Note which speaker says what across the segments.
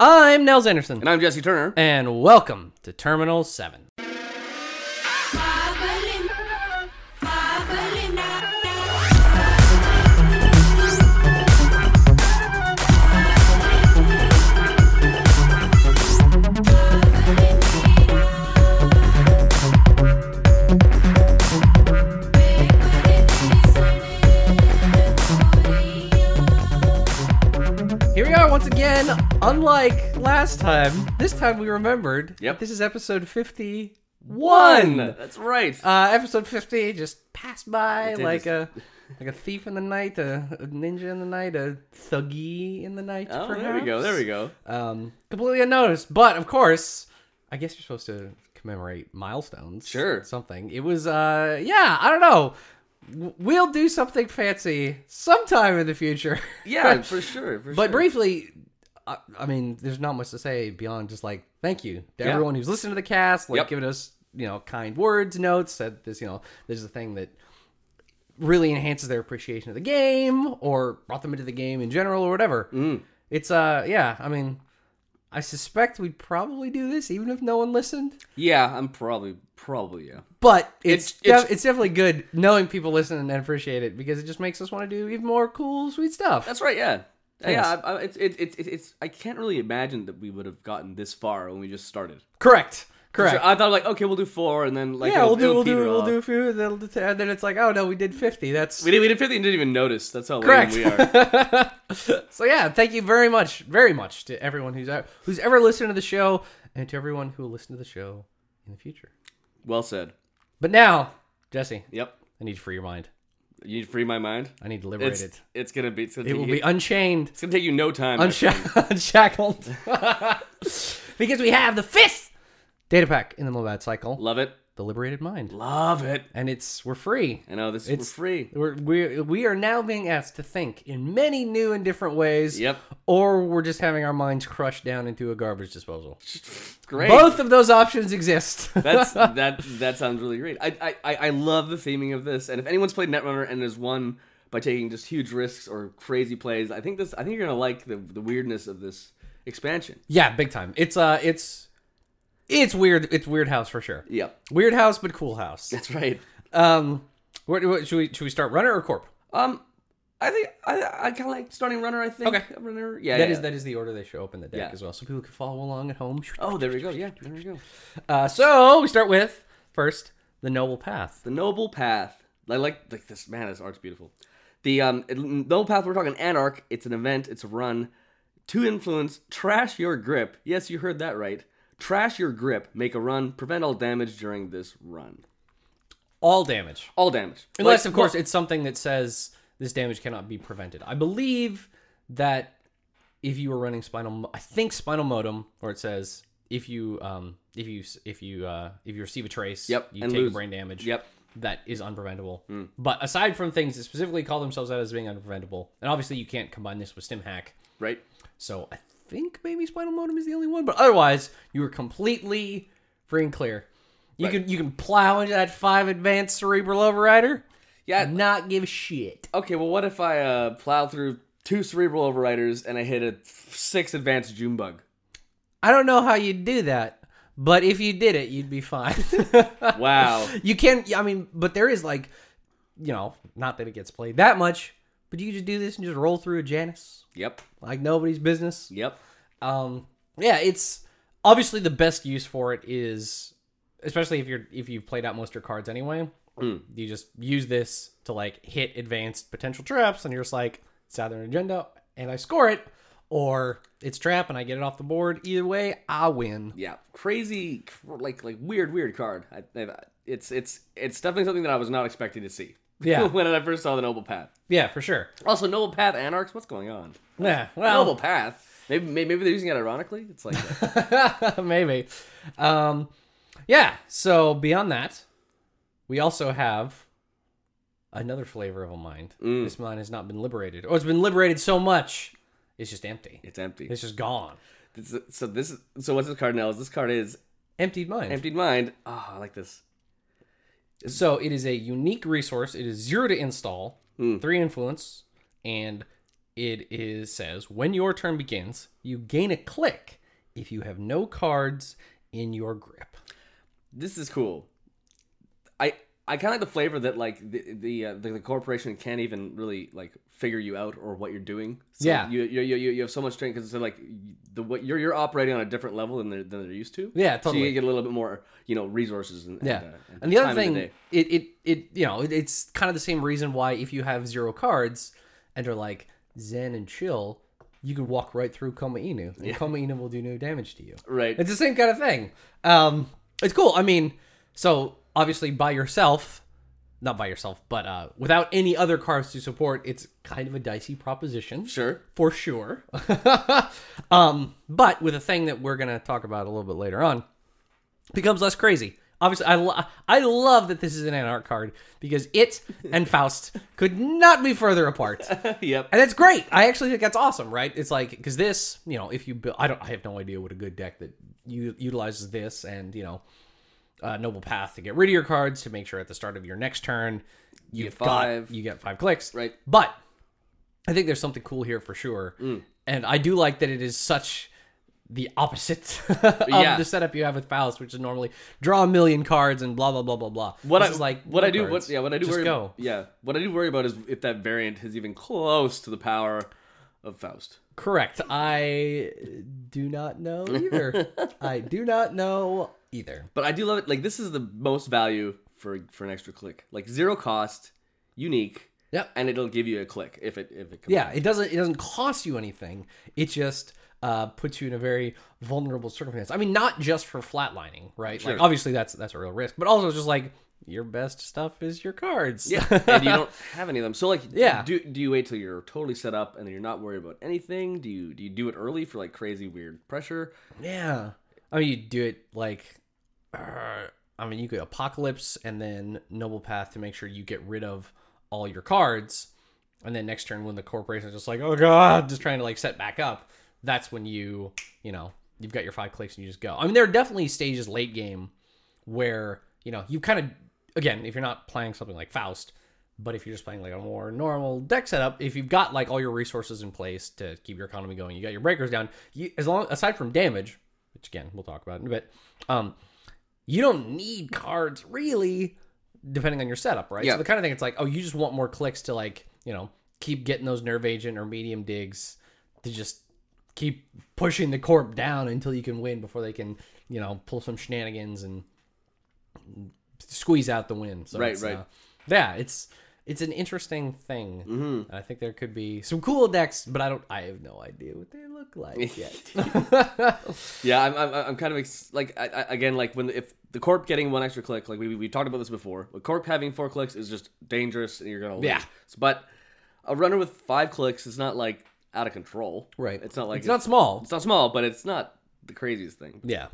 Speaker 1: I'm Nels Anderson,
Speaker 2: And I'm Jesse Turner.
Speaker 1: and welcome to Terminal 7.
Speaker 3: Bubbling, bubbling now, now.
Speaker 1: Here we are once again, unlike last time. This time we remembered.
Speaker 2: Yep.
Speaker 1: This is episode 51.
Speaker 2: That's right.
Speaker 1: Uh, episode 50 just passed by
Speaker 2: It did
Speaker 1: like
Speaker 2: just-
Speaker 1: a like a thief in the night, a, a ninja in the night, a thuggy in the night.
Speaker 2: oh, there we go. There we go.
Speaker 1: go. Um, completely unnoticed, but of course, I guess you're supposed to commemorate milestones.
Speaker 2: Sure.
Speaker 1: something. It was, uh, yeah, I don't know. W- We'll do something fancy sometime in the future.
Speaker 2: Yeah, for sure. For
Speaker 1: But
Speaker 2: sure.
Speaker 1: briefly, I, I mean, there's not much to say beyond just like thank you to
Speaker 2: Yeah.
Speaker 1: everyone who's listened to the cast, like
Speaker 2: Yep.
Speaker 1: giving us you know kind words, notes that this you know this is a thing that really enhances their appreciation of the game or brought them into the game in general or whatever.
Speaker 2: Mm.
Speaker 1: It's uh yeah, I mean. I suspect we'd probably do this even if no one listened,
Speaker 2: Yeah, I'm probably, probably, yeah.
Speaker 1: but it's
Speaker 2: It's- it's-
Speaker 1: def- it's definitely good knowing people listen and appreciate it because it just makes us want to do even more cool, sweet stuff.
Speaker 2: That's right, yeah.
Speaker 1: Thanks.
Speaker 2: Yeah, I, I, it's, it, it, it, it's, I can't really imagine that we would have gotten this far when we just started.
Speaker 1: correct, correct.
Speaker 2: Sure, I thought, like, okay, we'll do four, and then, like,
Speaker 1: yeah,
Speaker 2: it'll-
Speaker 1: we'll do
Speaker 2: it'll
Speaker 1: we'll do
Speaker 2: peter
Speaker 1: we'll
Speaker 2: off.
Speaker 1: do a few, and then, and then it's like, oh no, we did fifty. That's
Speaker 2: We did, we did 50 and didn't even notice. That's how lame
Speaker 1: correct.
Speaker 2: we are.
Speaker 1: so yeah, thank you very much, very much to everyone who's out, who's ever listened to the show, and to everyone who will listen to the show in the future.
Speaker 2: well said.
Speaker 1: But now, Jesse,
Speaker 2: Yep.
Speaker 1: I need to free your mind.
Speaker 2: You need to free my mind.
Speaker 1: I need to liberate
Speaker 2: It's,
Speaker 1: it.
Speaker 2: it's gonna be. It's gonna
Speaker 1: It
Speaker 2: take
Speaker 1: will
Speaker 2: you,
Speaker 1: be unchained,
Speaker 2: It's gonna take you no time.
Speaker 1: unsha- unshackled, because we have the fifth data pack in the Mobad cycle,
Speaker 2: Love it.
Speaker 1: the liberated mind,
Speaker 2: Love it.
Speaker 1: and it's we're free.
Speaker 2: I know this.
Speaker 1: It's-
Speaker 2: we're free.
Speaker 1: We're, we're, we are now being asked to think in many new and different ways.
Speaker 2: Yep.
Speaker 1: Or we're just having our minds crushed down into a garbage disposal.
Speaker 2: Great.
Speaker 1: Both of those options exist.
Speaker 2: That's that. That sounds really great. I, I- I I love the theming of this. And if anyone's played Netrunner and has won by taking just huge risks or crazy plays, I think this. I think you're gonna like the the weirdness of this expansion.
Speaker 1: yeah, big time. It's uh, it's it's weird. It's weird house for sure.
Speaker 2: Yep.
Speaker 1: Weird house, but cool house.
Speaker 2: That's right.
Speaker 1: Um, what, what should we should we start runner or corp?
Speaker 2: Um, I think I I kind of like starting runner. I think.
Speaker 1: Okay.
Speaker 2: Runner. Yeah.
Speaker 1: That
Speaker 2: yeah.
Speaker 1: is that is the order they show up in the deck
Speaker 2: Yeah.
Speaker 1: as well, so people can follow along at home.
Speaker 2: Oh, there we go. Yeah. There we go.
Speaker 1: Uh, so we start with first the noble path.
Speaker 2: The Noble Path. I like like this man. This art's beautiful. The um, it- Noble Path. We're talking Anarch. It's an event. It's a run. To influence, trash your grip. Yes, you heard that right. Trash your grip. Make a run. Prevent all damage during this run.
Speaker 1: All damage.
Speaker 2: All damage.
Speaker 1: Unless,
Speaker 2: Like,
Speaker 1: of course, it's something that says this damage cannot be prevented. I believe that if you were running spinal, Mo- I think spinal modem, or it says if you um if you s- if you uh if you receive a trace,
Speaker 2: Yep,
Speaker 1: you
Speaker 2: and
Speaker 1: take
Speaker 2: lose.
Speaker 1: brain damage.
Speaker 2: Yep. Hmm.
Speaker 1: that is unpreventable. But aside from things that specifically call themselves out as being unpreventable, and obviously you can't combine this with stim hack,
Speaker 2: right.
Speaker 1: so I think maybe Spinal Modem is the only one, but otherwise you are completely free and clear. You can you can plow into that five advanced cerebral overrider.
Speaker 2: Yeah.
Speaker 1: and not give a shit.
Speaker 2: Okay. Well, what if I uh, plow through two cerebral overriders and I hit a six advanced June bug?
Speaker 1: I don't know how you'd do that, but if you did it, you'd be fine.
Speaker 2: Wow.
Speaker 1: you can. I mean, but there is like, you know, not that it gets played that much, but you just do this and just roll through a Janus
Speaker 2: yep.
Speaker 1: like nobody's business.
Speaker 2: Yep.
Speaker 1: um yeah it's obviously the best use for it is especially if you're if you've played out most of your cards anyway you just use this to like hit advanced potential traps and you're just like it's either an agenda and i score it or it's trap and i get it off the board either way i win
Speaker 2: yeah crazy cr- like like weird weird card I, I, it's it's it's definitely something that i was not expecting to see
Speaker 1: Yeah.
Speaker 2: when i first saw the noble path
Speaker 1: yeah for sure
Speaker 2: also noble path anarchs what's going on
Speaker 1: yeah
Speaker 2: noble
Speaker 1: well
Speaker 2: path maybe may- maybe they're using it ironically it's like
Speaker 1: maybe um yeah so beyond that we also have another flavor of a mind this mind has not been liberated or it's been liberated so much it's just empty
Speaker 2: it's empty
Speaker 1: It's just gone.
Speaker 2: It's- so this is so what's this card now this card is
Speaker 1: Emptied mind.
Speaker 2: emptied mind oh i like this
Speaker 1: so it is a unique resource. It is zero to install, three influence, and it is says when your turn begins, you gain a click if you have no cards in your grip.
Speaker 2: this is cool. I I kind of like the flavor that like the the, uh, the the corporation can't even really like figure you out or what you're doing. So
Speaker 1: Yeah.
Speaker 2: you you you, you have so much strength because it's like the what you're you're operating on a different level than they're, than they're used to.
Speaker 1: Yeah,
Speaker 2: So
Speaker 1: totally.
Speaker 2: you get a little bit more you know resources and
Speaker 1: Yeah.
Speaker 2: and, uh,
Speaker 1: And the other
Speaker 2: time in
Speaker 1: thing,
Speaker 2: the day.
Speaker 1: it, it, it, you know, it, it's kind of the same reason why if you have zero cards and are like Zen and chill, you can walk right through Koma Inu. And Koma Inu will do no damage to you.
Speaker 2: right?
Speaker 1: It's the same kind of thing. Um, it's cool. I mean, so obviously by yourself, not by yourself, but uh, without any other cards to support, it's kind of a dicey proposition
Speaker 2: sure.
Speaker 1: for sure. um, but with a thing that we're gonna talk about a little bit later on, becomes less crazy. Obviously, I lo- I love that this is an anarch card because it and Faust could not be further apart, and
Speaker 2: yep.
Speaker 1: that's great. I actually think that's awesome, right? It's like because this, you know, if you build, I don't, I have no idea what a good deck that you utilizes this and you know, uh, Noble Path to get rid of your cards to make sure at the start of your next turn you've
Speaker 2: five.
Speaker 1: got you get five clicks,
Speaker 2: Right.
Speaker 1: but I think there's something cool here for sure.
Speaker 2: Mm.
Speaker 1: And I do like that it is such the opposite of
Speaker 2: Yeah.
Speaker 1: the setup you have with Faust, which is normally draw a million cards and blah blah blah blah blah.
Speaker 2: What
Speaker 1: This
Speaker 2: I
Speaker 1: is like
Speaker 2: what
Speaker 1: no
Speaker 2: I do
Speaker 1: cards.
Speaker 2: what yeah what I do
Speaker 1: Just
Speaker 2: worry
Speaker 1: go
Speaker 2: yeah what I do worry about is if that variant is even close to the power of Faust.
Speaker 1: correct. I do not know either. I do not know either.
Speaker 2: But I do love it. Like this is the most value for for an extra click. Like zero cost, unique.
Speaker 1: Yep.
Speaker 2: And it'll give you a click if it if it comes.
Speaker 1: Yeah, it doesn't it doesn't cost you anything. It just uh, puts you in a very vulnerable circumstance. I mean, not just for flatlining, right?
Speaker 2: Sure.
Speaker 1: Like obviously that's that's a real risk, but also just like your best stuff is your cards.
Speaker 2: Yeah. and you don't have any of them. So like
Speaker 1: Yeah.
Speaker 2: do do you wait till you're totally set up and then you're not worried about anything? Do you do you do it early for like crazy weird pressure?
Speaker 1: Yeah. I mean, you do it like. uh, I mean, you could Apocalypse and then Noble Path to make sure you get rid of all your cards. And then next turn, when the corporation's just like, oh God, just trying to like set back up, that's when you, you know, you've got your five clicks and you just go. I mean, there are definitely stages late game where, you know, you kind of, again, if you're not playing something like Faust, but if you're just playing like a more normal deck setup, if you've got like all your resources in place to keep your economy going, you got your breakers down. You, as long aside from damage, which again we'll talk about in a bit, um, you don't need cards really, depending on your setup, right?
Speaker 2: Yeah.
Speaker 1: So the kind of thing it's like, oh, you just want more clicks to like you know keep getting those nerve agent or medium digs to just keep pushing the corp down until you can win before they can you know pull some shenanigans and squeeze out the win. So
Speaker 2: Right,
Speaker 1: it's,
Speaker 2: right.
Speaker 1: uh, yeah, it's it's an interesting thing. Mm-hmm. I think there could be some cool decks, but I don't. I have no idea what they look like yet.
Speaker 2: Yeah, I'm I'm, I'm kind of ex- like I, I, again like when if the corp getting one extra click, like we, we- we talked about this before. But corp having four clicks is just dangerous, and you're gonna lose.
Speaker 1: Yeah.
Speaker 2: But a runner with five clicks is not like out of control.
Speaker 1: right.
Speaker 2: It's not like
Speaker 1: it's not small.
Speaker 2: It's not small, but it's not the craziest thing.
Speaker 1: Yeah.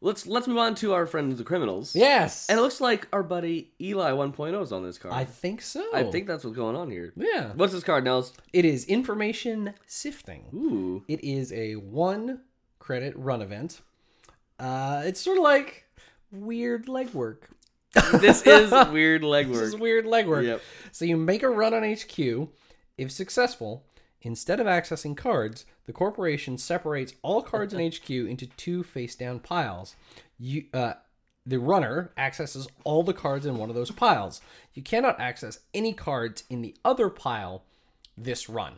Speaker 2: Let's let's move on to our friends the criminals.
Speaker 1: Yes.
Speaker 2: And it looks like our buddy Eli 1.0 is on this card.
Speaker 1: I think so.
Speaker 2: I think that's what's going on here.
Speaker 1: Yeah.
Speaker 2: What's this card, Nels?
Speaker 1: It is information sifting.
Speaker 2: Ooh.
Speaker 1: It is a one credit run event. Uh, it's sort of like weird legwork.
Speaker 2: This is weird
Speaker 1: This is
Speaker 2: legwork.
Speaker 1: weird legwork.
Speaker 2: Yep.
Speaker 1: So you make a run on HQ. If successful, instead of accessing cards, the corporation separates all cards in HQ into two face down piles. You, uh, the runner accesses all the cards in one of those piles. You cannot access any cards in the other pile this run.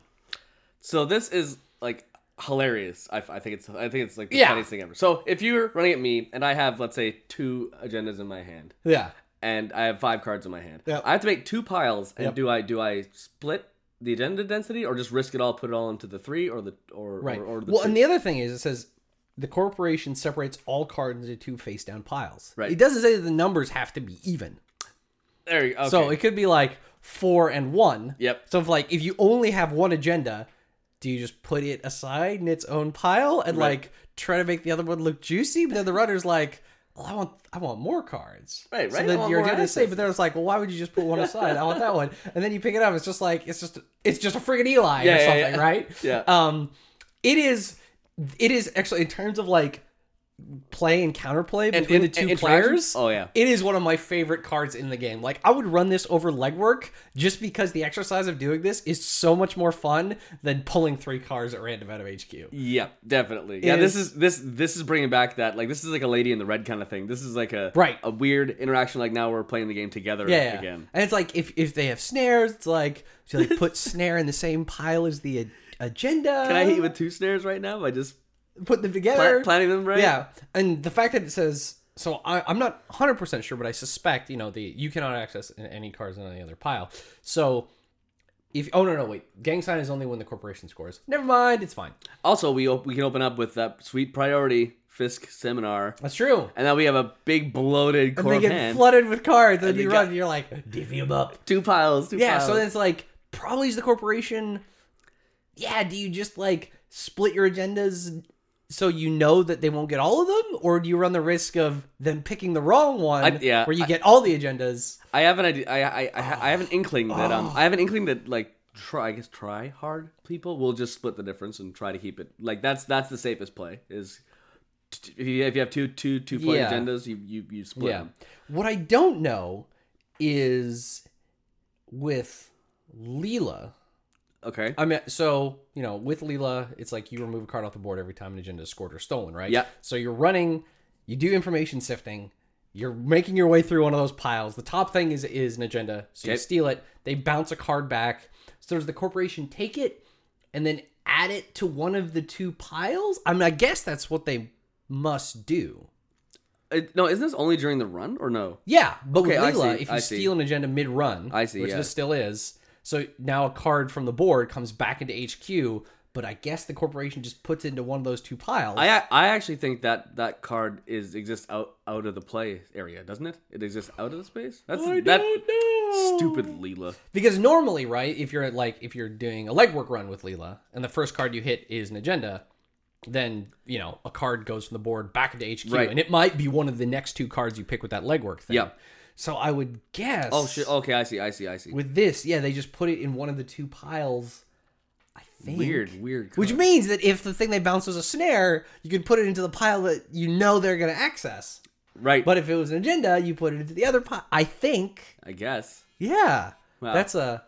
Speaker 2: So this is like hilarious. I, I think it's I think it's like the
Speaker 1: Yeah.
Speaker 2: funniest thing ever. So if you're running at me and I have let's say two agendas in my hand
Speaker 1: Yeah.
Speaker 2: and I have five cards in my hand,
Speaker 1: Yep.
Speaker 2: I have to make two piles. And do I do I split the agenda density or just risk it all, put it all into the three or the or
Speaker 1: Right.
Speaker 2: or, or the
Speaker 1: well,
Speaker 2: two?
Speaker 1: and the other thing is, it says the corporation separates all cards into two face down piles.
Speaker 2: Right.
Speaker 1: It doesn't say that the numbers have to be even.
Speaker 2: there you go.
Speaker 1: So
Speaker 2: okay.
Speaker 1: it could be like four and one.
Speaker 2: Yep.
Speaker 1: So if like if you only have one agenda, do you just put it aside in its own pile and
Speaker 2: Right.
Speaker 1: like try to make the other one look juicy? But then the runner's like, well, I want I want more cards.
Speaker 2: Right,
Speaker 1: So
Speaker 2: right, I
Speaker 1: then
Speaker 2: want
Speaker 1: your
Speaker 2: more
Speaker 1: agenda is safe,
Speaker 2: assets.
Speaker 1: but then it's like, well, why would you just put one aside? I want that one. And then you pick it up, it's just like it's just it's just a friggin' Eli
Speaker 2: Yeah,
Speaker 1: or Um,
Speaker 2: yeah,
Speaker 1: something,
Speaker 2: yeah.
Speaker 1: right?
Speaker 2: Yeah.
Speaker 1: Um it is it is actually in terms of like play and counterplay
Speaker 2: And
Speaker 1: between
Speaker 2: in-
Speaker 1: the two
Speaker 2: and interaction?
Speaker 1: players.
Speaker 2: Oh, yeah.
Speaker 1: it is one of my favorite cards in the game. Like I would run this over legwork just because the exercise of doing this is so much more fun than pulling three cards at random out of HQ.
Speaker 2: Yeah, definitely. Yeah, this
Speaker 1: is-
Speaker 2: is this this is bringing back that like this is like a lady in the red kind of thing. This is like a
Speaker 1: Right.
Speaker 2: a weird interaction. Like now we're playing the game together
Speaker 1: Yeah, yeah.
Speaker 2: again.
Speaker 1: and it's like if if they have snares, it's like to like put snare in the same pile as the a- agenda.
Speaker 2: Can I hit you with two snares right now by just
Speaker 1: put them together?
Speaker 2: pla- planting them right?
Speaker 1: Yeah, and the fact that it says so, I, I'm not 100 percent sure, but I suspect you know the you cannot access a- any cards in any other pile. So if oh no no wait, gang sign is only when the corporation scores. Never mind, it's fine.
Speaker 2: Also, we op- we can open up with that sweet priority Fisk seminar,
Speaker 1: That's true.
Speaker 2: and now we have a big bloated
Speaker 1: And they
Speaker 2: core
Speaker 1: get
Speaker 2: hand.
Speaker 1: flooded with cards, and,
Speaker 2: And
Speaker 1: you
Speaker 2: you
Speaker 1: run,
Speaker 2: got-
Speaker 1: and you're like, divvy them up.
Speaker 2: two piles. Two
Speaker 1: Yeah,
Speaker 2: piles.
Speaker 1: so then it's like probably is the corporation. Yeah, do you just like split your agendas so you know that they won't get all of them, or do you run the risk of them picking the wrong one,
Speaker 2: I- yeah,
Speaker 1: where you
Speaker 2: I-
Speaker 1: get all the agendas?
Speaker 2: I have an idea. I I I, ha I have an inkling that um I have an inkling that like try I guess try hard people will just split the difference and try to keep it like that's that's the safest play is t- t- if you, if you have two two two play
Speaker 1: Yeah.
Speaker 2: agendas you you you split
Speaker 1: Yeah.
Speaker 2: them.
Speaker 1: What I don't know is with Leela.
Speaker 2: Okay.
Speaker 1: I mean, so you know, with Leela, it's like you remove a card off the board every time an agenda is scored or stolen, right?
Speaker 2: Yeah.
Speaker 1: So you're running, you do information sifting, you're making your way through one of those piles. The top thing is is an agenda, so you
Speaker 2: Okay.
Speaker 1: steal it. They bounce a card back. So does the corporation take it and then add it to one of the two piles? I mean, I guess that's what they must do.
Speaker 2: Uh, no, isn't this only during the run or no?
Speaker 1: Yeah, but
Speaker 2: Okay, I
Speaker 1: with Leela,
Speaker 2: see,
Speaker 1: if you
Speaker 2: I see.
Speaker 1: steal an agenda mid run,
Speaker 2: I see,
Speaker 1: which
Speaker 2: yeah.
Speaker 1: this still is, so now a card from the board comes back into HQ, but I guess the corporation just puts it into one of those two piles.
Speaker 2: I a- I actually think that that card is exists out out of the play area, doesn't it? It exists out of the space. That's that
Speaker 1: know.
Speaker 2: stupid Leela.
Speaker 1: Because normally, right, if you're like if you're doing a legwork run with Leela and the first card you hit is an agenda, then you know a card goes from the board back into HQ,
Speaker 2: Right.
Speaker 1: and it might be one of the next two cards you pick with that legwork thing.
Speaker 2: Yeah.
Speaker 1: So I would guess.
Speaker 2: Oh shit. Okay, I see. I see. I see.
Speaker 1: With this, yeah, they just put it in one of the two piles. I think.
Speaker 2: Weird. Weird.
Speaker 1: Which
Speaker 2: card.
Speaker 1: means that if the thing they bounce was a snare, you could put it into the pile that you know they're going to access.
Speaker 2: right.
Speaker 1: But if it was an agenda, you put it into the other pile. I think.
Speaker 2: I guess
Speaker 1: Yeah.
Speaker 2: Wow.
Speaker 1: That's a.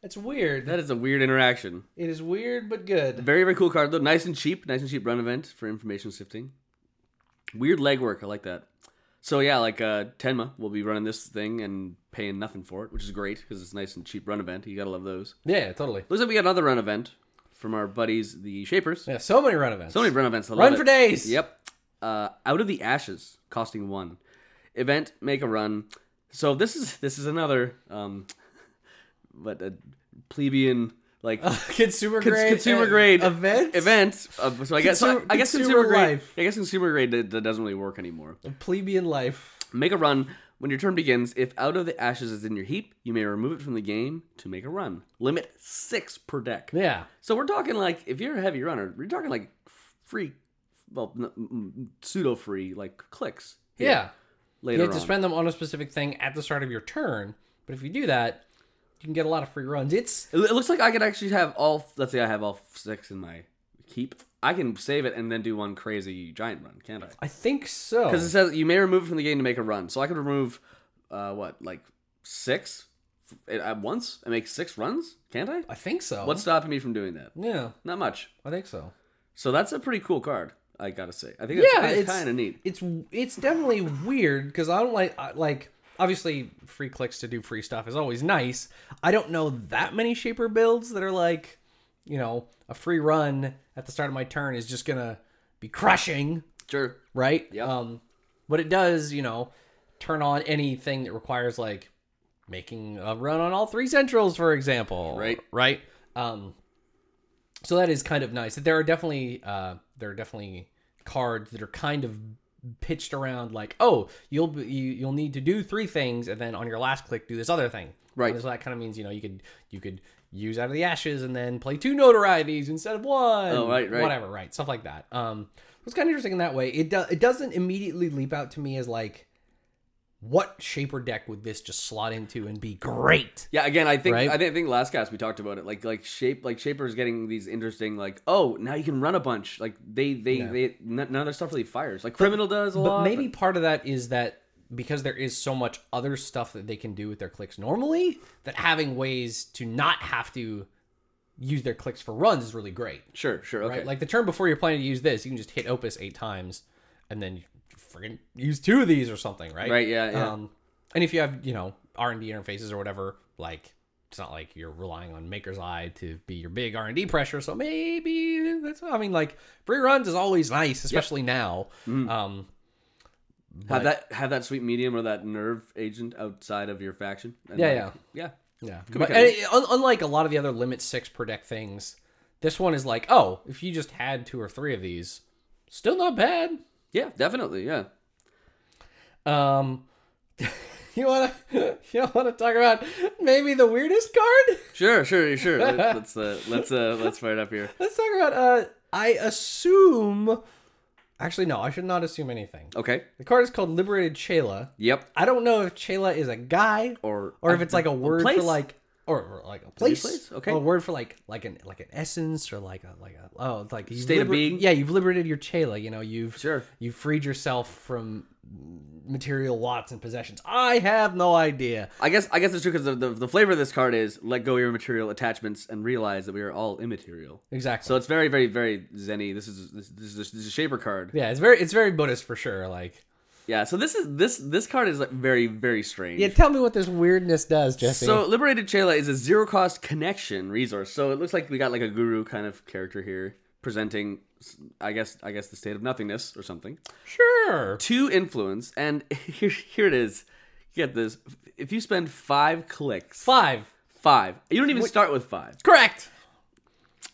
Speaker 1: That's weird.
Speaker 2: that is a weird interaction.
Speaker 1: it is weird but good.
Speaker 2: Very, very cool card though. Nice and cheap. Nice and cheap run event for information sifting. Weird legwork. I like that. So yeah, like uh, Tenma will be running this thing and paying nothing for it, which is great because it's nice and cheap run event. You gotta love those.
Speaker 1: Yeah, totally.
Speaker 2: Looks like we got another run event from our buddies the Shapers.
Speaker 1: Yeah, so many run events.
Speaker 2: So many run events. I love
Speaker 1: Run
Speaker 2: it.
Speaker 1: for days!
Speaker 2: Yep. Uh, out of the ashes, costing one. Event, make a run. So this is this is another, um, but a plebeian like
Speaker 1: consumer
Speaker 2: Cons-
Speaker 1: grade.
Speaker 2: consumer
Speaker 1: e-
Speaker 2: grade
Speaker 1: event.
Speaker 2: event. Uh, so I guess so I-
Speaker 1: Consumer-
Speaker 2: I, guess
Speaker 1: consumer
Speaker 2: consumer grade.
Speaker 1: life.
Speaker 2: I guess consumer grade that, that doesn't really work anymore.
Speaker 1: Plebeian life.
Speaker 2: Make a run when your turn begins. If out of the ashes is in your heap, you may remove it from the game to make a run. Limit six per deck.
Speaker 1: Yeah.
Speaker 2: So we're talking like if you're a heavy runner, we're talking like free, well pseudo free like clicks. here
Speaker 1: Yeah.
Speaker 2: later
Speaker 1: You have to
Speaker 2: on.
Speaker 1: spend them on a specific thing at the start of your turn, but if you do that, you can get a lot of free runs. It's
Speaker 2: It it looks like I could actually have all. Let's say I have all six in my keep. I can save it and then do one crazy giant run, can't I?
Speaker 1: I think so.
Speaker 2: Because it says you may remove it from the game to make a run. So I could remove, uh, what, like six f- at once and make six runs? Can't I?
Speaker 1: I think so.
Speaker 2: What's stopping me from doing that?
Speaker 1: yeah,
Speaker 2: Not much.
Speaker 1: I think so.
Speaker 2: So that's a pretty cool card. I gotta say. I think
Speaker 1: Yeah,
Speaker 2: it's,
Speaker 1: it's-
Speaker 2: kind of neat.
Speaker 1: It's it's definitely weird because I don't like I, like obviously free clicks to do free stuff is always nice. I don't know that many shaper builds that are like, you know, a free run at the start of my turn is just gonna be crushing.
Speaker 2: Sure.
Speaker 1: right?
Speaker 2: Yep.
Speaker 1: Um, but it does, you know, turn on anything that requires like making a run on all three centrals, for example.
Speaker 2: Right.
Speaker 1: Right. Um, so that is kind of nice. That there are definitely uh, there are definitely cards that are kind of pitched around like, oh, you'll be, you, you'll need to do three things, and then on your last click, do this other thing.
Speaker 2: Right.
Speaker 1: And so that kind of means you know you could you could use out of the ashes and then play two notorieties instead of one.
Speaker 2: Oh, right, right.
Speaker 1: Whatever, right? Stuff like that. Um, it's kind of interesting in that way. It do- it doesn't immediately leap out to me as like what shape or deck would this just slot into and be great?
Speaker 2: Yeah, again, I think
Speaker 1: Right?
Speaker 2: I think I think last cast we talked about it. Like like shape like Shaper's getting these interesting like oh now you can run a bunch like they they they n- none of their stuff really fires like criminal does a
Speaker 1: But
Speaker 2: lot.
Speaker 1: maybe part of that is that because there is so much other stuff that they can do with their clicks normally, that having ways to not have to use their clicks for runs is really great.
Speaker 2: sure sure okay
Speaker 1: Right? Like the turn before you're planning to use this, you can just hit Opus eight times and then you friggin' use two of these or something, right?
Speaker 2: Right, yeah, yeah.
Speaker 1: Um, and if you have, you know, R and D interfaces or whatever, like it's not like you're relying on Maker's Eye to be your big R and D pressure. So maybe that's I mean, like free runs is always nice, especially now. Um,
Speaker 2: have that have that sweet medium or that nerve agent outside of your faction. And
Speaker 1: Yeah,
Speaker 2: like, yeah
Speaker 1: Yeah,
Speaker 2: be
Speaker 1: but,
Speaker 2: kind of-
Speaker 1: and it- un- unlike a lot of the other limit six per deck things, this one is like, oh, if you just had two or three of these, still not bad.
Speaker 2: yeah yeah definitely yeah.
Speaker 1: Um, you wanna you wanna talk about maybe the weirdest card?
Speaker 2: Sure, sure, sure. Let- let's uh, let's uh, let's fire it up here.
Speaker 1: Let's talk about. Uh, I assume. Actually, no, I should not assume anything.
Speaker 2: Okay.
Speaker 1: The card is called Liberated Chela.
Speaker 2: Yep.
Speaker 1: I don't know if Chela is a guy
Speaker 2: Or
Speaker 1: or if it's like a word
Speaker 2: place?
Speaker 1: for like or, or like a place,
Speaker 2: place? Okay.
Speaker 1: or a word for like like an like an essence or like a like a oh it's like you've
Speaker 2: State of being?
Speaker 1: yeah you've liberated your chela you know you've
Speaker 2: Sure.
Speaker 1: you've freed yourself from material lots and possessions i have no idea
Speaker 2: I guess I guess it's true because the, the the flavor of this card is let go of your material attachments and realize that we are all immaterial.
Speaker 1: exactly
Speaker 2: So it's very very very zenny. This is this, this is this is a shaper card.
Speaker 1: yeah it's very it's very buddhist for sure like
Speaker 2: Yeah. So this is this this card is like very very strange.
Speaker 1: yeah tell me what this weirdness does jesse
Speaker 2: So liberated Chela is a zero cost connection resource. So it looks like we got like a guru kind of character here presenting, I guess I guess the state of nothingness or something.
Speaker 1: sure
Speaker 2: two influence, and here, here it is. Get this. If you spend five clicks,
Speaker 1: five
Speaker 2: five, you don't even start with five.
Speaker 1: correct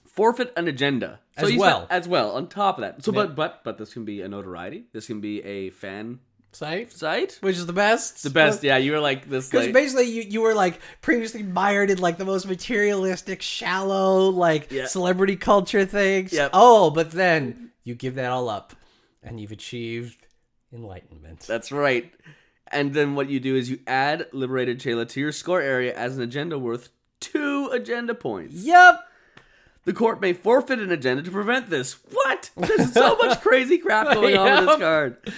Speaker 2: Forfeit an agenda
Speaker 1: As
Speaker 2: you
Speaker 1: well.
Speaker 2: spend- as well, on top of that. So, but but but this can be a notoriety. This can be a fan
Speaker 1: site
Speaker 2: site.
Speaker 1: which is the best
Speaker 2: The best, yeah. You were like this,
Speaker 1: Because
Speaker 2: like
Speaker 1: basically, you, you were like previously mired in like the most materialistic, shallow, like
Speaker 2: Yeah.
Speaker 1: celebrity culture things.
Speaker 2: Yep.
Speaker 1: Oh, but then you give that all up and you've achieved enlightenment.
Speaker 2: that's right. And then what you do is you add liberated Chayla to your score area as an agenda worth two agenda points.
Speaker 1: Yep.
Speaker 2: The court may forfeit an agenda to prevent this. What? There's so much crazy crap going on with
Speaker 1: Yep.
Speaker 2: this card.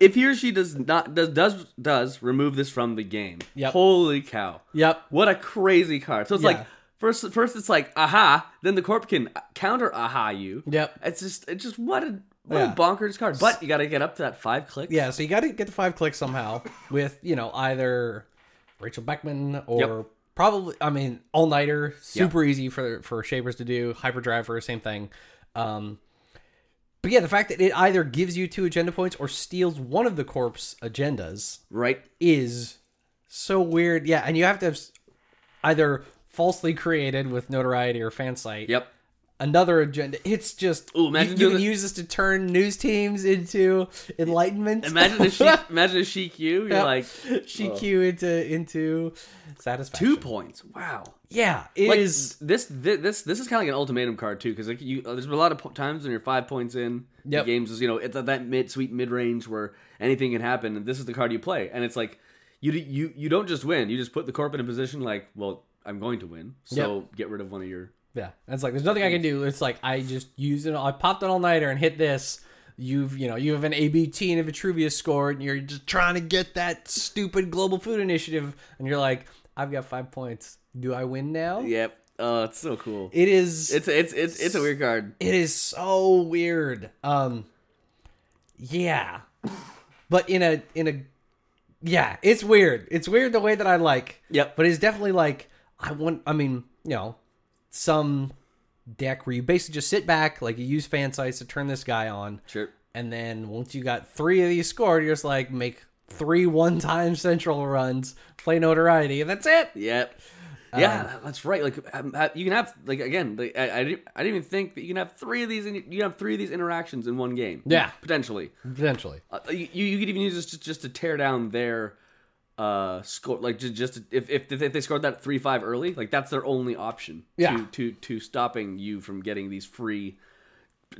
Speaker 2: If he or she does not does does does remove this from the game.
Speaker 1: Yep.
Speaker 2: Holy cow.
Speaker 1: Yep.
Speaker 2: What a crazy card. So it's
Speaker 1: Yeah.
Speaker 2: like first first it's like aha, then the corp can counter aha you.
Speaker 1: Yep.
Speaker 2: It's just it's just what a what
Speaker 1: Yeah.
Speaker 2: a bonkers card. But you got to get up to that 5 clicks.
Speaker 1: Yeah. So you got to get the five clicks somehow with, you know, either Rachel Beckman or.
Speaker 2: Yep.
Speaker 1: Probably, I mean, all nighter, super easy for for shapers to do. Hyperdrive for same thing, um, but yeah, the fact that it either gives you two agenda points or steals one of the corpse agendas,
Speaker 2: Right?
Speaker 1: is so weird. Yeah, and you have to have s- either falsely created with notoriety or fan site.
Speaker 2: Yep.
Speaker 1: Another agenda. It's just
Speaker 2: Ooh,
Speaker 1: you,
Speaker 2: imagine
Speaker 1: you
Speaker 2: doing
Speaker 1: can
Speaker 2: the-
Speaker 1: use this to turn news teams into enlightenment.
Speaker 2: Imagine a chic imagine a chic you. You're
Speaker 1: Yep.
Speaker 2: like
Speaker 1: GQ into into satisfaction.
Speaker 2: 2 points. Wow.
Speaker 1: Yeah, it is.
Speaker 2: like, this thi- this this is kind of like an ultimatum card too because like you uh, there's been a lot of po- times when you're five points in the
Speaker 1: Yep.
Speaker 2: games is you know it's at that mid sweet mid range where anything can happen and this is the card you play and it's like you d- you you don't just win you just put the corp in a position like well I'm going to win so get rid of one of your
Speaker 1: Yeah, it's like there's nothing I can do. It's like I just used it. I popped an all nighter and hit this. You've you know you have an ABT and a Vitruvius score, and you're just trying to get that stupid Global Food Initiative, and you're like, I've got five points. Do I win now?
Speaker 2: yep oh it's so cool
Speaker 1: It is.
Speaker 2: it's it's it's it's a weird card
Speaker 1: it is so weird. Um, yeah, but in a in a yeah, it's weird. It's weird the way that I like.
Speaker 2: Yep.
Speaker 1: But it's definitely like I want. I mean, you know, some deck where you basically just sit back, like you use fan sites to turn this guy on,
Speaker 2: sure
Speaker 1: and then once you got three of these scored, you're just like make three one time central runs, play notoriety, and that's it.
Speaker 2: Yep. Yeah, that's right. Like um, ha- you can have like again. Like, I, I, didn't, I didn't even think that you can have three of these. In, you can have three of these interactions in one game.
Speaker 1: Yeah.
Speaker 2: potentially.
Speaker 1: Potentially.
Speaker 2: Uh, you you could even use this just, just to tear down their uh score. Like just just to, if, if if they scored that three five early, like that's their only option.
Speaker 1: Yeah.
Speaker 2: To to to stopping you from getting these free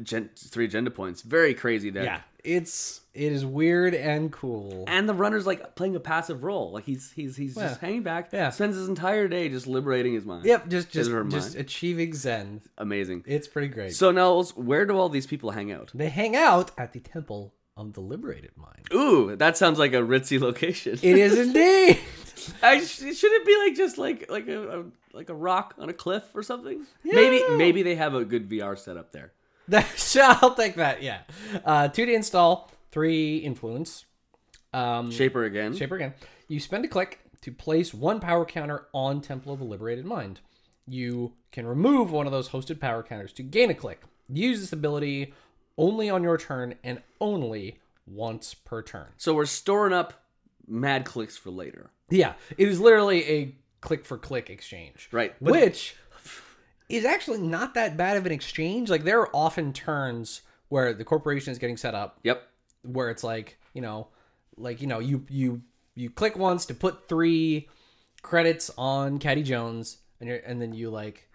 Speaker 2: gen, three agenda points. Very crazy there.
Speaker 1: Yeah. It's it is weird and cool.
Speaker 2: And the runner's like playing a passive role. Like he's he's he's just
Speaker 1: Yeah.
Speaker 2: hanging back.
Speaker 1: Yeah.
Speaker 2: Spends his entire day just liberating his mind.
Speaker 1: Yep, just
Speaker 2: Is
Speaker 1: just
Speaker 2: it her
Speaker 1: just
Speaker 2: mind?
Speaker 1: achieving zen.
Speaker 2: Amazing.
Speaker 1: It's pretty great.
Speaker 2: So now, where do all these people hang out?
Speaker 1: they hang out at the temple of the liberated mind.
Speaker 2: Ooh, that sounds like a ritzy location.
Speaker 1: It is indeed.
Speaker 2: I sh- should it be like just like like a, a like a rock on a cliff or something? Maybe
Speaker 1: Yeah.
Speaker 2: maybe they have a good VR setup there.
Speaker 1: That- I'll take that. Yeah, uh, two to install, three influence. Um,
Speaker 2: Shaper again.
Speaker 1: Shaper again. You spend a click to place one power counter on Temple of the Liberated Mind. You can remove one of those hosted power counters to gain a click. Use this ability only on your turn and only once per turn.
Speaker 2: So we're storing up mad clicks for later.
Speaker 1: Yeah, it is literally a click for click exchange.
Speaker 2: Right, but-
Speaker 1: Which is actually not that bad of an exchange. Like, there are often turns where the corporation is getting set up
Speaker 2: Yep.
Speaker 1: where it's like you know like you know you you you click once to put three credits on Caddy Jones and you're and then you like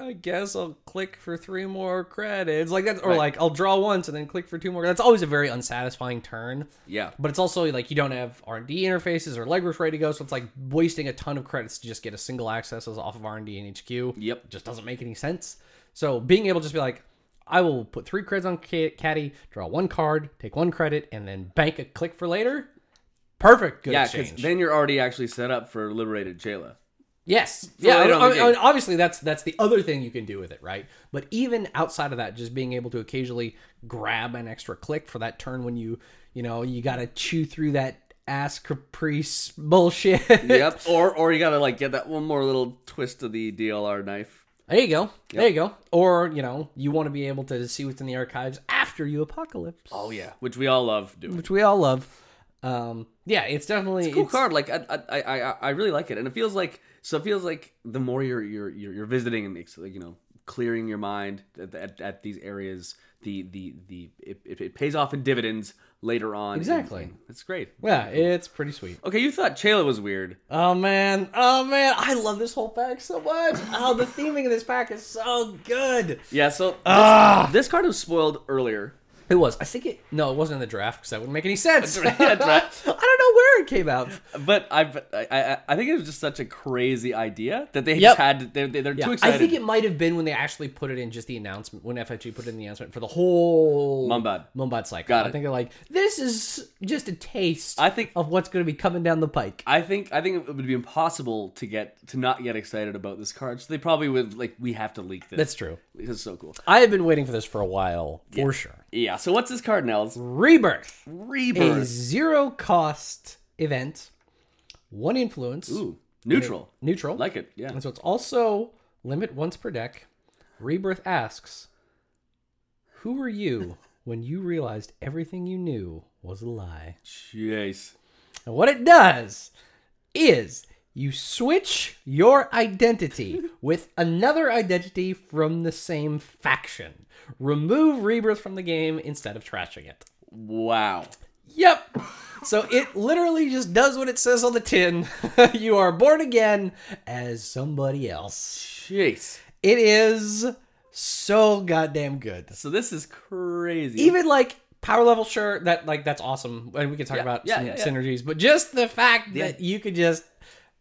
Speaker 1: I guess I'll click for three more credits like that or like I'll draw once and then click for two more that's always a very unsatisfying turn
Speaker 2: Yeah.
Speaker 1: but it's also like you don't have R&D interfaces or legwork ready to go so it's like wasting a ton of credits to just get a single access off of R&D and HQ
Speaker 2: Yep.
Speaker 1: just doesn't make any sense. So being able to just be like, I will put three credits on Ca- Caddy, draw one card, take one credit, and then bank a click for later. Perfect. Good
Speaker 2: Yeah, because
Speaker 1: exchange.
Speaker 2: then you're already actually set up for liberated Jayla.
Speaker 1: yes. Yeah.
Speaker 2: later on in the
Speaker 1: I- I-
Speaker 2: game.
Speaker 1: obviously, that's that's the other thing you can do with it, right? But even outside of that, just being able to occasionally grab an extra click for that turn when you you know you got to chew through that ass caprice bullshit.
Speaker 2: Yep. Or or you gotta like get that one more little twist of the DLR knife.
Speaker 1: There you go. There you go. Or you know you want to be able to see what's in the archives after you apocalypse.
Speaker 2: Oh yeah. Which we all love doing.
Speaker 1: which we all love. Um, yeah, it's definitely
Speaker 2: cool
Speaker 1: it's-
Speaker 2: card. Like I, I, I, I- I really like it, and it feels like so. It feels like the more you're you're you're, you're visiting and it's like, you know clearing your mind at, at, at these areas, the the the it, it, it pays off in dividends later on.
Speaker 1: Exactly.
Speaker 2: And- and it's great.
Speaker 1: Yeah, it's pretty sweet.
Speaker 2: Okay, you thought Chayla was weird.
Speaker 1: Oh man, oh man, I love this whole pack so much. Oh, the theming in this pack is so good.
Speaker 2: Yeah. So this,
Speaker 1: Ah!
Speaker 2: this card was spoiled earlier.
Speaker 1: It was. I think it. No, it wasn't in the draft because that wouldn't make any sense. I
Speaker 2: right,
Speaker 1: don't
Speaker 2: that's
Speaker 1: know
Speaker 2: right.
Speaker 1: where it came out.
Speaker 2: But I've, I, I, I think it was just such a crazy idea that they
Speaker 1: Yep.
Speaker 2: just had. They're, they're
Speaker 1: Yeah,
Speaker 2: too
Speaker 1: I
Speaker 2: excited.
Speaker 1: think it might have been when they actually put it in just the announcement when FFG put it in the announcement for the whole
Speaker 2: Mumbad.
Speaker 1: Mumbad cycle.
Speaker 2: Got
Speaker 1: I
Speaker 2: it.
Speaker 1: think they're like, this is just a taste.
Speaker 2: I think-
Speaker 1: of what's going to be coming down the pike.
Speaker 2: I think I think it would be impossible to get to not get excited about this card. So they probably would like we have to leak this.
Speaker 1: That's true.
Speaker 2: This is so cool.
Speaker 1: I have been waiting for this for a while, for sure.
Speaker 2: Yeah. So what's this card now? It's
Speaker 1: Rebirth, a
Speaker 2: Rebirth.
Speaker 1: zero cost event, one influence,
Speaker 2: Ooh, neutral.
Speaker 1: neutral.
Speaker 2: Like it. Yeah.
Speaker 1: and so it's also limit once per deck. Rebirth asks, "Who were you when you realized everything you knew was a lie?"
Speaker 2: Jeez.
Speaker 1: And what it does is you switch your identity with another identity from the same faction. Remove Rebirth from the game instead of trashing it.
Speaker 2: Wow.
Speaker 1: Yep. So it literally just does what it says on the tin. you are born again as somebody else.
Speaker 2: Jeez.
Speaker 1: It is so goddamn good.
Speaker 2: So this is crazy.
Speaker 1: Even like power level, sure that like that's awesome, and we can talk about
Speaker 2: yeah,
Speaker 1: some
Speaker 2: yeah, yeah.
Speaker 1: synergies. But just the fact that you could just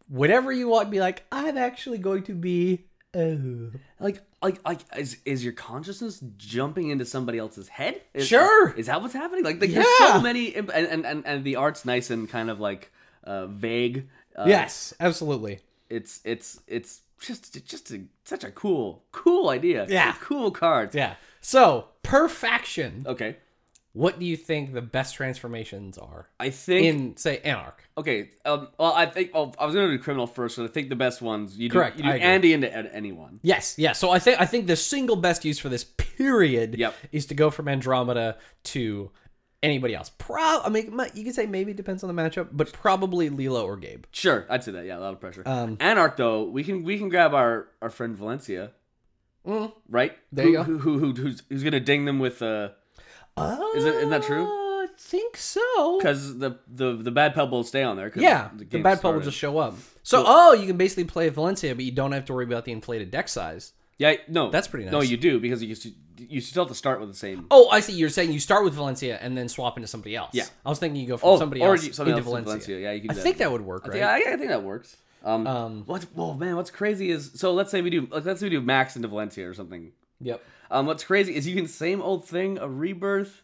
Speaker 1: whatever you want, be like, I'm actually going to be. Oh,
Speaker 2: like like like is is your consciousness jumping into somebody else's head? Is,
Speaker 1: Sure.
Speaker 2: Is that what's happening? Like, like there's so
Speaker 1: Yeah.
Speaker 2: many imp- and, and and and the art's nice and kind of like uh vague. Uh,
Speaker 1: yes, absolutely.
Speaker 2: it's it's it's just it's just a, such a cool cool idea.
Speaker 1: Yeah.
Speaker 2: Such cool cards.
Speaker 1: Yeah. So per faction,
Speaker 2: Okay,
Speaker 1: what do you think the best transformations are
Speaker 2: I think
Speaker 1: in say Anarch?
Speaker 2: okay. Um, well, I think oh, I was gonna do criminal first, so I think the best ones you do,
Speaker 1: Correct,
Speaker 2: You do
Speaker 1: I agree.
Speaker 2: Andy into an- anyone.
Speaker 1: Yes, yeah. So I think I think the single best use for this period
Speaker 2: Yep.
Speaker 1: is to go from Andromeda to anybody else. Pro, I mean, my- you could say maybe it depends on the matchup, but probably Lilo or Gabe.
Speaker 2: Sure, I'd say that. Yeah, a lot of pressure.
Speaker 1: Um,
Speaker 2: Anarch though, we can we can grab our our friend Valencia,
Speaker 1: Mm.
Speaker 2: right?
Speaker 1: There
Speaker 2: who,
Speaker 1: you go.
Speaker 2: Who, who, who who's who's gonna ding them with uh
Speaker 1: Oh,
Speaker 2: Is it- isn't that true?
Speaker 1: I think so.
Speaker 2: because the the the bad pub will stay on there. 'cause
Speaker 1: Yeah, the,
Speaker 2: game
Speaker 1: bad pull will
Speaker 2: started.
Speaker 1: just show up. So, oh, you can basically play Valencia, but you don't have to worry about the inflated deck size.
Speaker 2: Yeah, no,
Speaker 1: That's pretty
Speaker 2: No,
Speaker 1: nice.
Speaker 2: you do because you s- you still have to start with the same.
Speaker 1: Oh, I see. You're saying you start with Valencia and then swap into somebody else.
Speaker 2: Yeah.
Speaker 1: I was thinking you go from somebody else
Speaker 2: Oh, you-
Speaker 1: into
Speaker 2: something else in
Speaker 1: Valencia.
Speaker 2: Yeah, you can.
Speaker 1: I
Speaker 2: do
Speaker 1: think that would work, right?
Speaker 2: Yeah, I, I think that works. Um,
Speaker 1: Um,
Speaker 2: what's whoa, man? What's crazy is so. Let's say we do. like, Let's say we do Max into Valencia or something.
Speaker 1: Yep.
Speaker 2: Um, what's crazy is you can same old thing a rebirth,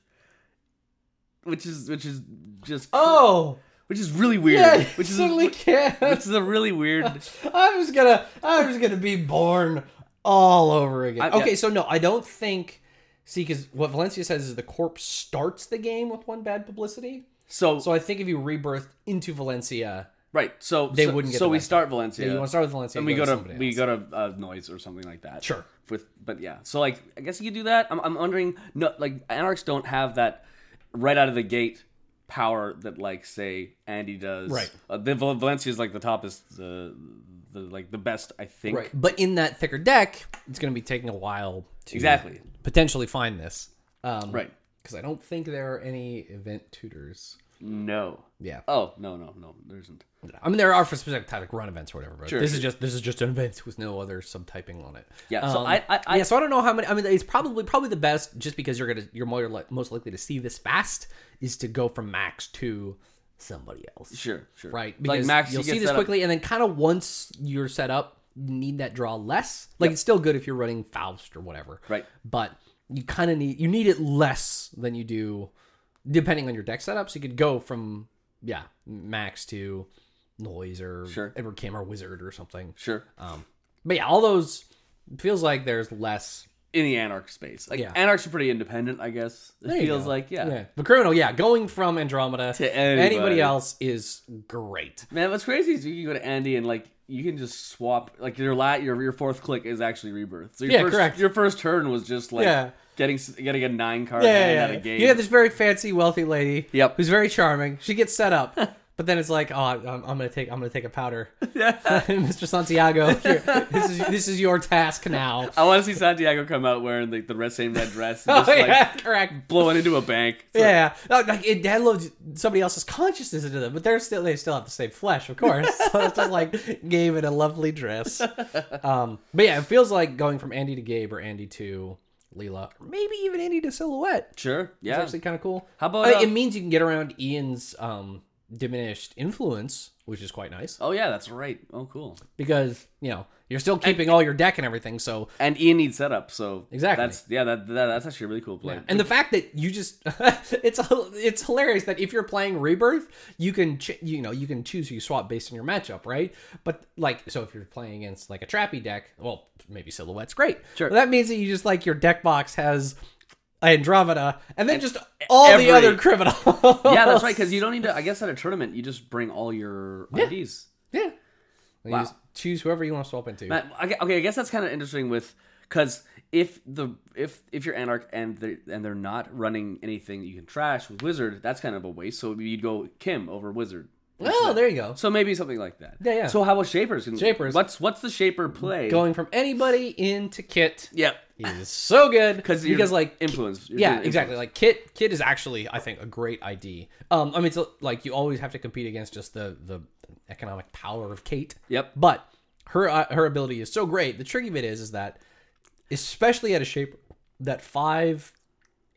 Speaker 2: which is which is just
Speaker 1: Oh,
Speaker 2: which is really weird.
Speaker 1: yeah,
Speaker 2: which is
Speaker 1: certainly can.
Speaker 2: which is a really weird.
Speaker 1: I'm just gonna I'm just gonna be born all over again.
Speaker 2: I-
Speaker 1: okay,
Speaker 2: yeah.
Speaker 1: so no, I don't think see because what Valencia says is the corp starts the game with one bad publicity.
Speaker 2: So,
Speaker 1: So I think if you rebirth into Valencia,
Speaker 2: right. So
Speaker 1: They
Speaker 2: so,
Speaker 1: wouldn't get
Speaker 2: So
Speaker 1: the
Speaker 2: we
Speaker 1: best.
Speaker 2: start Valencia.
Speaker 1: yeah. you want to start with Valencia,
Speaker 2: and we go to
Speaker 1: somebody
Speaker 2: we
Speaker 1: else.
Speaker 2: go to uh, noise or something like that.
Speaker 1: Sure.
Speaker 2: With but yeah, so like I guess you could do that. I'm I'm wondering no like anarchs don't have that right out of the gate power that like say Andy does.
Speaker 1: Right.
Speaker 2: Uh, the Val- Valencia is like the top is the the like the best I think.
Speaker 1: right. But in that thicker deck, it's gonna be taking a while to
Speaker 2: Exactly.
Speaker 1: potentially find this. Um,
Speaker 2: Right.
Speaker 1: Because I don't think there are any event tutors.
Speaker 2: No.
Speaker 1: Yeah.
Speaker 2: Oh no no no there isn't.
Speaker 1: I mean, there are for specific type like run events or whatever, but
Speaker 2: Sure,
Speaker 1: this
Speaker 2: sure.
Speaker 1: is just this is just an event with no other subtyping on it. Um,
Speaker 2: Yeah, so I- I- I-
Speaker 1: yeah, so I don't know how many. I mean, it's probably probably the best just because you're gonna you're more li- most likely to see this fast is to go from max to somebody else,
Speaker 2: Sure sure.
Speaker 1: right?
Speaker 2: Like
Speaker 1: Because
Speaker 2: Max,
Speaker 1: you'll
Speaker 2: you get
Speaker 1: see this
Speaker 2: set up-
Speaker 1: quickly, and then kind of once you're set up, you need that draw less. Like it's still good if you're running Faust or whatever,
Speaker 2: Right.
Speaker 1: But you kind of need you need it less than you do depending on your deck setup. So you could go from yeah max to noise or
Speaker 2: Sure.
Speaker 1: Edward Kim or Wizard or something.
Speaker 2: Sure.
Speaker 1: But yeah, all those it feels like there's less.
Speaker 2: In the anarch space, like
Speaker 1: Yeah.
Speaker 2: anarchs are pretty independent. I guess it
Speaker 1: There you
Speaker 2: feels
Speaker 1: go.
Speaker 2: like yeah.
Speaker 1: The criminal, yeah, going from Andromeda
Speaker 2: To anybody.
Speaker 1: anybody else is great.
Speaker 2: Man, what's crazy is you can go to Andy and like you can just swap like your lat your your fourth click is actually rebirth. So your
Speaker 1: Yeah,
Speaker 2: first,
Speaker 1: correct.
Speaker 2: Your first turn was just like
Speaker 1: Yeah.
Speaker 2: getting s- getting a nine card
Speaker 1: Yeah,
Speaker 2: hand
Speaker 1: yeah,
Speaker 2: out
Speaker 1: yeah.
Speaker 2: of game.
Speaker 1: You have this very fancy, wealthy lady.
Speaker 2: Yep.
Speaker 1: Who's very charming. She gets set up, but then it's like, oh, I'm, I'm gonna take, I'm gonna take a powder, Mr. Santiago. Here, this is this is your task now.
Speaker 2: I want to see Santiago come out wearing like the red, same red dress, and
Speaker 1: Oh,
Speaker 2: just like
Speaker 1: yeah, correct.
Speaker 2: blowing into a bank. It's like,
Speaker 1: Yeah, yeah. No, like it downloads somebody else's consciousness into them, but they're still they still have the same flesh, of course. so it's just like Gabe in a lovely dress. Um, but yeah, it feels like going from Andy to Gabe or Andy to Leela, or maybe even Andy to Silhouette.
Speaker 2: sure, yeah.
Speaker 1: It's actually Oh, kind of cool.
Speaker 2: How about,
Speaker 1: I mean,
Speaker 2: uh,
Speaker 1: it means you can get around Ian's um, diminished influence, which is quite nice
Speaker 2: oh yeah, that's right. Oh cool.
Speaker 1: because you know you're still keeping all your deck and everything. So
Speaker 2: And Ian needs setup, so
Speaker 1: Exactly.
Speaker 2: That's yeah, that, that that's actually a really cool play.
Speaker 1: And the fact that you just it's it's hilarious that if you're playing Rebirth, you can ch- you know you can choose who you swap based on your matchup, right? But like so if you're playing against like a trappy deck, well maybe silhouette's great.
Speaker 2: Sure.
Speaker 1: But that means that you just like your deck box has Andromeda and then just all
Speaker 2: E, every-
Speaker 1: the other criminals.
Speaker 2: yeah, that's right. Because you don't need to. I guess at a tournament, you just bring all your IDs.
Speaker 1: Oh, Yeah. And
Speaker 2: Wow.
Speaker 1: You just choose whoever you want to swap into.
Speaker 2: Matt, I gue- okay, I guess that's kind of interesting with because if the if if you're anarch and they and they're not running anything that you can trash with wizard, that's kind of a waste. So you'd go Kim over wizard.
Speaker 1: oh, there you go.
Speaker 2: So maybe something like that.
Speaker 1: Yeah, yeah.
Speaker 2: So how about shapers? Can-
Speaker 1: Shapers.
Speaker 2: What's what's the shaper play?
Speaker 1: Going from anybody into Kit
Speaker 2: Yep.
Speaker 1: is so good
Speaker 2: Because
Speaker 1: because like
Speaker 2: influence. You're
Speaker 1: yeah
Speaker 2: doing
Speaker 1: exactly
Speaker 2: influence.
Speaker 1: like kit kit is actually i think a great id um i mean it's like you always have to compete against just the the economic power of kate
Speaker 2: Yep.
Speaker 1: but her uh, her ability is so great the tricky bit is is that especially at a shape that five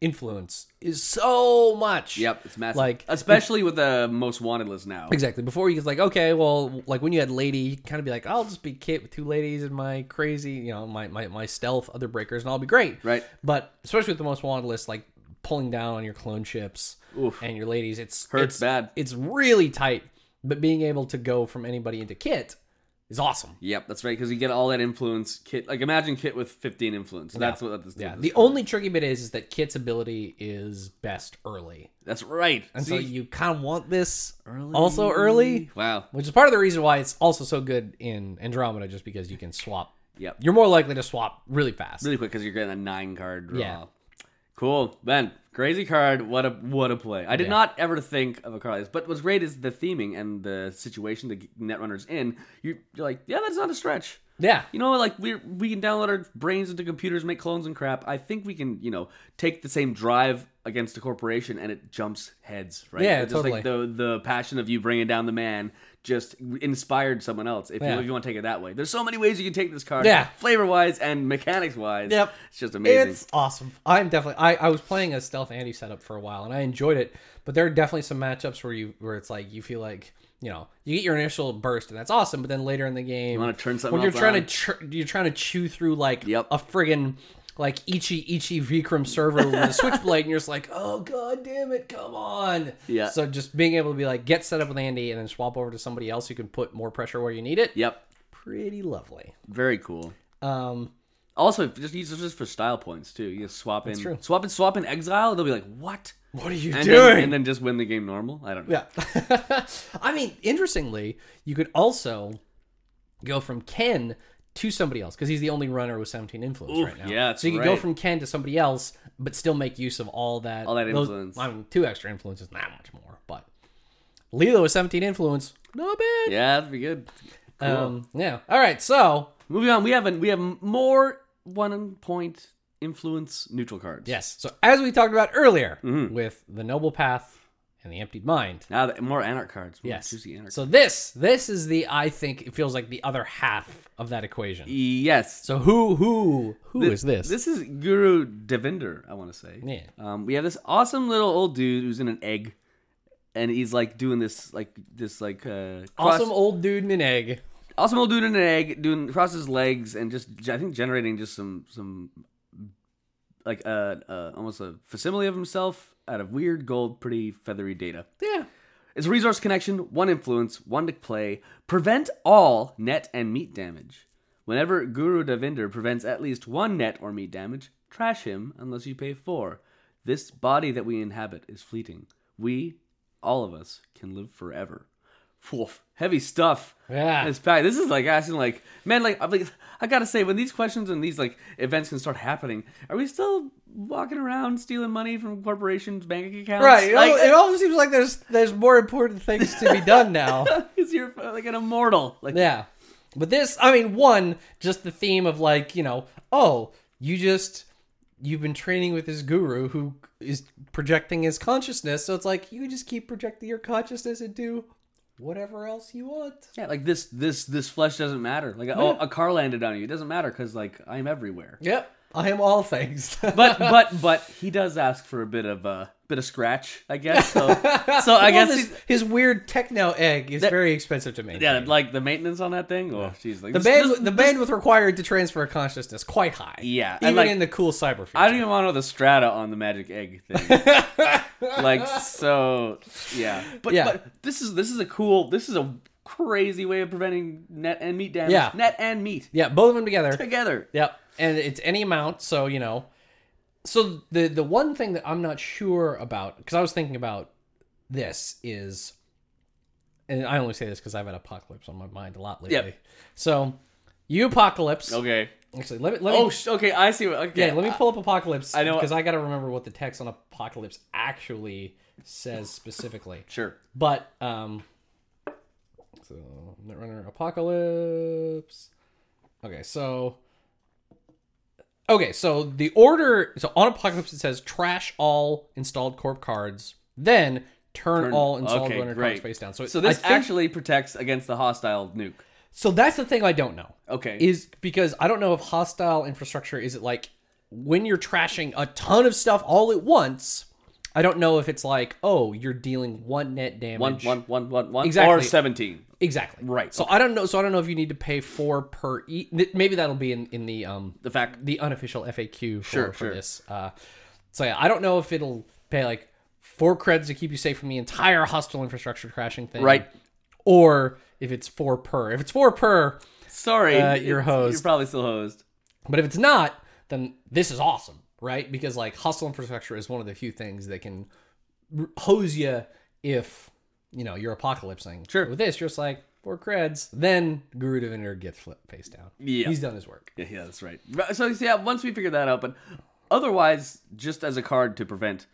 Speaker 1: influence is so much
Speaker 2: Yep. It's massive.
Speaker 1: like
Speaker 2: especially with the most wanted list now.
Speaker 1: Exactly. Before you was like, okay, well, like when you had lady, you kind of be like, I'll just be kit with two ladies and my crazy, you know, my my, my stealth other breakers, and I'll be great.
Speaker 2: Right.
Speaker 1: But especially with the most wanted list, like pulling down on your clone ships
Speaker 2: Oof.
Speaker 1: and your ladies, it's
Speaker 2: Hurts
Speaker 1: it's,
Speaker 2: bad.
Speaker 1: It's really tight. But being able to go from anybody into kit is awesome.
Speaker 2: Yep. That's right. Because you get all that influence. Kit. Like imagine Kit with 15 influence. That's what this.
Speaker 1: Yeah.
Speaker 2: this-
Speaker 1: The only tricky bit is is that kit's ability is best early,
Speaker 2: that's right.
Speaker 1: and
Speaker 2: See?
Speaker 1: so you kind of want this also early.
Speaker 2: Wow.
Speaker 1: which is part of the reason why it's also so good in Andromeda, just because you can swap.
Speaker 2: Yep.
Speaker 1: You're more likely to swap really fast.
Speaker 2: really quick because you're getting a nine card draw.
Speaker 1: Yeah.
Speaker 2: Cool, Ben. Crazy card. What a what a play. I did not ever think of a card like this, but what's great is the theming and the situation the Netrunner's in. You're, you're like, yeah, that's not a stretch.
Speaker 1: Yeah.
Speaker 2: You know, like we we can download our brains into computers, make clones and crap. I think we can, you know, take the same drive against a corporation and it jumps heads, right?
Speaker 1: Yeah,
Speaker 2: It's just like
Speaker 1: totally.
Speaker 2: the the passion of you bringing down the man just inspired someone else. If,
Speaker 1: Yeah.
Speaker 2: you, if you want to take it that way, there's so many ways you can take this card.
Speaker 1: Yeah.
Speaker 2: flavor wise and mechanics wise.
Speaker 1: Yep.
Speaker 2: it's just amazing.
Speaker 1: It's awesome. I'm definitely. I, I was playing a stealth Andy setup for a while, and I enjoyed it. But there are definitely some matchups where you where it's like you feel like you know you get your initial burst, and that's awesome. But then later in the game, you
Speaker 2: wanna turn something
Speaker 1: when you're
Speaker 2: else
Speaker 1: trying
Speaker 2: on.
Speaker 1: to ch- you're trying to chew through like
Speaker 2: Yep.
Speaker 1: a friggin' like Ichi Ichi Vikram server with a switchblade, and you're just like, oh god damn it, come on.
Speaker 2: Yeah.
Speaker 1: So just being able to be like get set up with Andy, and then swap over to somebody else who can put more pressure where you need it.
Speaker 2: yep,
Speaker 1: Pretty lovely.
Speaker 2: very cool.
Speaker 1: Um.
Speaker 2: Also, just use this just for style points too. You just swap in,
Speaker 1: true.
Speaker 2: swap in, swap in exile. They'll be like, "What?
Speaker 1: What are you
Speaker 2: And
Speaker 1: doing?
Speaker 2: then, and then just win the game normal. I don't know.
Speaker 1: Yeah. I mean, interestingly, you could also go from Ken to somebody else because he's the only runner with 17 influence right now.
Speaker 2: yeah, that's
Speaker 1: so you could go
Speaker 2: right.
Speaker 1: from Ken to somebody else, but still make use of all that
Speaker 2: All that
Speaker 1: those-
Speaker 2: influence.
Speaker 1: I mean, two extra influences, not much more, but Lilo with 17 influence, not bad.
Speaker 2: Yeah, that'd be good. Cool.
Speaker 1: Um, yeah. All right. So
Speaker 2: Moving on, we have an, we have more one point influence neutral cards.
Speaker 1: yes. So as we talked about earlier
Speaker 2: Mm-hmm.
Speaker 1: with the noble path and the emptied mind.
Speaker 2: Now that, Ah, more anarch cards. More
Speaker 1: Yes.
Speaker 2: Juicy anarch.
Speaker 1: So this this is the I think it feels like the other half of that equation.
Speaker 2: yes.
Speaker 1: So who who who is this?
Speaker 2: This is Guru Devinder. I want to say.
Speaker 1: Yeah.
Speaker 2: Um, we have this awesome little old dude who's in an egg, and he's like doing this like this like uh, cross-
Speaker 1: awesome old dude in an egg.
Speaker 2: awesome old dude in an egg doing cross his legs and just I think generating just some some like uh, uh almost a facsimile of himself out of weird gold, pretty feathery data.
Speaker 1: Yeah.
Speaker 2: It's a resource connection, one influence, one to play. Prevent all net and meat damage. Whenever Guru Davinder prevents at least one net or meat damage, trash him unless you pay four. This body that we inhabit is fleeting. We, all of us, can live forever. Woof. Heavy stuff.
Speaker 1: Yeah.
Speaker 2: This pack. This is like asking, like, man, like, I'm like, I gotta say, when these questions and these like events can start happening, are we still walking around stealing money from corporations' bank accounts?
Speaker 1: Right. Oh, It,
Speaker 2: Like,
Speaker 1: al- it almost seems like there's there's more important things to be done now.
Speaker 2: Because you're like an immortal. Like
Speaker 1: yeah. But this, I mean, one just the theme of like you know, oh, you just you've been training with this guru who is projecting his consciousness, so it's like you just keep projecting your consciousness and do whatever else you want.
Speaker 2: yeah, like this this this flesh doesn't matter. Like oh, a car landed on you. It doesn't matter because like I'm everywhere.
Speaker 1: Yep. I am all things.
Speaker 2: But but but he does ask for a bit of a uh, bit of scratch, I guess. So so I guess
Speaker 1: his,
Speaker 2: he's-
Speaker 1: his weird techno egg is very expensive to make.
Speaker 2: yeah, like the maintenance on that thing. Oh, she's like
Speaker 1: The
Speaker 2: this-
Speaker 1: band,
Speaker 2: this-
Speaker 1: the bandwidth required to transfer a consciousness quite high.
Speaker 2: Yeah, and
Speaker 1: even
Speaker 2: like-
Speaker 1: in the cool cyber future.
Speaker 2: I don't even want to know the strata on the magic egg thing. like so, yeah. But
Speaker 1: Yeah.
Speaker 2: but this is this is a cool. This is a crazy way of preventing net and meat damage.
Speaker 1: Yeah.
Speaker 2: net and meat
Speaker 1: yeah, both of them together.
Speaker 2: together.
Speaker 1: yep, and it's any amount, so you know. So the the one thing that I'm not sure about, because I was thinking about this, is, and I only say this because I've had apocalypse on my mind a lot lately.
Speaker 2: Yep.
Speaker 1: So, you apocalypse.
Speaker 2: Okay.
Speaker 1: Actually, let me let me
Speaker 2: Oh, sh- okay. I see. What, okay.
Speaker 1: Yeah, let me pull up Apocalypse.
Speaker 2: I know-
Speaker 1: because I got to remember what the text on Apocalypse actually says specifically.
Speaker 2: Sure.
Speaker 1: But um, so Netrunner Apocalypse. Okay, so okay, so the order. So on Apocalypse, it says trash all installed corp cards, then turn,
Speaker 2: Turn-
Speaker 1: all installed
Speaker 2: okay,
Speaker 1: runner
Speaker 2: great.
Speaker 1: cards face down. So it-
Speaker 2: So this
Speaker 1: I think-
Speaker 2: actually protects against the hostile nuke.
Speaker 1: So that's the thing I don't know
Speaker 2: Okay.
Speaker 1: is because I don't know if hostile infrastructure is it like when you're trashing a ton of stuff all at once. I don't know if it's like oh you're dealing one net damage
Speaker 2: one, one, one, one, one, or
Speaker 1: Exactly.
Speaker 2: seventeen.
Speaker 1: exactly
Speaker 2: Right,
Speaker 1: So I don't know. So I don't know if you need to pay four per. E- th- maybe that'll be in in the um
Speaker 2: The fact.
Speaker 1: the unofficial FAQ for,
Speaker 2: Sure,
Speaker 1: for
Speaker 2: sure.
Speaker 1: this. Uh, so yeah, I don't know if it'll pay like four creds to keep you safe from the entire hostile infrastructure crashing thing,
Speaker 2: Right.
Speaker 1: Or if it's four per. If it's four per,
Speaker 2: Sorry,
Speaker 1: Uh,
Speaker 2: it's-
Speaker 1: you're hosed.
Speaker 2: You're probably still hosed.
Speaker 1: But if it's not, then this is awesome, right? Because like hostile infrastructure is one of the few things that can r- hose you if you know you're apocalypsing.
Speaker 2: Sure.
Speaker 1: With this, you're just like four creds. Then Guru Devinder gets flipped face down.
Speaker 2: Yeah.
Speaker 1: he's done his work.
Speaker 2: Yeah, yeah, that's right. Right, So yeah, once we figure that out, but otherwise, just as a card to prevent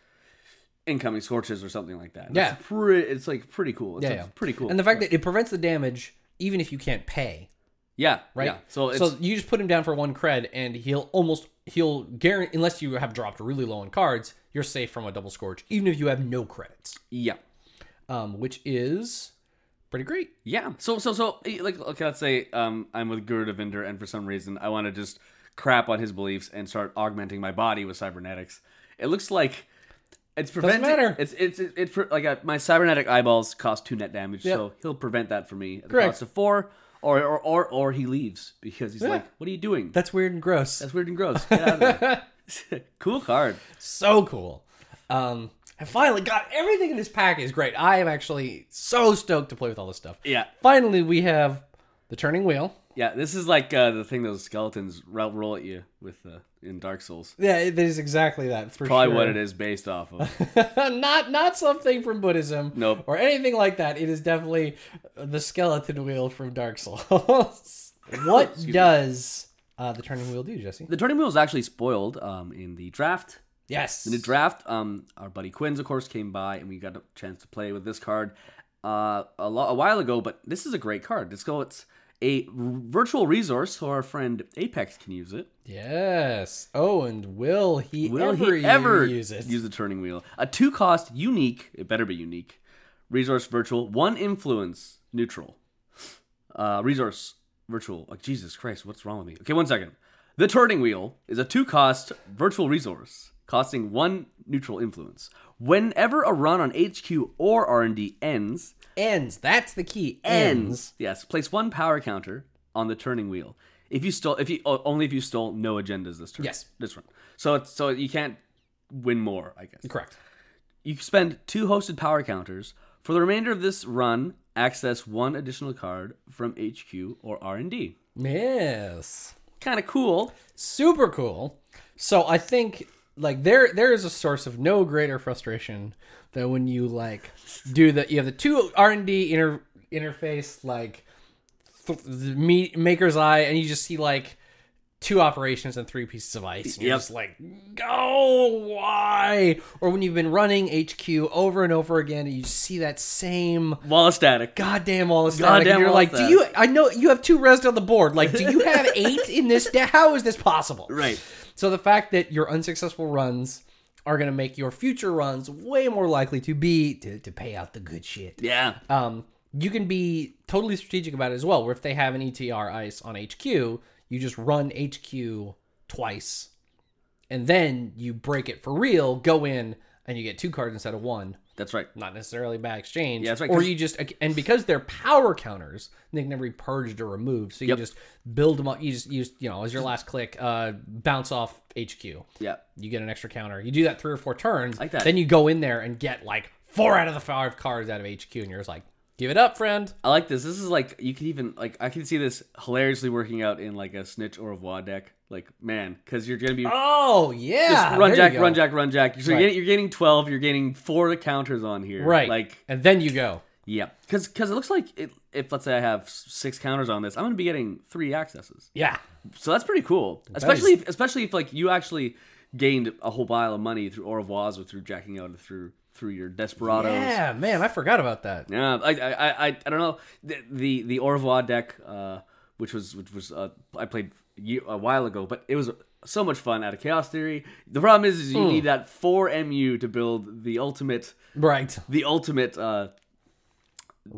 Speaker 2: incoming scorches or something like that.
Speaker 1: Yeah.
Speaker 2: That's pretty. It's like pretty cool. It's
Speaker 1: Yeah,
Speaker 2: like,
Speaker 1: yeah.
Speaker 2: pretty cool.
Speaker 1: And the fact that it prevents the damage even if you can't pay,
Speaker 2: yeah,
Speaker 1: right?
Speaker 2: Yeah. So it's
Speaker 1: so you just put him down for one cred, and he'll almost he'll guarantee unless you have dropped really low on cards, you're safe from a double scourge, even if you have no credits,
Speaker 2: Yeah.
Speaker 1: um, which is pretty great.
Speaker 2: Yeah. So so so eh, like okay, let's say um I'm with Guru Devinder and for some reason I want to just crap on his beliefs and start augmenting my body with cybernetics. It looks like it's preventing.
Speaker 1: matter.
Speaker 2: It's it's it, it pre- like uh, my cybernetic eyeballs cost two net damage,
Speaker 1: Yep.
Speaker 2: so he'll prevent that for me at the
Speaker 1: Correct.
Speaker 2: cost of four, or or or, or he leaves because he's like, "What are you doing? That's,
Speaker 1: That's weird and gross.
Speaker 2: weird and gross. Get out of there." cool card.
Speaker 1: so cool. Um, I finally got everything in this pack is great. I am actually so stoked to play with all this stuff.
Speaker 2: Yeah.
Speaker 1: Finally, we have the turning wheel.
Speaker 2: Yeah, this is like uh, the thing those skeletons ro- roll at you with uh, in Dark Souls.
Speaker 1: Yeah, it is exactly that. For
Speaker 2: Probably
Speaker 1: sure.
Speaker 2: what it is based off of.
Speaker 1: not not something from Buddhism.
Speaker 2: Nope.
Speaker 1: Or anything like that. It is definitely the skeleton wheel from Dark Souls. what does uh, the turning wheel do, Jesse?
Speaker 2: The turning wheel is actually spoiled um, in the draft.
Speaker 1: Yes.
Speaker 2: In the draft, um, our buddy Quinn's, of course, came by and we got a chance to play with this card uh, a, lo- a while ago, but this is a great card. Let's go. It's a virtual resource, so our friend Apex can use it.
Speaker 1: yes. Oh, and will he
Speaker 2: Will
Speaker 1: ever,
Speaker 2: he ever
Speaker 1: use it?
Speaker 2: the turning wheel? A two cost, unique, it better be unique, resource virtual, one influence, neutral. Uh, resource virtual. Like, Jesus Christ, what's wrong with me? Okay, one second. The turning wheel is a two cost virtual resource costing one neutral influence. Whenever a run on HQ or R&D ends,
Speaker 1: Ends. That's the key.
Speaker 2: ends. Yes, place one power counter on the turning wheel. If you stole, if you o- only if you stole no agendas this turn.
Speaker 1: Yes.
Speaker 2: this one. So it's so you can't win more. I guess
Speaker 1: Correct.
Speaker 2: you can spend two hosted power counters for the remainder of this run. Access one additional card from HQ or R and D.
Speaker 1: Yes.
Speaker 2: Kind of cool.
Speaker 1: Super cool. So I think like there there is a source of no greater frustration than when you like do the you have the two R and D inter, interface like th- the me, maker's eye and you just see like two operations and three pieces of ice and you're
Speaker 2: Yep.
Speaker 1: just like go why or when you've been running HQ over and over again and you see that same
Speaker 2: Wall of static.
Speaker 1: goddamn all this static.
Speaker 2: Goddamn
Speaker 1: and you're
Speaker 2: all
Speaker 1: like,
Speaker 2: static.
Speaker 1: do you? I know you have two res on the board. Like, do you have eight in this? da- How is this possible?
Speaker 2: Right.
Speaker 1: So the fact that your unsuccessful runs are going to make your future runs way more likely to be to, to pay out the good shit.
Speaker 2: Yeah.
Speaker 1: Um, you can be totally strategic about it as well. Where if they have an ETR ice on HQ, you just run HQ twice, and then you break it for real. Go in and you get two cards instead of one
Speaker 2: That's right.
Speaker 1: not necessarily bad exchange.
Speaker 2: Yeah, that's right,
Speaker 1: Or
Speaker 2: 'cause-
Speaker 1: you just and because they're power counters, they can never be purged or removed. So you
Speaker 2: Yep.
Speaker 1: just build them up. You just use you know as your last click, uh, bounce off HQ. You
Speaker 2: Yeah.
Speaker 1: get an extra counter. You do that three or four turns.
Speaker 2: Like that.
Speaker 1: Then you go in there and get like four out of the five cards out of HQ, and you're just like, give it up, friend.
Speaker 2: I like this. This is like you can even like I can see this hilariously working out in like a snitch or a wad deck. Like man, because you're gonna be
Speaker 1: Oh yeah,
Speaker 2: Just run
Speaker 1: There
Speaker 2: jack,
Speaker 1: you go.
Speaker 2: run jack, run jack. So
Speaker 1: Right.
Speaker 2: you're, getting, you're gaining 12, you're gaining four counters on here.
Speaker 1: Right.
Speaker 2: Like,
Speaker 1: and then you go.
Speaker 2: yeah. Because it looks like it, if, let's say, I have s- six counters on this, I'm going to be getting three accesses.
Speaker 1: Yeah.
Speaker 2: So that's pretty cool. Especially if, especially if, like, you actually gained a whole pile of money through Au revoirs or through jacking out or through through your desperados.
Speaker 1: Yeah, man, I forgot about that.
Speaker 2: Yeah, I, I, I, I I don't know the the, the au revoir deck, uh, which was which was uh, I played ye a while ago, but it was so much fun out of Chaos Theory. The problem is, is
Speaker 1: Hmm.
Speaker 2: you need that four mu to build the ultimate
Speaker 1: Right.
Speaker 2: the ultimate. Uh,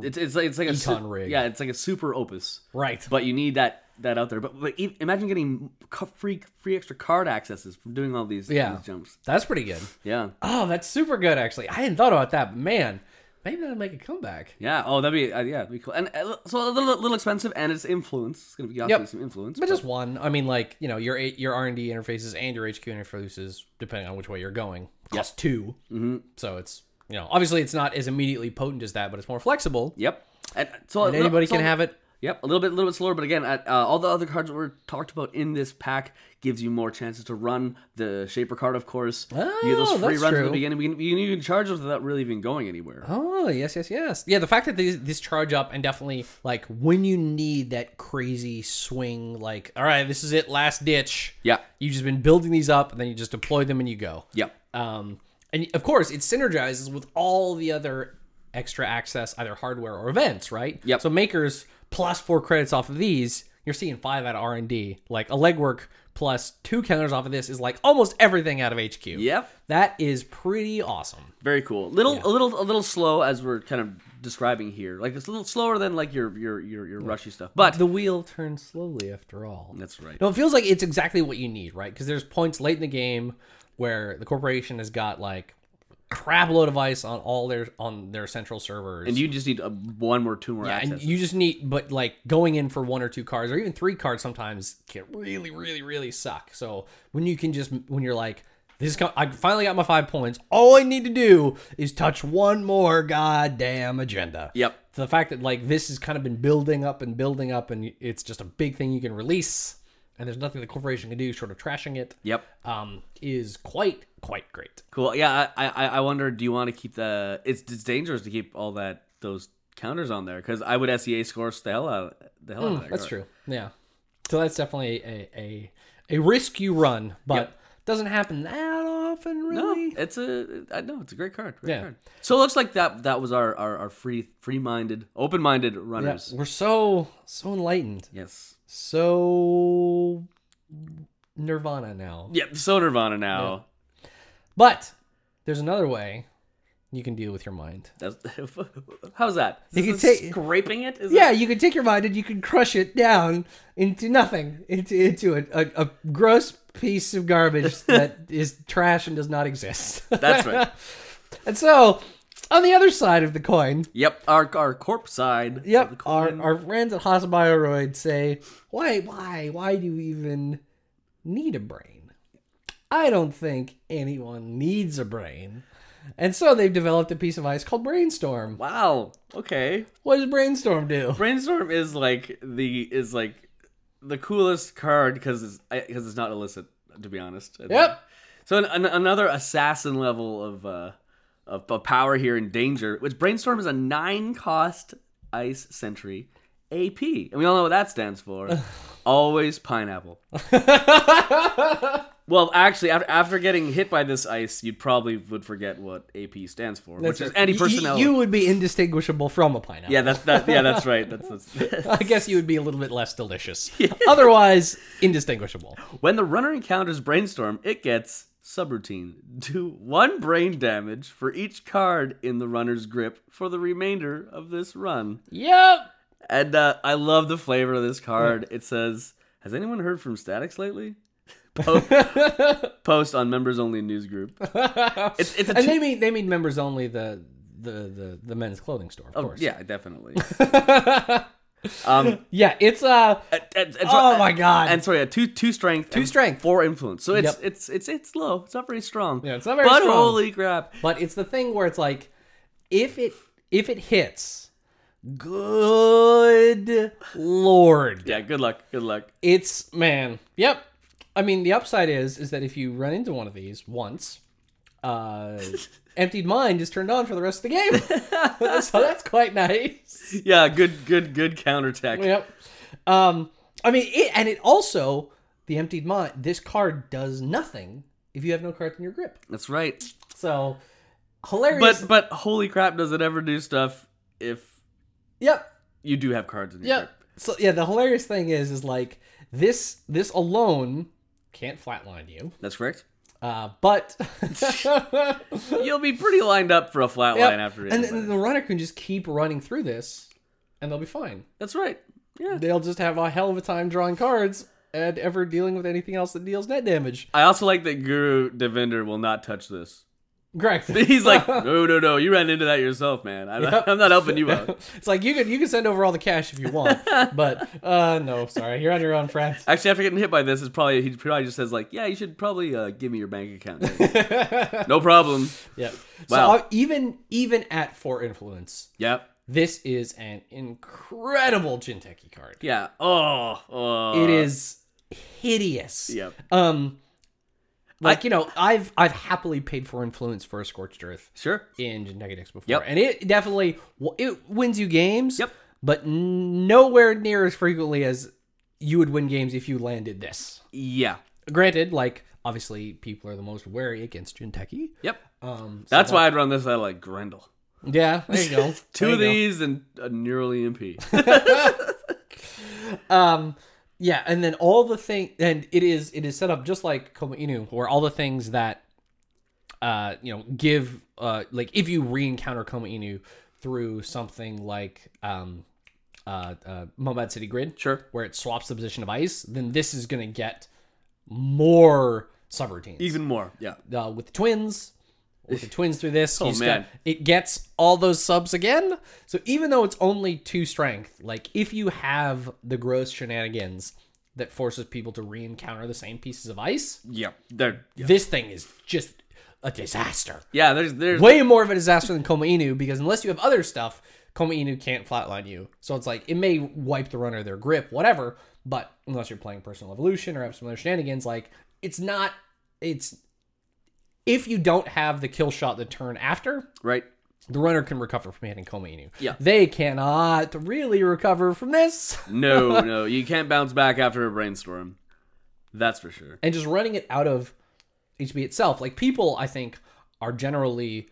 Speaker 2: it's it's like it's like a
Speaker 1: Econ
Speaker 2: su-
Speaker 1: rig.
Speaker 2: Yeah, it's like a super opus.
Speaker 1: Right.
Speaker 2: But you need that that out there. But but e- imagine getting co- free free extra card accesses from doing all these,
Speaker 1: Yeah.
Speaker 2: these jumps.
Speaker 1: That's pretty good.
Speaker 2: Yeah.
Speaker 1: Oh, that's super good actually. I hadn't thought about that, but man, maybe that'll make a comeback.
Speaker 2: Yeah. Oh, that'd be uh, yeah, that'd be cool. And uh, so a little, little expensive, and it's influence. It's gonna be obviously
Speaker 1: Yep.
Speaker 2: some influence.
Speaker 1: But just one. I mean, like you know, your your R and D interfaces and your HQ interfaces, depending on which way you're going, cost 2 Mm-hmm. So it's you know, obviously it's not as immediately potent as that, but it's more flexible.
Speaker 2: yep. And uh, so
Speaker 1: And anybody can have it.
Speaker 2: Yep, a little bit, a little bit slower, but again, uh, uh, all the other cards that were talked about in this pack gives you more chances to run the shaper card, of course. you get
Speaker 1: Oh,
Speaker 2: those free
Speaker 1: that's
Speaker 2: runs at
Speaker 1: true.
Speaker 2: the beginning. We can, you can even charge those without really even going anywhere.
Speaker 1: Oh yes, yes, yes. Yeah, the fact that these this charge up and definitely like when you need that crazy swing, like all right, this is it, last ditch.
Speaker 2: Yeah.
Speaker 1: you've just been building these up, and then you just deploy them and you go.
Speaker 2: Yep.
Speaker 1: Um, and of course, it synergizes with all the other extra access, either hardware or events, right?
Speaker 2: Yep.
Speaker 1: So makers plus four credits off of these you're seeing five out of R and D. Like a legwork plus two counters off of this is like almost everything out of HQ.
Speaker 2: Yep.
Speaker 1: That is pretty awesome.
Speaker 2: Very cool. Little a little a little slow as we're kind of describing here. Like it's a little slower than like your your your, your rushy stuff. But
Speaker 1: The wheel turns slowly after all.
Speaker 2: that's right.
Speaker 1: No, it feels like it's exactly what you need, right? Because there's points late in the game where the corporation has got like crap load of ice on all their on their central servers.
Speaker 2: And you just need a, one more two more
Speaker 1: and
Speaker 2: access.
Speaker 1: you just need but like going in for one or two cards or even three cards sometimes can really really really suck so when you can just when you're like this is co- i finally got my five points all i need to do is touch one more goddamn agenda
Speaker 2: Yep.
Speaker 1: the fact that like this has kind of been building up and building up and it's just a big thing you can release and there's nothing the corporation can do short of trashing it
Speaker 2: Yep.
Speaker 1: um is quite quite great
Speaker 2: Cool. Yeah, I, I I wonder. Do you want to keep the? It's it's dangerous to keep all that those counters on there because I would SEA scores the hell out the hell out of that.
Speaker 1: Mm, That's
Speaker 2: card.
Speaker 1: true. Yeah. So that's definitely a a, a risk you run, but doesn't happen that often, really.
Speaker 2: No, it's a I know it's a great card. Great
Speaker 1: Yeah.
Speaker 2: card. So it looks like that that was our our, our free free minded open minded
Speaker 1: Yeah,
Speaker 2: runners.
Speaker 1: we're so so enlightened,
Speaker 2: Yes.
Speaker 1: so Nirvana now.
Speaker 2: Yep. So Nirvana now.
Speaker 1: But there's another way you can deal with your mind.
Speaker 2: That's, how's that? Is
Speaker 1: You
Speaker 2: this
Speaker 1: can take-
Speaker 2: scraping it. Is
Speaker 1: Yeah,
Speaker 2: It?
Speaker 1: you can take your mind and you can crush it down into nothing, into into a, a, a gross piece of garbage that is trash and does not exist.
Speaker 2: That's right.
Speaker 1: and so, on the other side of the coin,
Speaker 2: Yep. Our our corpse side. of the
Speaker 1: Yep.
Speaker 2: coin.
Speaker 1: Our, our friends at Haas Bioroid say, why, why, why do you even need a brain? I don't think anyone needs a brain. And so they've developed a piece of ice called Brainstorm.
Speaker 2: Wow. Okay.
Speaker 1: What does Brainstorm do?
Speaker 2: Brainstorm is like the is like the coolest card because it's because it's not illicit to be honest.
Speaker 1: Yep.
Speaker 2: So an, an, another assassin level of uh of, of power here in danger. Which brainstorm is a nine cost ice sentry AP, and we all know what that stands for. Always pineapple. Well, actually, after, after getting hit by this ice, you probably would forget what AP stands for,
Speaker 1: That's
Speaker 2: which is
Speaker 1: right.
Speaker 2: anti
Speaker 1: Y-
Speaker 2: personnel.
Speaker 1: You, would be indistinguishable from a pineapple.
Speaker 2: yeah, that's that. Yeah, that's right. That's, that's
Speaker 1: I guess you would be a little bit less delicious. Otherwise, indistinguishable.
Speaker 2: When the runner encounters Brainstorm, it gets subroutine. Do one brain damage for each card in the runner's grip for the remainder of this run.
Speaker 1: Yep.
Speaker 2: And uh, I love the flavor of this card. It says, Has anyone heard from Statics lately? Po- Post on members only news group. It's, it's a
Speaker 1: And
Speaker 2: two-
Speaker 1: they mean they mean members only the the the, the men's clothing store, of course.
Speaker 2: Oh, yeah, definitely. um,
Speaker 1: Yeah, it's uh
Speaker 2: and, and- and-
Speaker 1: Oh my God.
Speaker 2: And sorry, a two two strength, two
Speaker 1: strength.
Speaker 2: four influence. So it's
Speaker 1: Yep.
Speaker 2: it's it's it's low. It's not very strong.
Speaker 1: Yeah, it's not very
Speaker 2: but
Speaker 1: strong.
Speaker 2: holy crap!
Speaker 1: But it's the thing where it's like, if it if it hits, good lord,
Speaker 2: Yeah, good luck. Good luck.
Speaker 1: it's man. Yep. I mean, the upside is is that if you run into one of these once, uh, emptied mind is turned on for the rest of the game. so that's quite nice.
Speaker 2: Yeah, good, good, good counterattack.
Speaker 1: Yep. Um, I mean, it, and it also the emptied mind. This card does nothing if you have no cards in your grip.
Speaker 2: That's right.
Speaker 1: So hilarious.
Speaker 2: But but holy crap, does it ever do stuff if
Speaker 1: yep.
Speaker 2: you do have cards in your
Speaker 1: Yeah.
Speaker 2: grip?
Speaker 1: So yeah, the hilarious thing is, is like this this alone can't flatline you,
Speaker 2: That's correct.
Speaker 1: uh, but
Speaker 2: You'll be pretty lined up for a flat
Speaker 1: Yep.
Speaker 2: line after it.
Speaker 1: and, and the runner can just keep running through this, and they'll be fine.
Speaker 2: That's right. Yeah.
Speaker 1: They'll just have a hell of a time drawing cards and ever dealing with anything else that deals net damage.
Speaker 2: I also like that Guru Devinder will not touch this.
Speaker 1: Correct.
Speaker 2: He's like, no, no, no, you ran into that yourself, man. I'm,
Speaker 1: Yep.
Speaker 2: I'm not helping you out.
Speaker 1: it's like you can you can send over all the cash if you want, but uh, no, sorry, you're on your own, friends.
Speaker 2: Actually, after getting hit by this, it's probably he probably just says like, yeah, you should probably uh, give me your bank account. no problem.
Speaker 1: Yeah. So
Speaker 2: Wow.
Speaker 1: uh, even even at four influence,
Speaker 2: Yep.
Speaker 1: This is an incredible Jinteki card.
Speaker 2: Yeah. Oh. oh.
Speaker 1: It is hideous.
Speaker 2: Yep.
Speaker 1: Um like you know, I've I've happily paid for influence for a scorched earth
Speaker 2: Sure.
Speaker 1: in Jinteki decks before,
Speaker 2: Yep.
Speaker 1: and it definitely it wins you games.
Speaker 2: Yep.
Speaker 1: But nowhere near as frequently as you would win games if you landed this.
Speaker 2: Yeah.
Speaker 1: Granted, like obviously people are the most wary against Jinteki.
Speaker 2: Yep.
Speaker 1: Um, so
Speaker 2: That's why I'd run this out like Grendel.
Speaker 1: yeah, there you go. There
Speaker 2: Two of
Speaker 1: you go.
Speaker 2: these and a neural EMP.
Speaker 1: Um, Yeah, and then all the thing, and it is it is set up just like Koma Inu, where all the things that, uh, you know, give uh, like if you re-encounter Koma Inu through something like um, uh, uh, Momad City Grid,
Speaker 2: Sure.
Speaker 1: where it swaps the position of ice, then this is gonna get more subroutines.
Speaker 2: Even more. Yeah.
Speaker 1: uh, with the twins, with the twins through this, you just
Speaker 2: man.
Speaker 1: got- it gets all those subs again. So even though it's only two strength, like if you have the gross shenanigans that forces people to re-encounter the same pieces of ice,
Speaker 2: Yeah. They're, yeah.
Speaker 1: this thing is just a disaster.
Speaker 2: yeah, there's there's
Speaker 1: Way more of a disaster than Koma Inu because unless you have other stuff, Koma Inu can't flatline you. So it's like it may wipe the runner their grip, whatever. But unless you're playing Personal Evolution or have some other shenanigans, like it's not. It's if you don't have the kill shot the turn after,
Speaker 2: right.
Speaker 1: the runner can recover from hitting Koma Inu.
Speaker 2: Yeah.
Speaker 1: they cannot really recover from this.
Speaker 2: No, no, you can't bounce back after a brainstorm. That's for sure.
Speaker 1: and just running it out of HB itself. Like people, I think, are generally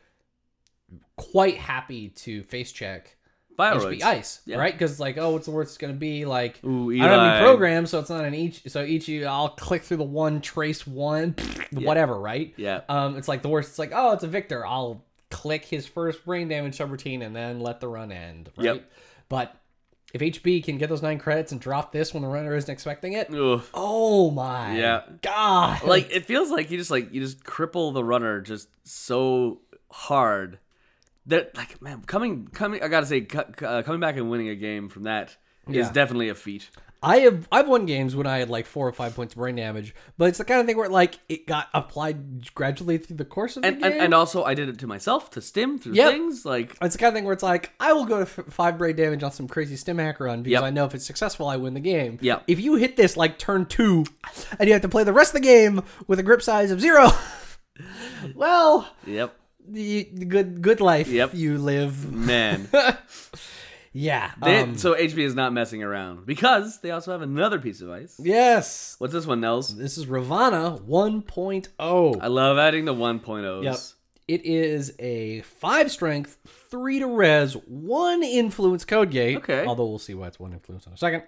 Speaker 1: quite happy to face check
Speaker 2: Bioroids.
Speaker 1: HB ice,
Speaker 2: Yeah.
Speaker 1: right? Because like, oh, what's the worst it's gonna be? Like,
Speaker 2: Ooh,
Speaker 1: I don't have
Speaker 2: Eli.
Speaker 1: any program, so it's not an each. So each, I'll click through the one, trace one, whatever, right?
Speaker 2: Yeah.
Speaker 1: Um, it's like the worst. It's like, oh, it's a Victor. I'll click his first brain damage subroutine and then let the run end, right?
Speaker 2: Yep.
Speaker 1: But if HB can get those nine credits and drop this when the runner isn't expecting it,
Speaker 2: Ugh.
Speaker 1: oh my
Speaker 2: Yeah.
Speaker 1: god!
Speaker 2: Like it feels like you just like you just cripple the runner just so hard that like man coming coming I gotta say cu- cu- uh, coming back and winning a game from that is
Speaker 1: Yeah.
Speaker 2: definitely a feat.
Speaker 1: I have I've won games when I had like four or five points of brain damage, but it's the kind of thing where like it got applied gradually through the course of the
Speaker 2: And,
Speaker 1: game.
Speaker 2: and and also I did it to myself to stim through
Speaker 1: Yep.
Speaker 2: things like
Speaker 1: it's the kind of thing where it's like I will go to f- five brain damage on some crazy stim hack run because
Speaker 2: Yep.
Speaker 1: I know if it's successful I win the game.
Speaker 2: Yep.
Speaker 1: If you hit this like turn two, and you have to play the rest of the game with a grip size of zero, well,
Speaker 2: yep
Speaker 1: the the good good life
Speaker 2: Yep.
Speaker 1: you live.
Speaker 2: man
Speaker 1: Yeah.
Speaker 2: They-
Speaker 1: um,
Speaker 2: so HB is not messing around because they also have another piece of ice.
Speaker 1: yes.
Speaker 2: What's this one, Nels?
Speaker 1: This is Ravana oh. 1.0.
Speaker 2: I love adding the 1.0s.
Speaker 1: Yep. It is a five strength, three to res, one influence code gate.
Speaker 2: Okay.
Speaker 1: Although we'll see why it's one influence in a second.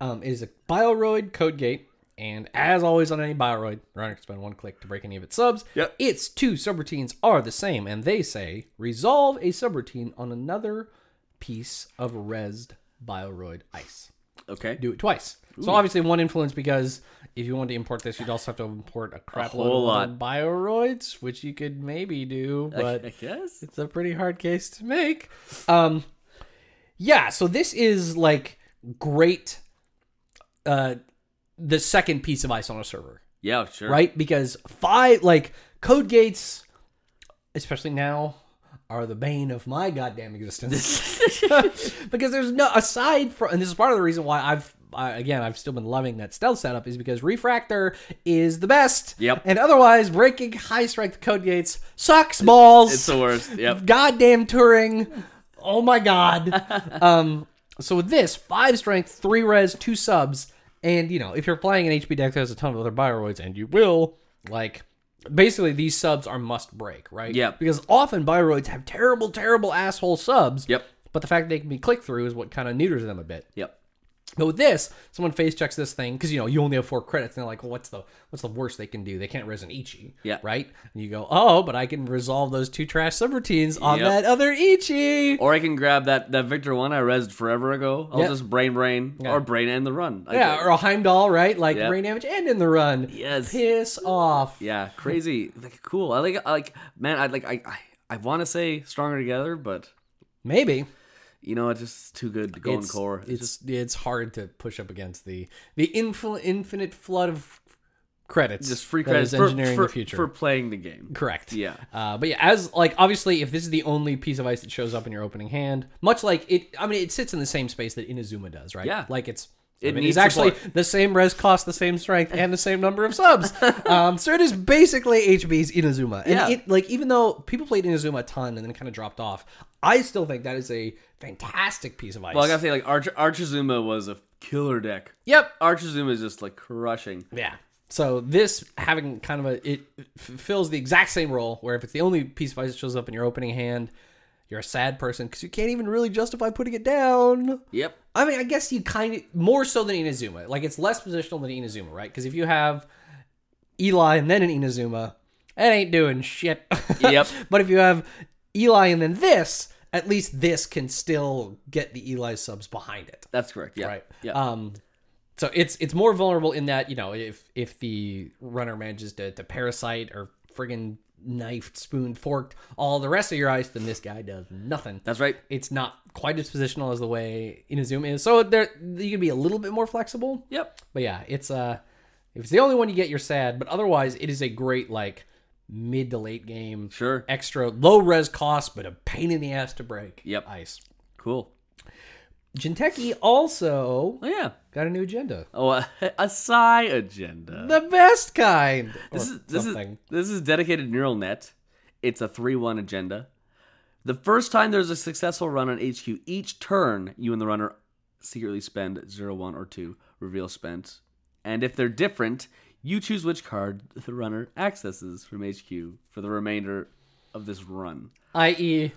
Speaker 1: Um, it is a Bioroid code gate. And as always on any Bioroid, the runner can spend one click to break any of its subs.
Speaker 2: Yep.
Speaker 1: Its two subroutines are the same, and they say resolve a subroutine on another piece of resed Bioroid ice
Speaker 2: Okay.
Speaker 1: do it twice. So obviously one influence because if you wanted to import this, you'd also have to import a crap
Speaker 2: whole
Speaker 1: load
Speaker 2: lot.
Speaker 1: of other bioroids, which you could maybe do, but
Speaker 2: I guess.
Speaker 1: it's a pretty hard case to make. Um, yeah, so this is like great. Uh, the second piece of ice on a server,
Speaker 2: Yeah, sure.
Speaker 1: right? Because five like code gates, especially now, are the bane of my goddamn existence. because there's no aside from, and this is part of the reason why I've I, again I've still been loving that stealth setup is because refractor is the best.
Speaker 2: Yep.
Speaker 1: And otherwise, breaking high strength code gates sucks balls.
Speaker 2: It's the worst. Yep.
Speaker 1: Goddamn touring. Oh my god. um so with this, five strength, three res, two subs, and you know, if you're playing an HP deck that has a ton of other bioroids, and you will, like basically these subs are must break, right?
Speaker 2: Yep.
Speaker 1: Because often bioroids have terrible, terrible asshole subs.
Speaker 2: Yep.
Speaker 1: But the fact that they can be clicked through is what kind of neuters them a bit.
Speaker 2: Yep.
Speaker 1: But with this, someone face checks this thing because you know you only have four credits, and they're like, "Well, what's the what's the worst they can do? They can't res an Ichi,
Speaker 2: Yeah.
Speaker 1: right?" And you go, "Oh, but I can resolve those two trash subroutines on
Speaker 2: Yep.
Speaker 1: that other Ichi."
Speaker 2: Or I can grab that that Victor one I resed forever ago. I'll
Speaker 1: Yeah.
Speaker 2: just brain brain or brain and the run. I
Speaker 1: yeah,
Speaker 2: guess.
Speaker 1: or a Heimdall, right? Like
Speaker 2: Yep.
Speaker 1: brain damage and in the run.
Speaker 2: Yes.
Speaker 1: piss off.
Speaker 2: yeah, crazy. Like cool. I like I like man, I like I I, I want to say stronger together, but
Speaker 1: Maybe
Speaker 2: you know it's just too good to go in
Speaker 1: it's
Speaker 2: core.
Speaker 1: it's it's hard to push up against the the infl- infinite flood of credits.
Speaker 2: just free
Speaker 1: that
Speaker 2: credit
Speaker 1: is
Speaker 2: for,
Speaker 1: engineering
Speaker 2: for-
Speaker 1: the future
Speaker 2: for playing the game.
Speaker 1: Correct.
Speaker 2: Yeah.
Speaker 1: Uh, but yeah, as like obviously, if this is the only piece of ice that shows up in your opening hand, much like it, I mean, it sits in the same space that Inazuma does, right?
Speaker 2: Yeah.
Speaker 1: Like it's.
Speaker 2: It
Speaker 1: I mean,
Speaker 2: needs
Speaker 1: it's actually
Speaker 2: support.
Speaker 1: the same res cost, the same strength, and the same number of subs. um, so it is basically HB's Inazuma. And
Speaker 2: Yeah.
Speaker 1: it, like, even though people played Inazuma a ton and then kind of dropped off, I still think that is a fantastic piece of ice.
Speaker 2: Well, I gotta say, like Arch- Archizuma was a killer deck.
Speaker 1: yep.
Speaker 2: Archizuma is just like crushing.
Speaker 1: Yeah. So this having kind of a it f- fills the exact same role where if it's the only piece of ice that shows up in your opening hand, You're a sad person because you can't even really justify putting it down.
Speaker 2: Yep.
Speaker 1: I mean, I guess you kind of more so than Inazuma. Like it's less positional than Inazuma, right? Because if you have Eli and then an Inazuma, it ain't doing shit.
Speaker 2: Yep.
Speaker 1: but if you have Eli and then this, at least this can still get the Eli subs behind it,
Speaker 2: That's correct. Yeah.
Speaker 1: right?
Speaker 2: Yeah.
Speaker 1: Um, so it's it's more vulnerable in that you know if if the runner manages to, to parasite or friggin' knifed, spoon, forked all the rest of your ice, then this guy does nothing
Speaker 2: That's right.
Speaker 1: it's not quite as positional as the way Inazuma is. So there you can be a little bit more flexible.
Speaker 2: Yep.
Speaker 1: But yeah, it's uh if it's the only one you get, you're sad. But otherwise it is a great like mid to late game.
Speaker 2: Sure.
Speaker 1: Extra low res cost, but a pain in the ass to break.
Speaker 2: Yep.
Speaker 1: Ice.
Speaker 2: Cool.
Speaker 1: Jinteki also
Speaker 2: Oh yeah.
Speaker 1: got a new agenda.
Speaker 2: Oh, a, a psi agenda.
Speaker 1: The best kind.
Speaker 2: This
Speaker 1: Or
Speaker 2: is this
Speaker 1: something.
Speaker 2: is this is dedicated neural net. It's a three-one agenda. The first time there's a successful run on HQ, each turn you and the runner secretly spend zero, one, or two reveal spent, and if they're different, you choose which card the runner accesses from HQ for the remainder of this run.
Speaker 1: i.e.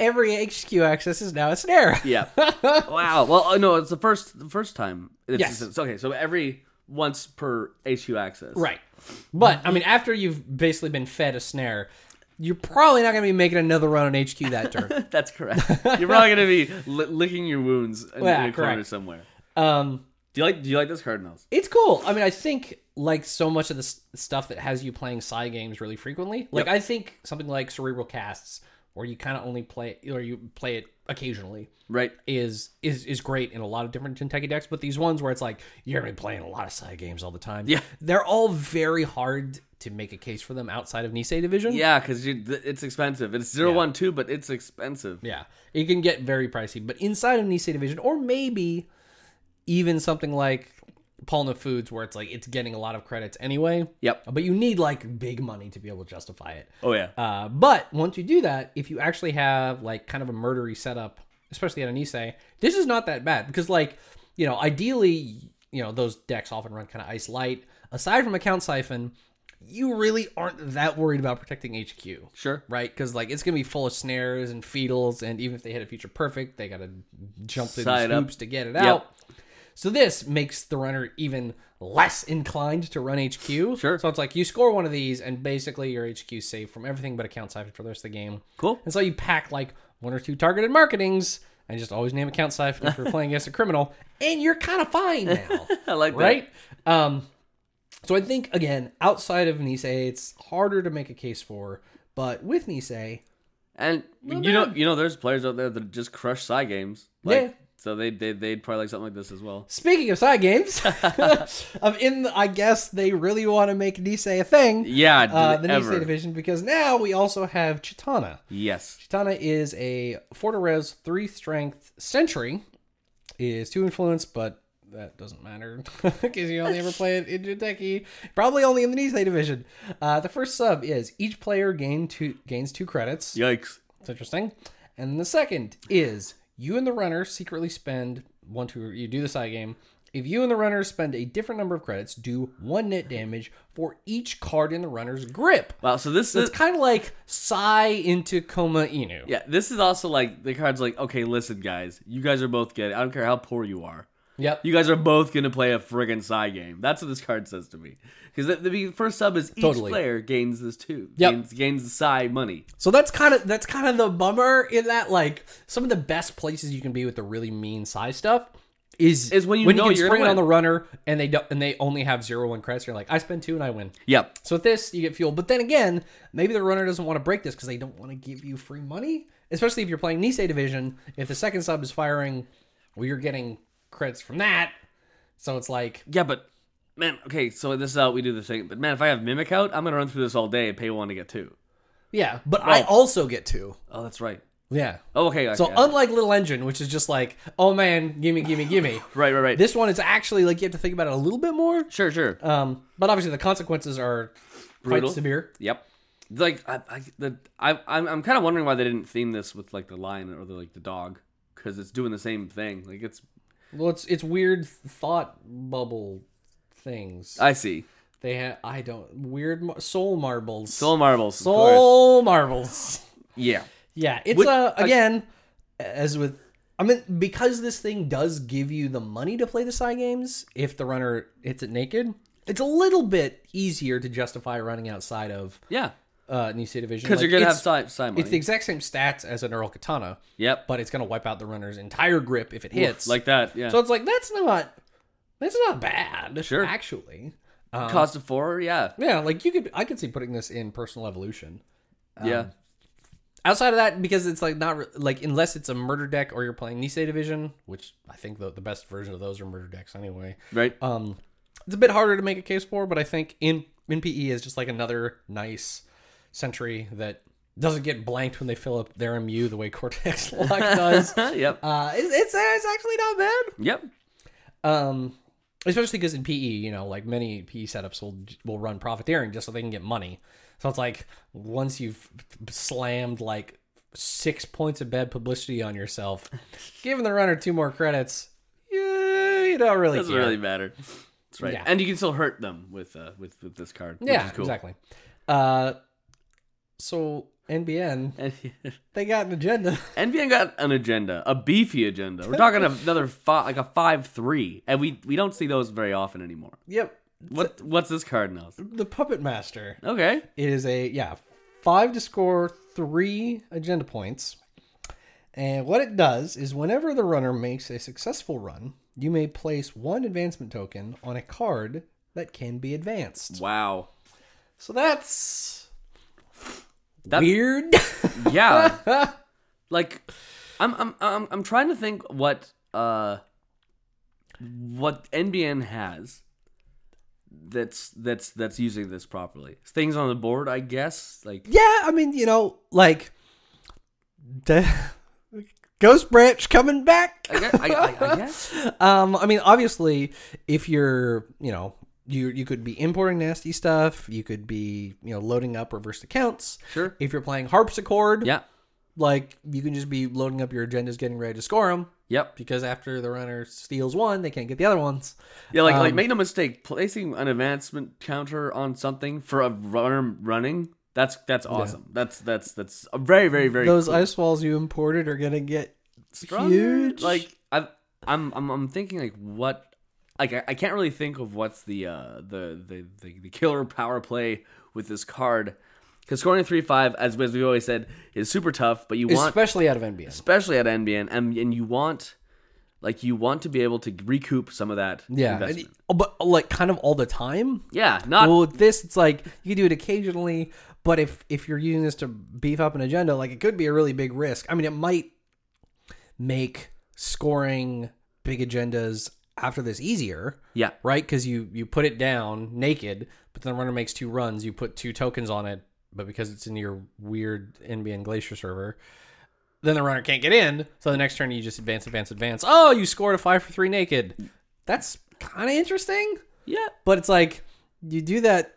Speaker 1: every HQ access is now a snare.
Speaker 2: Yeah. wow. Well, oh, no, it's the first the first time. It's,
Speaker 1: Yes.
Speaker 2: it's- okay, so every once per HQ access.
Speaker 1: Right. But I mean, after you've basically been fed a snare, you're probably not going to be making another run on HQ that turn.
Speaker 2: That's correct. You're probably gonna be li- licking your wounds in,
Speaker 1: Yeah,
Speaker 2: in a corner
Speaker 1: correct.
Speaker 2: somewhere.
Speaker 1: um,
Speaker 2: Do you like Do you like this Cardinals?
Speaker 1: it's cool. I mean, I think like so much of the s- stuff that has you playing side games really frequently. Like I think something like Cerebral Casts, where you kind of only play or you play it occasionally,
Speaker 2: Right.
Speaker 1: is is is great in a lot of different Jinteki decks, but these ones where it's like you're gonna be playing a lot of side games all the time.
Speaker 2: Yeah.
Speaker 1: they're all very hard to make a case for them outside of Nisei Division.
Speaker 2: Yeah, because it's expensive. It's zero one two, but it's expensive.
Speaker 1: Yeah, it can get very pricey. But inside of Nisei Division, or maybe even something like Palna Foods, where it's like it's getting a lot of credits anyway.
Speaker 2: Yep.
Speaker 1: But you need like big money to be able to justify it.
Speaker 2: Oh yeah.
Speaker 1: Uh, but once you do that, if you actually have like kind of a murdery setup, especially at Nisei, this is not that bad because like you know ideally you know those decks often run kind of ice light. Aside from account siphon, you really aren't that worried about protecting HQ
Speaker 2: sure.
Speaker 1: right? Because like it's gonna be full of snares and feedles, and even if they hit a future perfect, they gotta jump through
Speaker 2: Side
Speaker 1: these
Speaker 2: up.
Speaker 1: hoops to get it out. So this makes the runner even less inclined to run HQ.
Speaker 2: Sure.
Speaker 1: So it's like you score one of these, and basically your HQ safe from everything but account siphon for the rest of the game.
Speaker 2: Cool.
Speaker 1: And so you pack like one or two targeted marketings. And just always name account siphon if you're playing against a criminal, and you're kind of fine now.
Speaker 2: I like that.
Speaker 1: right? Um, so I think again, outside of Nisei, it's harder to make a case for, but with Nisei,
Speaker 2: And you know, you know, there's players out there that just crush side games. Like,
Speaker 1: Yeah.
Speaker 2: So they they they'd probably like something like this as well.
Speaker 1: speaking of side games, I'm in. the- I guess they really want to make Nisei a thing.
Speaker 2: Yeah.
Speaker 1: Uh, the
Speaker 2: d- ever.
Speaker 1: Nisei division because now we also have Chitana.
Speaker 2: Yes.
Speaker 1: Chitana is a four to res, three strength sentry. Is two influence, but that doesn't matter because you only ever play it in Jinteki. Probably only in the Nisei division. Uh, the first sub is each player gain two gains two credits.
Speaker 2: Yikes.
Speaker 1: It's interesting. And the second is you and the runner secretly spend one two. You do the side game. If you and the runner spend a different number of credits, do one net damage for each card in the runner's grip.
Speaker 2: Wow. So this is
Speaker 1: It's kind of like Sai into Koma Inu.
Speaker 2: yeah. This is also like the card's like okay, listen, guys, you guys are both good. I don't care how poor you are.
Speaker 1: Yep.
Speaker 2: You guys are both gonna play a friggin' side game. That's what this card says to me. Because the, the first sub is each
Speaker 1: Totally.
Speaker 2: player gains this too.
Speaker 1: Yep.
Speaker 2: Gains, gains the side money.
Speaker 1: So that's kind of that's kind of the bummer in that like some of the best places you can be with the really mean size stuff is
Speaker 2: Is when you know
Speaker 1: can
Speaker 2: you're
Speaker 1: spring it
Speaker 2: gonna
Speaker 1: on the
Speaker 2: win.
Speaker 1: runner and they don't and they only have zero one credits. You're like I spend two and I win.
Speaker 2: Yep.
Speaker 1: So with this, you get fuel. But then again, maybe the runner doesn't want to break this because they don't want to give you free money, especially if you're playing Nisei Division. If the second sub is firing, well, you're getting credits from that. So it's like,
Speaker 2: Yeah, but man, okay, so this is how we do the thing. But man, if I have Mimic out, I'm gonna run through this all day and pay one to get two.
Speaker 1: yeah, but I also get two.
Speaker 2: Oh, that's right.
Speaker 1: Yeah.
Speaker 2: Oh, okay. okay
Speaker 1: So
Speaker 2: okay.
Speaker 1: unlike Little Engine, which is just like, oh man, gimme, gimme, gimme.
Speaker 2: right, right, right.
Speaker 1: This one is actually like you have to think about it a little bit more.
Speaker 2: sure, sure.
Speaker 1: Um, but obviously the consequences are
Speaker 2: Brutal.
Speaker 1: quite severe.
Speaker 2: yep. Like I, I, the, I I'm, I'm kind of wondering why they didn't theme this with like the lion or the like the dog because it's doing the same thing. Like it's.
Speaker 1: Well, it's it's weird thought bubble things.
Speaker 2: I see.
Speaker 1: They had I don't weird mar- soul marbles.
Speaker 2: Soul marbles. of course.
Speaker 1: Soul marbles.
Speaker 2: Yeah.
Speaker 1: Yeah, it's
Speaker 2: Would-
Speaker 1: uh,
Speaker 2: I-
Speaker 1: again as with I mean because this thing does give you the money to play the side games if the runner hits it naked. It's a little bit easier to justify running outside of
Speaker 2: Yeah,
Speaker 1: uh, Nisei Division Like,
Speaker 2: because you're gonna have
Speaker 1: it's-
Speaker 2: side side money.
Speaker 1: It's the exact same stats as a neural katana,
Speaker 2: yep,
Speaker 1: but it's gonna wipe out the runner's entire grip if it
Speaker 2: Oof,
Speaker 1: hits.
Speaker 2: like that. Yeah,
Speaker 1: so, it's like that's not that's not bad.
Speaker 2: Sure.
Speaker 1: actually, Uh-huh.
Speaker 2: cost of four. Yeah,
Speaker 1: yeah, like you could I could see putting this in personal evolution.
Speaker 2: yeah.
Speaker 1: Outside of that, because it's like not re- like unless it's a murder deck or you're playing Nisei Division, which I think the, the best version of those are murder decks anyway.
Speaker 2: Right.
Speaker 1: Um, it's a bit harder to make a case for, but I think in in PE is just like another nice sentry that doesn't get blanked when they fill up their MU the way Cortex Lock does.
Speaker 2: yep.
Speaker 1: Uh, it's, it's it's actually not bad.
Speaker 2: yep.
Speaker 1: Um, especially because in PE, you know, like many PE setups will will run profiteering just so they can get money. So it's like once you've slammed like six points of bad publicity on yourself, giving the runner two more credits, yeah, you don't really
Speaker 2: Doesn't
Speaker 1: care.
Speaker 2: really matter. That's right.
Speaker 1: Yeah.
Speaker 2: And you can still hurt them with uh, with, with this card.
Speaker 1: yeah,
Speaker 2: which is cool.
Speaker 1: exactly. Uh, so NBN,
Speaker 2: And-
Speaker 1: they got an agenda.
Speaker 2: NBN got an agenda, a beefy agenda. We're talking another five, like a five three, and we we don't see those very often anymore.
Speaker 1: yep,
Speaker 2: What what's this card now?
Speaker 1: the puppet master.
Speaker 2: Okay,
Speaker 1: It is a yeah, five to score three agenda points. And what it does is whenever the runner makes a successful run, you may place one advancement token on a card that can be advanced.
Speaker 2: wow,
Speaker 1: So that's
Speaker 2: That-
Speaker 1: weird.
Speaker 2: yeah. like, I'm I'm I'm I'm trying to think what uh what NBN has that's that's that's using this properly. Things on the board, I guess. Like
Speaker 1: yeah, I mean, you know, like the Ghost Branch coming back.
Speaker 2: I guess, I, I, I guess.
Speaker 1: Um, I mean, obviously, if you're, you know, you you could be importing nasty stuff. You could be, you know, loading up reversed accounts.
Speaker 2: Sure.
Speaker 1: If you're playing harpsichord,
Speaker 2: Yeah.
Speaker 1: like you can just be loading up your agendas, getting ready to score them.
Speaker 2: Yep.
Speaker 1: Because after the runner steals one, they can't get the other ones.
Speaker 2: Yeah, like like make no mistake, placing an advancement counter on something for a runner running, that's that's awesome. That's that's that's a very very very
Speaker 1: Those
Speaker 2: cool.
Speaker 1: ice walls you imported are gonna get
Speaker 2: Stronger,
Speaker 1: huge.
Speaker 2: Like I I'm I'm I'm thinking like what like I, I can't really think of what's the uh the the the, the killer power play with this card. Because scoring a three five, as as we always said, is super tough. But you want
Speaker 1: especially out of NBS.
Speaker 2: especially at NBN, and and you want like you want to be able to recoup some of that.
Speaker 1: Yeah, and-
Speaker 2: investment.
Speaker 1: but like kind of all the time.
Speaker 2: yeah, not
Speaker 1: well with this it's like you do it occasionally but if if you're using this to beef up an agenda like it could be a really big risk i mean it might make scoring big agendas after this easier
Speaker 2: yeah.
Speaker 1: right because you you put it down naked but then the runner makes two runs you put two tokens on it but because it's in your weird nbn glacier server then the runner can't get in so the next turn you just advance advance advance oh you scored a five for three naked that's kind of interesting
Speaker 2: Yeah.
Speaker 1: but it's like you do that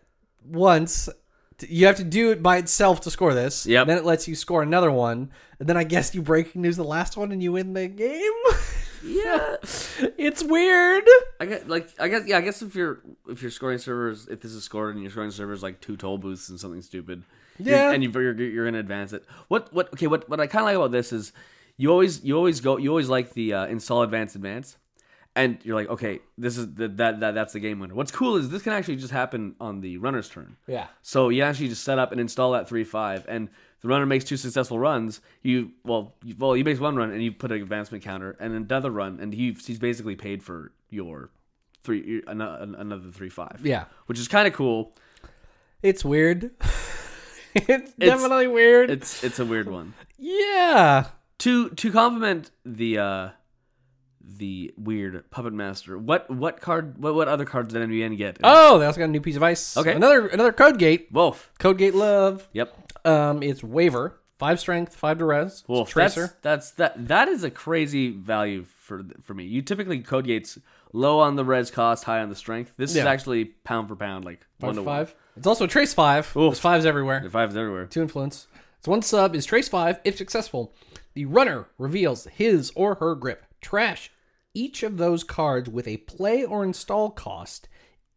Speaker 1: once. t- You have to do it by itself to score this.
Speaker 2: Yep.
Speaker 1: Then it lets you score another one, and then I guess you breaking news the last one and you win the game.
Speaker 2: Yeah.
Speaker 1: it's weird.
Speaker 2: I guess like I guess yeah, I guess if you're if you're scoring servers if this is scored and you're scoring servers like two toll booths and something stupid. you're-
Speaker 1: Yeah.
Speaker 2: And you you're you're gonna advance it. What what okay, what what I kinda like about this is you always you always go you always like the uh, install advance advance. And you're like, okay, this is the, that that that's the game winner. What's cool is this can actually just happen on the runner's turn.
Speaker 1: Yeah.
Speaker 2: So you actually just set up and install that three five, and the runner makes two successful runs. You well, you, well, he makes one run, and you put an advancement counter, and another run, and he he's basically paid for your three your, an, an- another three five.
Speaker 1: Yeah.
Speaker 2: which is kind of cool.
Speaker 1: It's weird. it's, definitely weird.
Speaker 2: It's it's a weird one.
Speaker 1: yeah.
Speaker 2: to to complement the uh the weird puppet master. What what card? What what other cards did NBN get?
Speaker 1: Oh, they also got a new piece of ice.
Speaker 2: Okay.
Speaker 1: Another another code gate.
Speaker 2: Wolf.
Speaker 1: Code gate love.
Speaker 2: Yep.
Speaker 1: Um, it's waiver. Five strength, five to res. It's
Speaker 2: Wolf.
Speaker 1: tracer.
Speaker 2: That's, that's that that is a crazy value for for me. You typically code gates low on the res cost, high on the strength. This is
Speaker 1: Yeah.
Speaker 2: actually pound for pound, like
Speaker 1: five
Speaker 2: one
Speaker 1: to
Speaker 2: to
Speaker 1: five. It's also trace five. There's fives everywhere.
Speaker 2: one. Five is everywhere.
Speaker 1: to influence. So one sub is trace five. If successful, the runner reveals his or her grip. Trash each of those cards with a play or install cost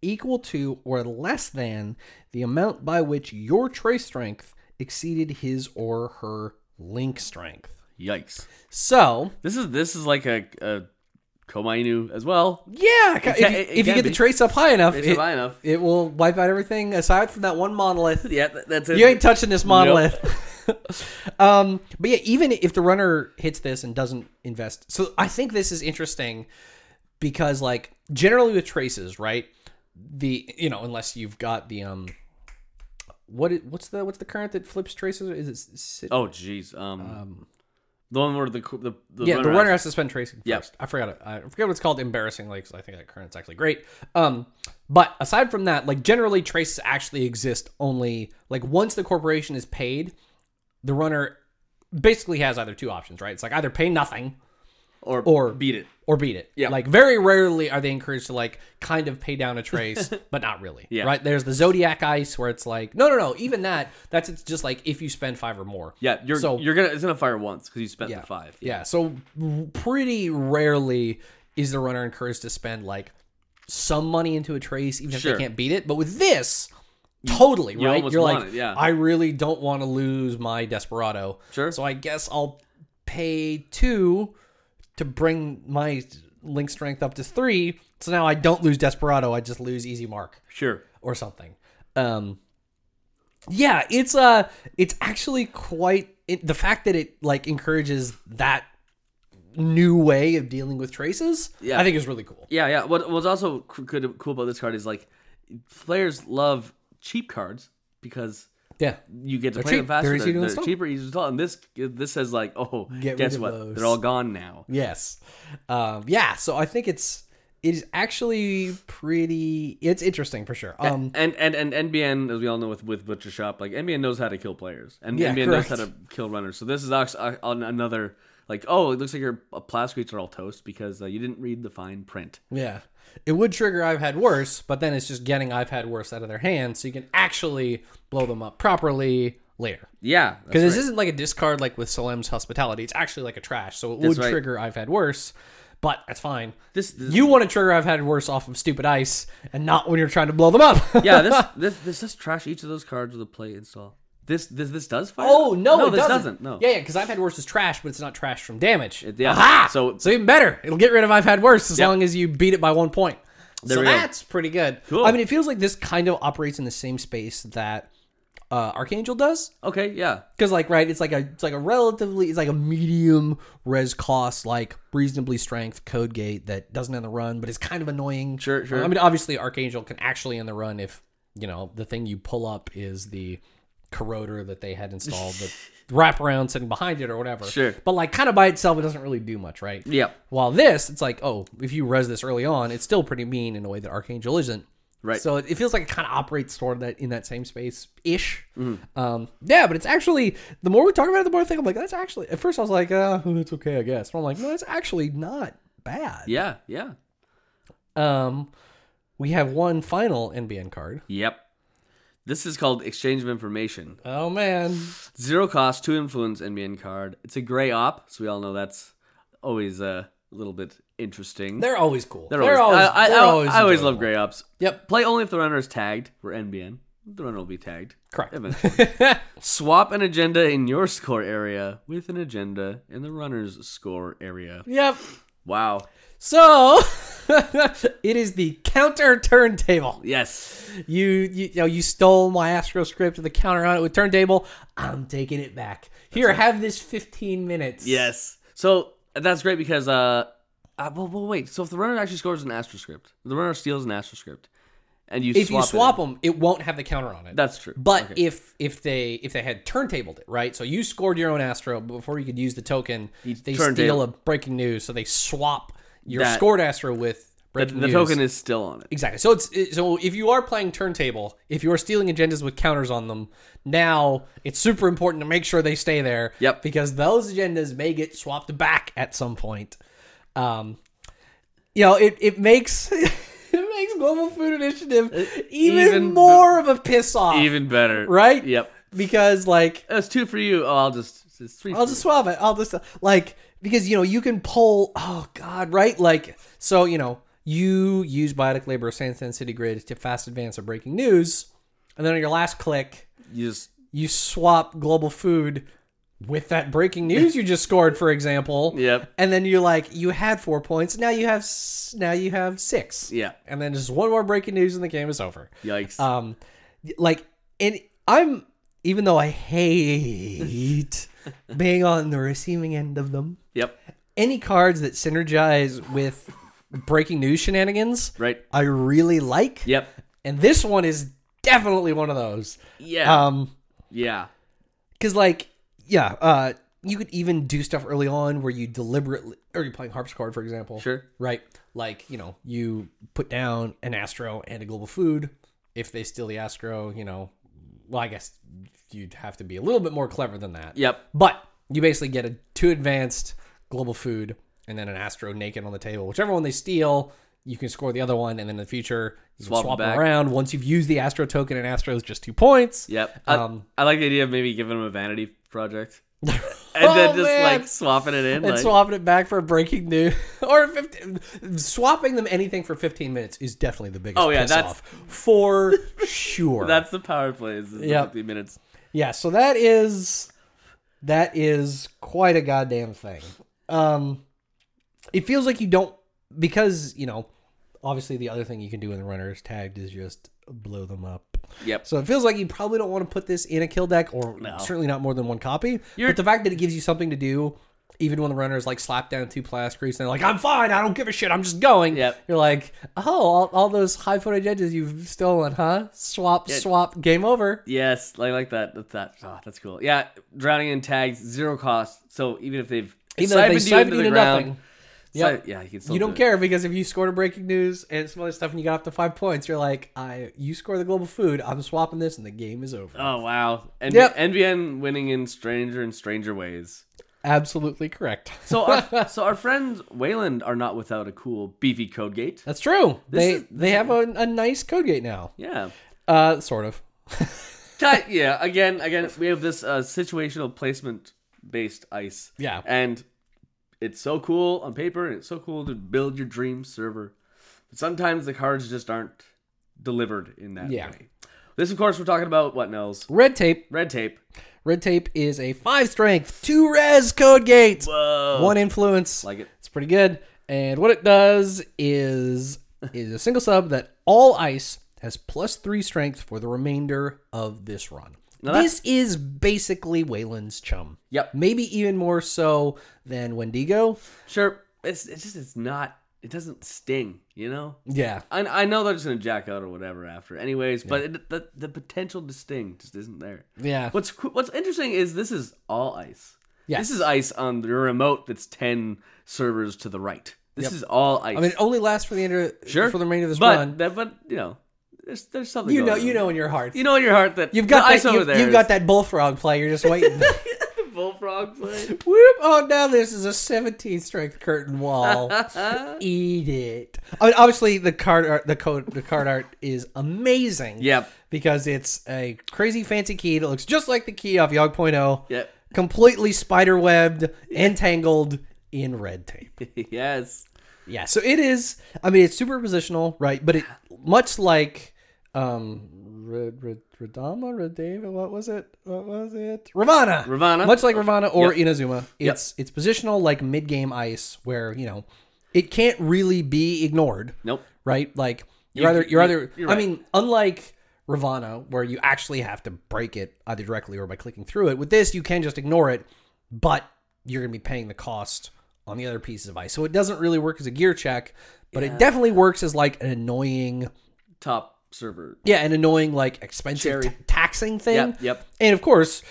Speaker 1: equal to or less than the amount by which your trace strength exceeded his or her link strength.
Speaker 2: Yikes.
Speaker 1: So
Speaker 2: This is this is like a, a Komainu as well.
Speaker 1: yeah, ca- if,
Speaker 2: can-
Speaker 1: you,
Speaker 2: it
Speaker 1: if you
Speaker 2: can
Speaker 1: get the
Speaker 2: be.
Speaker 1: trace up high enough,
Speaker 2: It's
Speaker 1: it,
Speaker 2: high enough.
Speaker 1: it will wipe out everything aside from that one monolith.
Speaker 2: Yeah, th- that's it.
Speaker 1: You ain't touching this monolith. um, but yeah, even if the runner hits this and doesn't invest, so I think this is interesting because, like, generally with traces, right? The you know, unless you've got the um, what it, what's the what's the current that flips traces? Is it Sid-
Speaker 2: oh, jeez. Um, the one where the co- the, the
Speaker 1: yeah,
Speaker 2: runner
Speaker 1: the runner has to spend tracing
Speaker 2: Yeah.
Speaker 1: first. I forgot it. I forget what it's called embarrassingly because I think that current's actually great. Um, but aside from that, like generally traces actually exist only like once the corporation is paid, the runner basically has either two options, right? It's like either pay nothing
Speaker 2: or
Speaker 1: or-
Speaker 2: beat it.
Speaker 1: or beat it.
Speaker 2: Yeah.
Speaker 1: Like very rarely are they encouraged to like kind of pay down a trace, but not really.
Speaker 2: Yeah.
Speaker 1: Right? There's the zodiac ice where it's like no, no, no. Even that that's it's just like if you spend five or more.
Speaker 2: Yeah, you're
Speaker 1: So-
Speaker 2: you're gonna it's gonna fire once because you spent
Speaker 1: Yeah.
Speaker 2: the five.
Speaker 1: Yeah. So r- pretty rarely is the runner encouraged to spend like some money into a trace, even
Speaker 2: Sure.
Speaker 1: if they can't beat it. But with this, totally right.
Speaker 2: almost
Speaker 1: You're
Speaker 2: want
Speaker 1: like,
Speaker 2: it, yeah.
Speaker 1: I really don't want to lose my desperado.
Speaker 2: Sure.
Speaker 1: So I guess I'll pay two to bring my link strength up to three. So now I don't lose desperado. I just lose easy mark
Speaker 2: Sure.
Speaker 1: or something. Um, yeah, it's uh, it's actually quite it, the fact that it like encourages that new way of dealing with traces.
Speaker 2: Yeah.
Speaker 1: I think is really cool.
Speaker 2: Yeah, yeah. What what's also c- good cool about this card is like players love cheap cards because
Speaker 1: Yeah,
Speaker 2: you get to
Speaker 1: They're
Speaker 2: play them
Speaker 1: cheap.
Speaker 2: faster.
Speaker 1: They're
Speaker 2: They're,
Speaker 1: easy to
Speaker 2: they're
Speaker 1: install.
Speaker 2: cheaper, easier to install. And this this says like, oh,
Speaker 1: Get rid
Speaker 2: guess
Speaker 1: of
Speaker 2: what?
Speaker 1: those.
Speaker 2: They're all gone now.
Speaker 1: yes, um, yeah. So I think it's it is actually pretty. It's interesting for sure. Um,
Speaker 2: And and and NBN, as we all know with with Butcher Shop, like NBN knows how to kill players, and
Speaker 1: Yeah,
Speaker 2: NBN knows how
Speaker 1: correct.
Speaker 2: to kill runners. So this is actually on another like, oh, it looks like your uh, plasqueets are all toast because uh, you didn't read the fine print.
Speaker 1: yeah. It would trigger I've had worse, but then it's just getting I've had worse out of their hands, so you can actually blow them up properly later.
Speaker 2: Yeah,
Speaker 1: Because this isn't like a discard like with Salem's hospitality. It's actually like a trash, so it would
Speaker 2: right.
Speaker 1: trigger I've had worse, but that's fine.
Speaker 2: This- this-
Speaker 1: you want to trigger I've had worse off of stupid ice, and not when you're trying to blow them up.
Speaker 2: yeah, this this this just trash each of those cards with a play install. This this this does fire.
Speaker 1: oh no, it
Speaker 2: this
Speaker 1: doesn't.
Speaker 2: No.
Speaker 1: Yeah, yeah. Because I've had worse is trash, but it's not trash from damage.
Speaker 2: It- yeah.
Speaker 1: Aha!
Speaker 2: So-
Speaker 1: so even better. It'll get rid of I've had worse as
Speaker 2: Yep.
Speaker 1: long as you beat it by one point. so
Speaker 2: we go.
Speaker 1: that's pretty good.
Speaker 2: Cool.
Speaker 1: I mean, it feels like this kind of operates in the same space that uh, Archangel does.
Speaker 2: Okay. Yeah.
Speaker 1: because like right it's like a it's like a relatively it's like a medium res cost like reasonably strength code gate that doesn't end the run but it's kind of annoying Um,
Speaker 2: Sure, sure.
Speaker 1: i mean obviously archangel can actually end the run if you know the thing you pull up is the corroder that they had installed the wraparound sitting behind it or whatever
Speaker 2: Sure.
Speaker 1: but like kind of by itself it doesn't really do much right
Speaker 2: Yeah.
Speaker 1: while this it's like oh if you res this early on it's still pretty mean in a way that archangel isn't
Speaker 2: Right.
Speaker 1: so it it feels like it kind of operates sort of that in that same space ish.
Speaker 2: Mm-hmm.
Speaker 1: Um, yeah, but it's actually the more we talk about it, the more I think I'm like that's actually. At first I was like, uh, it's okay, I guess. But I'm like, no, it's actually not bad.
Speaker 2: Yeah. Yeah.
Speaker 1: Um, we have one final NBN card.
Speaker 2: Yep. This is called exchange of information.
Speaker 1: Oh man,
Speaker 2: Zero cost, two influence NBN card. It's a gray op, so we all know that's always uh, a little bit interesting.
Speaker 1: they're always cool. They're,
Speaker 2: I, I,
Speaker 1: they're
Speaker 2: I, I always
Speaker 1: enjoyable.
Speaker 2: love gray ops.
Speaker 1: Yep.
Speaker 2: Play only if the runner is tagged. We're NBN. The runner will be tagged.
Speaker 1: Correct.
Speaker 2: Eventually. Swap an agenda in your score area with an agenda in the runner's score area.
Speaker 1: Yep.
Speaker 2: Wow.
Speaker 1: So it is the counter turntable.
Speaker 2: Yes.
Speaker 1: You you, you know you stole my Astro script with the counter on it with turntable. I'm taking it back. Here, have this 15 minutes.
Speaker 2: Yes. So that's great because uh, uh well, well, wait. So if the runner actually scores an astroscript, the runner steals an astroscript, and you
Speaker 1: If
Speaker 2: swap
Speaker 1: you swap them, it won't have the counter on it.
Speaker 2: that's true.
Speaker 1: but
Speaker 2: Okay.
Speaker 1: if if they if they had turntabled it right, so you scored your own Astro but before you could use the token. They
Speaker 2: turntable-
Speaker 1: steal a breaking news, so they swap your
Speaker 2: That-
Speaker 1: scored Astro with
Speaker 2: the,
Speaker 1: breaking
Speaker 2: the
Speaker 1: news.
Speaker 2: token is still on it.
Speaker 1: Exactly. So it's it- so if you are playing turntable, if you are stealing agendas with counters on them, now it's super important to make sure they stay there.
Speaker 2: Yep.
Speaker 1: Because those agendas may get swapped back at some point. Um, you know, it it makes it makes Global Food Initiative even,
Speaker 2: even-
Speaker 1: more of a piss off,
Speaker 2: Even better,
Speaker 1: right?
Speaker 2: Yep.
Speaker 1: Because like
Speaker 2: That's two for you. Oh, I'll just it's three.
Speaker 1: I'll
Speaker 2: for
Speaker 1: just swap it. I'll just like because you know you can pull. Oh God, right? Like so, you know, you use biotic labor of Sansan City Grid to fast advance a breaking news, and then on your last click,
Speaker 2: you. You just
Speaker 1: you swap global food with that breaking news you just scored, for example.
Speaker 2: Yep.
Speaker 1: And then you're like, you had four points. Now you have s- now you have six.
Speaker 2: Yeah.
Speaker 1: And then just one more breaking news, and the game is over.
Speaker 2: Yikes.
Speaker 1: Um, like, and I'm even though I hate being on the receiving end of them,
Speaker 2: yep.
Speaker 1: any cards that synergize with breaking news shenanigans,
Speaker 2: Right.
Speaker 1: I really like.
Speaker 2: Yep.
Speaker 1: And this one is definitely one of those.
Speaker 2: Yeah.
Speaker 1: Um.
Speaker 2: yeah.
Speaker 1: Because, like, yeah, uh, you could even do stuff early on where you deliberately, or you're playing harpsichord, for example.
Speaker 2: Sure.
Speaker 1: Right. Like, you know, you put down an astro and a global food. If they steal the astro, you know, well, I guess you'd have to be a little bit more clever than that.
Speaker 2: Yep.
Speaker 1: But you basically get a two advanced global food and then an astro naked on the table. Whichever one they steal, you can score the other one, and then in the future you
Speaker 2: Swap it
Speaker 1: can swap
Speaker 2: back.
Speaker 1: them around. Once you've used the astro token, and astro is just two points.
Speaker 2: Yep. I,
Speaker 1: Um,
Speaker 2: I like the idea of maybe giving him a vanity project. And then
Speaker 1: Oh,
Speaker 2: just
Speaker 1: man.
Speaker 2: like swapping it in.
Speaker 1: and
Speaker 2: like,
Speaker 1: swapping it back for breaking news or 15, swapping them anything for 15 minutes is definitely the biggest
Speaker 2: Oh, yeah,
Speaker 1: piss
Speaker 2: that's-
Speaker 1: off for sure
Speaker 2: that's the power plays. Is
Speaker 1: Yep.
Speaker 2: the 50 minutes.
Speaker 1: yeah so that is that is quite a goddamn thing um it feels like you don't because you know obviously the other thing you can do in the runners tagged is just blow them up
Speaker 2: Yep.
Speaker 1: so it feels like you probably don't want to put this in a kill deck, or certainly not more than one copy. but the fact that it gives you something to do, even when the runners like slap down two plastic creeps and they're like, "I'm fine, I don't give a shit, I'm just going."
Speaker 2: Yep.
Speaker 1: You're like, "Oh, all, all those high footage edges you've stolen, huh? Swap, swap, game over."
Speaker 2: Yes, I like that. That's that. Oh, that's cool. Yeah, drowning in tags, zero cost. So even if they've
Speaker 1: Even though they
Speaker 2: siphoned you into
Speaker 1: siphoned
Speaker 2: the
Speaker 1: you to
Speaker 2: ground,
Speaker 1: nothing.
Speaker 2: si- yeah, you can still
Speaker 1: You don't
Speaker 2: do it.
Speaker 1: care because if you scored a breaking news and some other stuff and you got up to five points, you're like, "I, you score the global food, I'm swapping this, and the game is over."
Speaker 2: Oh wow! And
Speaker 1: Yep.
Speaker 2: NBN winning in stranger and stranger ways.
Speaker 1: Absolutely correct.
Speaker 2: So our so our friends Wayland are not without a cool beefy code gate.
Speaker 1: That's true. They
Speaker 2: is-
Speaker 1: they have a, a nice code gate now.
Speaker 2: Yeah.
Speaker 1: Uh, sort of.
Speaker 2: Ti- yeah. Again, again, we have this uh, situational placement based ice.
Speaker 1: Yeah.
Speaker 2: And it's so cool on paper, and it's so cool to build your dream server. But sometimes the cards just aren't delivered in that
Speaker 1: Yeah.
Speaker 2: way. This, of course, we're talking about what Nels
Speaker 1: Red tape.
Speaker 2: red tape.
Speaker 1: Red tape is a five strength, two res code gate,
Speaker 2: Whoa.
Speaker 1: one influence.
Speaker 2: Like it.
Speaker 1: It's pretty good. And what it does is is a single sub that all ice has plus three strength for the remainder of this run.
Speaker 2: that-
Speaker 1: this is basically Wayland's chum.
Speaker 2: Yep.
Speaker 1: Maybe even more so than Wendigo.
Speaker 2: Sure. It's it's just it's not. It doesn't sting. You know.
Speaker 1: Yeah.
Speaker 2: I, I know they're just gonna jack out or whatever after, anyways. But it, the the potential to sting just isn't there.
Speaker 1: Yeah.
Speaker 2: What's coo- what's interesting is this is all ice.
Speaker 1: Yes.
Speaker 2: This is ice on your remote that's ten servers to the right. This is all ice.
Speaker 1: I mean, it only lasts for the end of,
Speaker 2: sure
Speaker 1: for the remainder of this
Speaker 2: but,
Speaker 1: run.
Speaker 2: That, but you know, there's there's something.
Speaker 1: You
Speaker 2: going
Speaker 1: know,
Speaker 2: on.
Speaker 1: you know in your heart.
Speaker 2: you know in your heart that
Speaker 1: You've got
Speaker 2: the ice
Speaker 1: that.
Speaker 2: over
Speaker 1: You,
Speaker 2: there.
Speaker 1: have got that bullfrog play. You're just waiting.
Speaker 2: that bullfrog play.
Speaker 1: Whoop! Oh, now this is a 17 strength curtain wall. Eat it. I mean, obviously, the card art, the code, the card art is amazing.
Speaker 2: Yep.
Speaker 1: Because it's a crazy fancy key that looks just like the key off Yogg.0.
Speaker 2: Yep.
Speaker 1: Completely spider webbed, entangled in red tape.
Speaker 2: yes.
Speaker 1: Yeah, so it is. I mean, it's super positional, right? But it much like um, Red, Red, Radama, Redeva, what was it? What was it? Ravana.
Speaker 2: Ravana.
Speaker 1: Much like Ravana or
Speaker 2: Yep.
Speaker 1: Inazuma, it's it's positional like mid game ice, where you know it can't really be ignored,
Speaker 2: Nope.
Speaker 1: right? Like you're
Speaker 2: You-
Speaker 1: either you're
Speaker 2: you-
Speaker 1: either.
Speaker 2: you're
Speaker 1: I
Speaker 2: right.
Speaker 1: mean, unlike Ravana, where you actually have to break it either directly or by clicking through it. With this, you can just ignore it, but you're going to be paying the cost on the other pieces of ice. So it doesn't really work as a gear check, but it definitely works as like an annoying,
Speaker 2: Top server.
Speaker 1: yeah, an annoying like expensive
Speaker 2: Cherry.
Speaker 1: ta- taxing thing.
Speaker 2: Yep. Yep.
Speaker 1: And of course,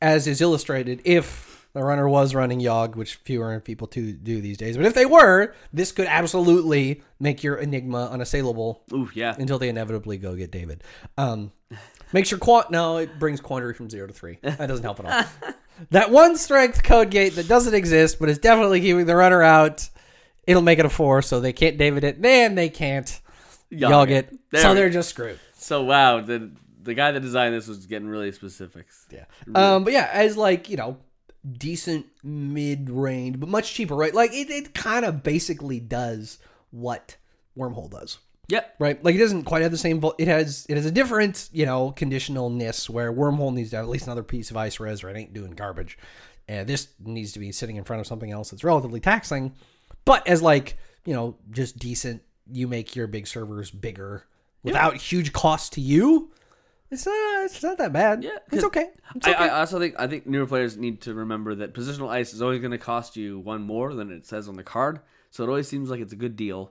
Speaker 1: as is illustrated, if the runner was running Yogg, which fewer people to do these days, but if they were, this could absolutely make your Enigma unassailable
Speaker 2: Ooh yeah.
Speaker 1: until they inevitably go get David. Um, makes your quant. No, it brings quandary from zero to three. That doesn't help at all. that one strength code gate that doesn't exist, but is definitely keeping the runner out. It'll make it a four, so they can't David it. Then they can't
Speaker 2: Yog
Speaker 1: y'all
Speaker 2: it.
Speaker 1: get.
Speaker 2: There
Speaker 1: So
Speaker 2: we-
Speaker 1: they're just screwed.
Speaker 2: So wow, the the guy that designed this was getting really specific.
Speaker 1: Yeah. Um, but yeah, as like you know, decent mid range, but much cheaper, right? Like it, it kind of basically does what Wormhole does.
Speaker 2: Yep.
Speaker 1: right? Like it doesn't quite have the same. Vol- it has it has a different you know conditionalness where wormhole needs to have at least another piece of ice res or it ain't doing garbage. And this needs to be sitting in front of something else that's relatively taxing, but as like you know just decent. You make your big servers bigger without huge cost to you. It's not it's not that bad.
Speaker 2: Yeah,
Speaker 1: it's
Speaker 2: 'cause
Speaker 1: okay. It's
Speaker 2: I,
Speaker 1: okay.
Speaker 2: I also think I think newer players need to remember that positional ice is always going to cost you one more than it says on the card, so it always seems like it's a good deal,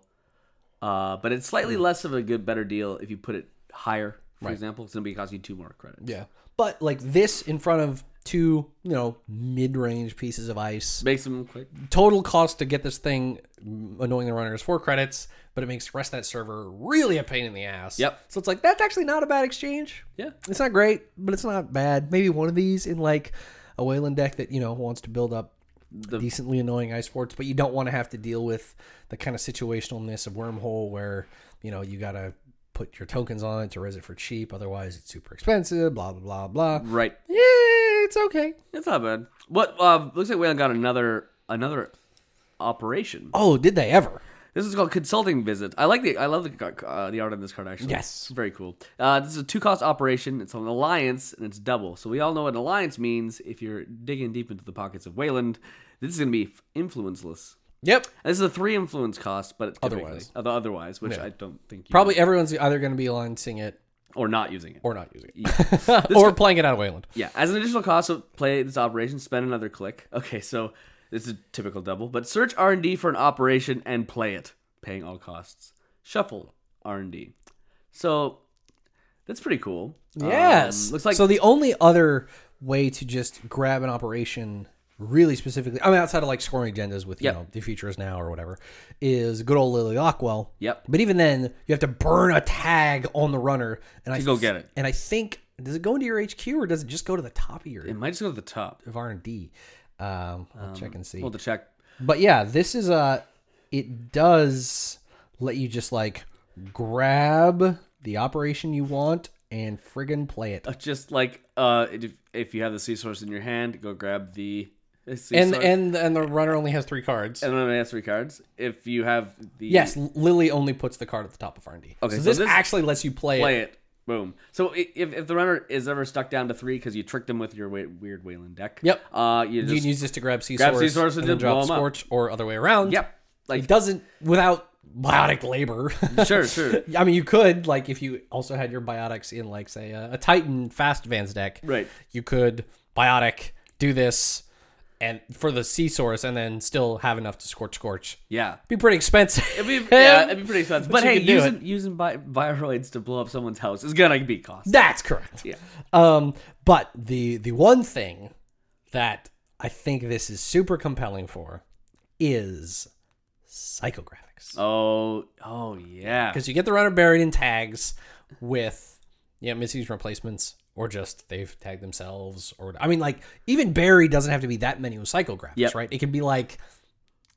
Speaker 2: uh, but it's slightly less of a good better deal if you put it higher. For example, it's going to be costing you two more credits.
Speaker 1: yeah, but like this in front of two you know mid range pieces of ice.
Speaker 2: Makes them quick.
Speaker 1: total cost to get this thing annoying the runner is four credits, but it makes the rest of that server really a pain in the ass.
Speaker 2: Yep.
Speaker 1: So it's like that's actually not a bad exchange.
Speaker 2: Yeah.
Speaker 1: It's not great, but it's not bad. Maybe one of these in like a Wayland deck that you know wants to build up decently annoying ice forts, but you don't want to have to deal with the kind of situationalness of wormhole where you know you gotta put your tokens on it to res it for cheap. Otherwise, it's super expensive. Blah blah blah blah.
Speaker 2: Right.
Speaker 1: Yeah, it's okay.
Speaker 2: It's not bad. What uh, looks like Whalen got another another operation.
Speaker 1: Oh, did they ever?
Speaker 2: This is called consulting visit. I like the I love the uh, the art on this card actually.
Speaker 1: Yes.
Speaker 2: it's very cool. Uh, this is a two cost operation. It's an alliance and it's double. So we all know what an alliance means. If you're digging deep into the pockets of Wayland, this is going to be f- influenceless.
Speaker 1: Yep.
Speaker 2: And this is a three influence cost, but typically-
Speaker 1: Otherwise.
Speaker 2: other- otherwise, which I don't think you
Speaker 1: Probably everyone's either going to be launching it
Speaker 2: or not using it.
Speaker 1: or not using it, or playing it out of Wayland.
Speaker 2: Yeah, as an additional cost of play this operation, spend another click. Okay, so this is a typical double, but search R and D for an operation and play it, paying all costs. Shuffle R and D. So that's pretty cool. Um, looks like
Speaker 1: so. The only other way to just grab an operation really specifically, I mean, outside of like scoring agendas with you
Speaker 2: Yep.
Speaker 1: know the future is now or whatever, is good old Lily Lockwell.
Speaker 2: Yep.
Speaker 1: But even then, you have to burn a tag on the runner, and I
Speaker 2: go
Speaker 1: th-
Speaker 2: get it.
Speaker 1: And I think does it go into your HQ or does it just go to the top of your
Speaker 2: it might just go to the top.
Speaker 1: of R and D? Um, I'll check and see.
Speaker 2: Hold the check.
Speaker 1: But yeah, this is a. It does let you just like grab the operation you want and friggin' play it.
Speaker 2: Uh, Just like uh, if, if you have the sea source in your hand, go grab the sea
Speaker 1: And
Speaker 2: source.
Speaker 1: and and the runner only has three cards.
Speaker 2: and then I have three cards. If you have the
Speaker 1: yes, Lily only puts the card at the top of R and D.
Speaker 2: Okay,
Speaker 1: so,
Speaker 2: so
Speaker 1: this
Speaker 2: this-
Speaker 1: actually lets you play,
Speaker 2: play
Speaker 1: it.
Speaker 2: it. Boom. So i- if, if the runner is ever stuck down to three because you tricked him with your wa- weird Wayland deck,
Speaker 1: Yep.
Speaker 2: Uh, you
Speaker 1: You
Speaker 2: just
Speaker 1: can use this to grab sea
Speaker 2: Grab
Speaker 1: source,
Speaker 2: Sea Source and
Speaker 1: then
Speaker 2: just blow
Speaker 1: drop
Speaker 2: 'em up.
Speaker 1: scorch or other way around.
Speaker 2: yep.
Speaker 1: It
Speaker 2: Like
Speaker 1: doesn't without biotic labor.
Speaker 2: sure, sure.
Speaker 1: I mean, you could like if you also had your biotics in like say a, a Titan fast Vans deck,
Speaker 2: Right.
Speaker 1: You could biotic do this and for the sea source, and then still have enough to scorch scorch.
Speaker 2: Yeah.
Speaker 1: Be pretty expensive.
Speaker 2: It'd be, yeah, it'd be pretty expensive. But,
Speaker 1: you
Speaker 2: hey,
Speaker 1: could do
Speaker 2: using using bi- viroids to blow up someone's house is gonna be cost.
Speaker 1: That's correct.
Speaker 2: Yeah.
Speaker 1: Um, but the the one thing that I think this is super compelling for is psychographics.
Speaker 2: Oh, oh yeah.
Speaker 1: because you get the runner buried in tags with yeah misused replacements or just they've tagged themselves or I mean like even Barry doesn't have to be that many with psychographics
Speaker 2: Yep.
Speaker 1: right it can be like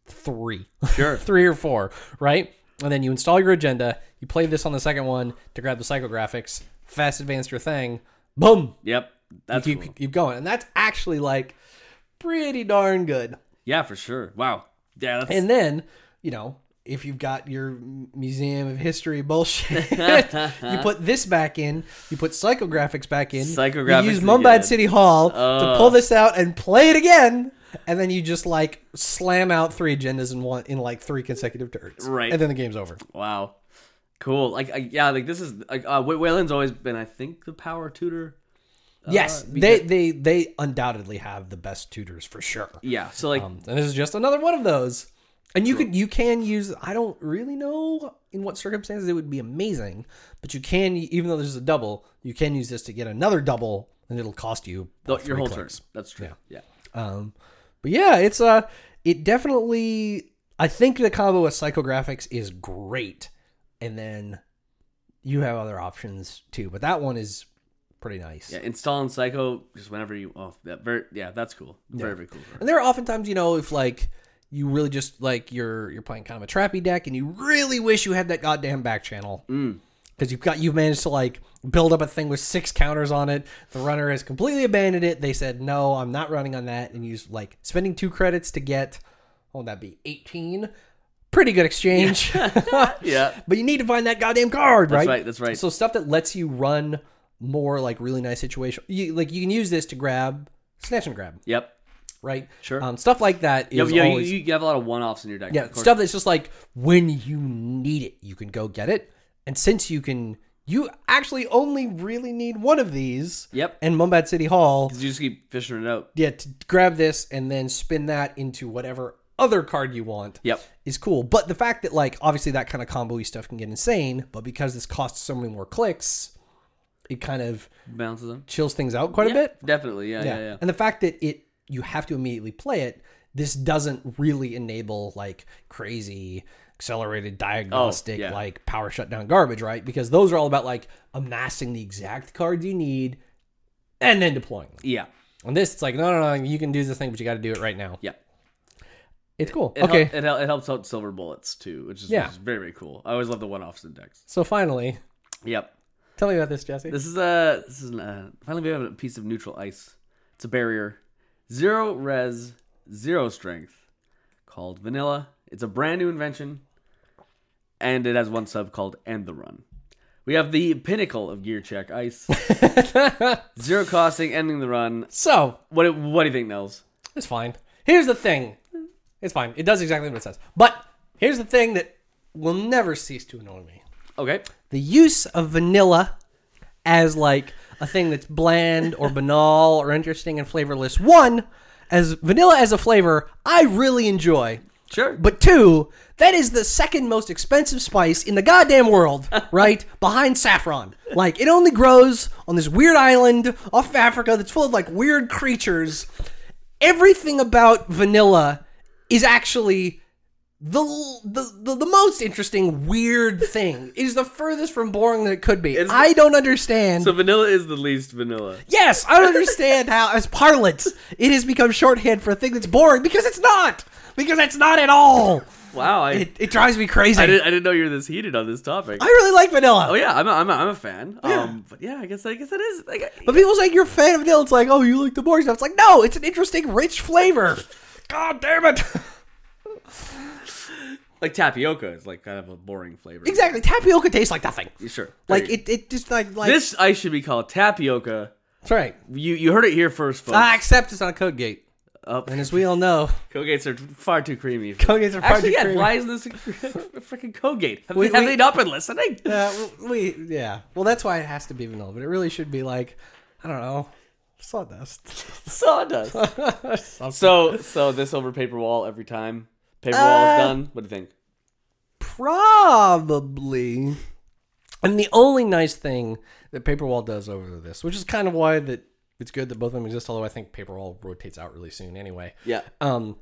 Speaker 1: three
Speaker 2: Sure.
Speaker 1: three or four right and then you install your agenda you play this on the second one to grab the psychographics fast advance your thing boom
Speaker 2: Yep. That's
Speaker 1: you
Speaker 2: cool.
Speaker 1: keep, keep going and that's actually like pretty darn good
Speaker 2: Yeah, for sure. Wow. Yeah. That's,
Speaker 1: and then, you know, if you've got your m- Museum of History bullshit, you put this back in, you put psychographics back in,
Speaker 2: Psychographics
Speaker 1: you use
Speaker 2: again. Uh.
Speaker 1: Mumbai City Hall to pull this out and play it again, and then you just like slam out three agendas in one in like three consecutive turns,
Speaker 2: Right.
Speaker 1: And then the game's over.
Speaker 2: wow. Cool. Like I, yeah, like this is like uh, Wa- Wayland's always been, I think, the power tutor. Uh,
Speaker 1: yes, they they they undoubtedly have the best tutors for sure.
Speaker 2: Yeah. So like
Speaker 1: Um, and this is just another one of those. And you could you can use I don't really know in what circumstances it would be amazing, but you can even though there's a double, you can use this to get another double and it'll cost you
Speaker 2: the,
Speaker 1: three
Speaker 2: your whole turn.
Speaker 1: clicks.
Speaker 2: That's true. yeah.
Speaker 1: Um but yeah, it's uh it definitely I think the combo with psychographics is great. And then you have other options too, but that one is pretty nice.
Speaker 2: Yeah, installing Psycho just whenever you. Oh, that very yeah, that's cool. Very very cool.
Speaker 1: And there are oftentimes, you know, if like you really just like you're you're playing kind of a trappy deck and you really wish you had that goddamn back channel.
Speaker 2: Mm.
Speaker 1: Because you've got you've managed to like build up a thing with six counters on it. The runner has completely abandoned it. They said, No, I'm not running on that. And you s- like spending two credits to get what would that be? Eighteen? pretty good exchange.
Speaker 2: Yeah.
Speaker 1: But you need to find that goddamn card, right?
Speaker 2: right, that's right.
Speaker 1: So stuff that lets you run more like really nice situation. You, like you can use this to grab snatch and grab,
Speaker 2: Yep.
Speaker 1: right?
Speaker 2: Sure.
Speaker 1: Um, stuff like that
Speaker 2: Yeah,
Speaker 1: is
Speaker 2: yeah, you-
Speaker 1: always
Speaker 2: you, have a lot of one-offs in your deck.
Speaker 1: yeah
Speaker 2: of course.
Speaker 1: stuff that's just like when you need it, you can go get it. And since you can, you actually only really need one of these.
Speaker 2: Yep.
Speaker 1: And Mumbat City Hall,
Speaker 2: 'Cause you just keep fishing it out.
Speaker 1: yeah, to grab this and then spin that into whatever other card you want.
Speaker 2: Yep.
Speaker 1: is cool. But the fact that like obviously that kind of combo stuff can get insane, but because this costs so many more clicks, it kind of
Speaker 2: Balances them.
Speaker 1: chills things out quite a bit.
Speaker 2: Definitely. Yeah, yeah, yeah.
Speaker 1: And the fact that it you have to immediately play it, this doesn't really enable like crazy accelerated diagnostic
Speaker 2: Oh, yeah.
Speaker 1: like power shutdown garbage, right? Because those are all about like amassing the exact cards you need and then deploying them.
Speaker 2: Yeah.
Speaker 1: On this, it's like no, no, no, you can do this thing, but you got to do it right now.
Speaker 2: Yeah.
Speaker 1: It's cool.
Speaker 2: It
Speaker 1: okay,
Speaker 2: Help, it, hel- it helps out silver bullets too, which is,
Speaker 1: Yeah.
Speaker 2: which is very, very cool. I always love the one-offs in decks.
Speaker 1: so finally,
Speaker 2: Yep.
Speaker 1: tell me about this, Jesse.
Speaker 2: This is a this is an, uh, finally we have a piece of neutral ice. It's a barrier, zero res, zero strength, called vanilla. It's a brand new invention, and it has one sub called end the run. We have the pinnacle of gear check ice, zero costing, ending the run.
Speaker 1: so
Speaker 2: What do- what do you think, Nels?
Speaker 1: It's fine. Here's the thing. It's fine. It does exactly what it says. But here's the thing that will never cease to annoy me.
Speaker 2: Okay,
Speaker 1: The use of vanilla as like a thing that's bland or banal or interesting and flavorless. One, as vanilla as a flavor, I really enjoy.
Speaker 2: sure,
Speaker 1: But two, that is the second most expensive spice in the goddamn world, right? Behind saffron. Like, it only grows on this weird island off of Africa that's full of, like, weird creatures. Everything about vanilla is actually the the, the, the most interesting, weird thing. It is the furthest from boring that it could be. I don't understand.
Speaker 2: so vanilla is the least vanilla.
Speaker 1: Yes, I don't understand how, as parlance, it has become shorthand for a thing that's boring because it's not. Because it's not at all.
Speaker 2: Wow, I
Speaker 1: It, it drives me crazy.
Speaker 2: I,
Speaker 1: I,
Speaker 2: didn't, I didn't know you were this heated on this topic.
Speaker 1: really like vanilla.
Speaker 2: Oh yeah, I'm a, I'm a, I'm a fan. Um, but yeah, I guess I guess that is like I-
Speaker 1: But people say you're a fan of vanilla. It's like, oh, you like the boring stuff. It's like, no, it's an interesting, rich flavor. God damn it.
Speaker 2: like tapioca is like kind of a boring flavor.
Speaker 1: exactly. Tapioca tastes like nothing.
Speaker 2: Sure. There
Speaker 1: Like,
Speaker 2: you-
Speaker 1: it, it just like. like
Speaker 2: This ice should be called tapioca.
Speaker 1: That's right.
Speaker 2: You you heard it here first, folks.
Speaker 1: Ah, except it's on Code Gate.
Speaker 2: Oh,
Speaker 1: And as we all know,
Speaker 2: Kogates are far too creamy.
Speaker 1: Kogates are far
Speaker 2: Actually,
Speaker 1: too
Speaker 2: yeah,
Speaker 1: creamy.
Speaker 2: Why is this a freaking Kogate? Have,
Speaker 1: We-
Speaker 2: they, have
Speaker 1: we-
Speaker 2: they not been listening?
Speaker 1: uh, we, yeah. Well, that's why it has to be vanilla, but it really should be like, I don't know, sawdust.
Speaker 2: Sawdust. so so this over paper wall every time. Paper wall
Speaker 1: Uh,
Speaker 2: is done. What do you think?
Speaker 1: Probably. And the only nice thing that Paperwall does over this, which is kind of why that it's good that both of them exist, although I think Paperwall rotates out really soon anyway.
Speaker 2: Yeah.
Speaker 1: Um,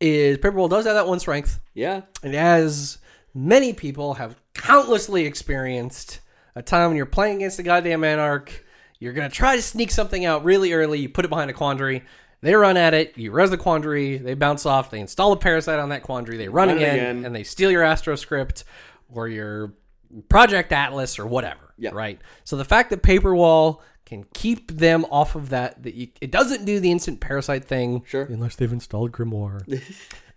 Speaker 1: is Paperwall does have that one strength,
Speaker 2: Yeah.
Speaker 1: and as many people have countlessly experienced, a time when you're playing against the goddamn Anarch, you're gonna try to sneak something out really early. You put it behind a quandary. They run at it. You res the quandary. They bounce off. They install a parasite on that quandary. They run,
Speaker 2: Run it
Speaker 1: again,
Speaker 2: again.
Speaker 1: and they steal your Astro script or your Project Atlas or whatever.
Speaker 2: Yeah.
Speaker 1: Right. So the fact that Paperwall can keep them off of that, that you, it doesn't do the instant parasite thing,
Speaker 2: Sure.
Speaker 1: unless they've installed Grimoire.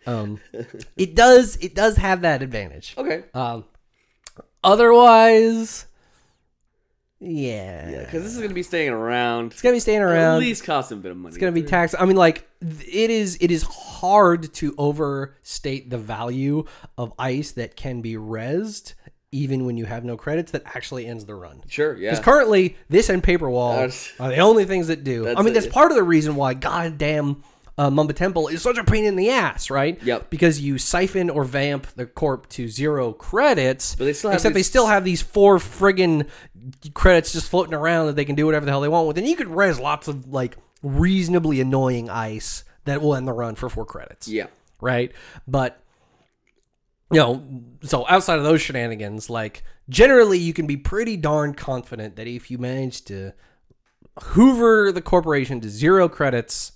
Speaker 1: um, it does. It does have that advantage.
Speaker 2: Okay.
Speaker 1: Um, otherwise, yeah,
Speaker 2: Because this is gonna be staying around.
Speaker 1: it's gonna be staying
Speaker 2: At
Speaker 1: around. It's
Speaker 2: least cost a bit of money. It's
Speaker 1: gonna be taxed. I mean, like th- it is. It is hard to overstate the value of ice that can be resed, even when you have no credits. That actually ends the run.
Speaker 2: sure. Yeah.
Speaker 1: Because currently, this and paper wall
Speaker 2: That's-
Speaker 1: are the only things that do. I
Speaker 2: That's
Speaker 1: mean,
Speaker 2: it.
Speaker 1: that's part of the reason why goddamn uh, Mumba Temple is such a pain in the ass, right?
Speaker 2: Yep.
Speaker 1: Because you siphon or vamp the corp to zero credits,
Speaker 2: But they still have
Speaker 1: except they
Speaker 2: these-
Speaker 1: still have these four friggin' credits just floating around that they can do whatever the hell they want with, and you can res lots of like reasonably annoying ice that will end the run for four credits
Speaker 2: yeah.
Speaker 1: right? But you know, so outside of those shenanigans, like generally you can be pretty darn confident that if you manage to hoover the corporation to zero credits,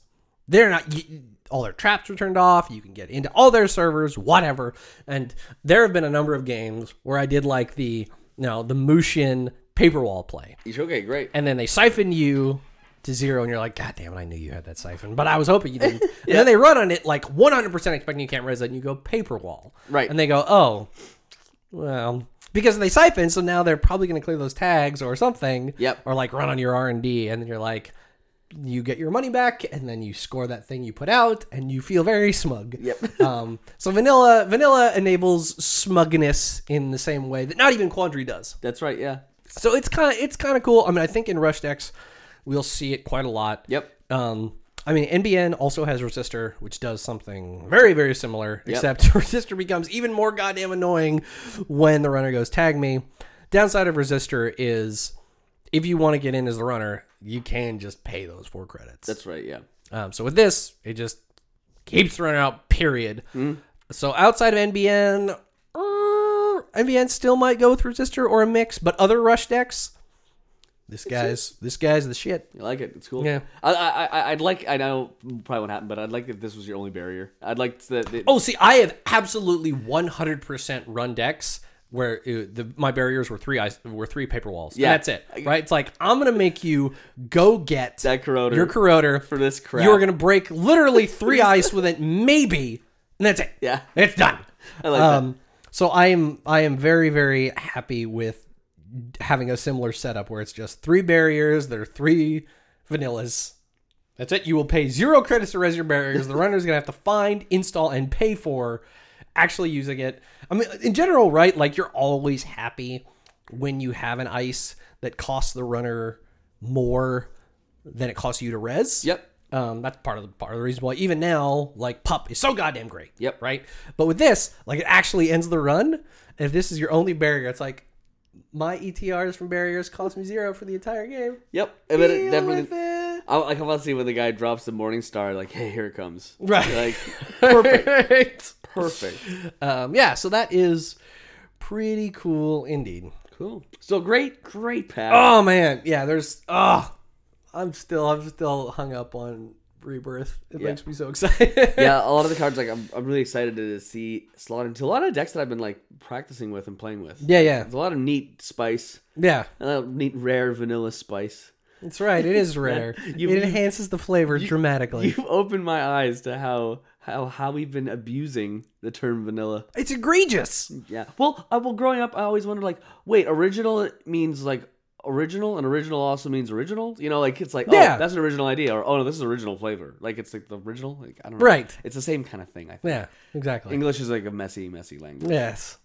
Speaker 1: they're not you, all their traps are turned off, you can get into all their servers, whatever. And there have been a number of games where I did like the you know, the Mushin paperwall play
Speaker 2: Okay. Great.
Speaker 1: and then they siphon you to zero, and you're like, God damn it, I knew you had that siphon, but I was hoping you didn't. And then they run on it like 100% expecting you can't res it, and you go paper wall.
Speaker 2: Right.
Speaker 1: And they go, oh, well, because they siphon, so now they're probably going to clear those tags or something.
Speaker 2: Yep.
Speaker 1: Or like run on your R&D, and then you're like, you get your money back, and then you score that thing you put out, and you feel very smug. Yep. um, so vanilla vanilla enables smugness in the same way that not even Quandary does.
Speaker 2: That's right. Yeah.
Speaker 1: So it's kind of it's kind of cool. I mean, I think in Rush decks we'll see it quite a lot.
Speaker 2: Yep.
Speaker 1: Um, I mean, NBN also has Resistor, which does something very very similar, except Resistor becomes even more goddamn annoying when the runner goes tag me. Downside of Resistor is if you want to get in as the runner, you can just pay those four credits.
Speaker 2: That's right. Yeah.
Speaker 1: Um, so with this, it just keeps running out. Period. So outside of NBN, uh, NBN still might go with resistor or a mix, but other rush decks, this guy's this guy's the shit.
Speaker 2: You like it? It's cool.
Speaker 1: Yeah.
Speaker 2: I, I, I- I'd like. I know probably won't happen, but I'd like if this was your only barrier. I'd like that. that-
Speaker 1: Oh, see, I have absolutely one hundred percent run decks where it, the my barriers were three ice, were three paper walls. Yeah,
Speaker 2: Yeah.
Speaker 1: that's it. Right? It's like I'm gonna make you go get
Speaker 2: that corroder.
Speaker 1: your corroder
Speaker 2: for this crap.
Speaker 1: You are gonna break literally three ice with it, maybe, and that's it.
Speaker 2: Yeah.
Speaker 1: it's done.
Speaker 2: I like
Speaker 1: um, So I am I am very very happy with having a similar setup where it's just three barriers. There are three vanillas. That's it. You will pay zero credits to res your barriers. The runner's gonna have to find, install, and pay for actually using it. I mean, in general, right? Like you're always happy when you have an ice that costs the runner more than it costs you to res.
Speaker 2: Yep.
Speaker 1: Um, that's part of the part of the reason why even now, like pup is so goddamn great.
Speaker 2: Yep.
Speaker 1: Right. But with this, like it actually ends the run. And if this is your only barrier, it's like my E ETRs from barriers cost me zero for the entire game.
Speaker 2: Yep. And then it
Speaker 1: Deal
Speaker 2: definitely.
Speaker 1: with it.
Speaker 2: I, I want to see when the guy drops the morning star. Like, hey, here it comes.
Speaker 1: Right.
Speaker 2: Like, perfect.
Speaker 1: Right.
Speaker 2: perfect.
Speaker 1: Um, yeah. So that is pretty cool indeed.
Speaker 2: Cool. So great, great pack.
Speaker 1: Oh man, yeah. There's oh, I'm still I'm still hung up on rebirth. It makes me so excited.
Speaker 2: yeah, a lot of the cards like I'm, I'm really excited to see slot into a lot of decks that I've been like practicing with and playing with.
Speaker 1: Yeah. Yeah.
Speaker 2: There's a lot of neat spice,
Speaker 1: Yeah.
Speaker 2: a lot of neat rare vanilla spice.
Speaker 1: That's right. It is rare.
Speaker 2: You-
Speaker 1: it
Speaker 2: you-
Speaker 1: enhances the flavor dramatically.
Speaker 2: You've opened my eyes to how how how we've been abusing the term vanilla.
Speaker 1: it's egregious.
Speaker 2: Yeah. Well, I, well, growing up, I always wondered like, wait, original means like original, and original also means original. You know, like it's like, oh,
Speaker 1: Yeah.
Speaker 2: that's an original idea, or oh no, this is original flavor. Like it's like the original. Like I don't know.
Speaker 1: Right.
Speaker 2: It's the same kind of thing. I think.
Speaker 1: Yeah, exactly.
Speaker 2: English is like a messy, messy language.
Speaker 1: Yes.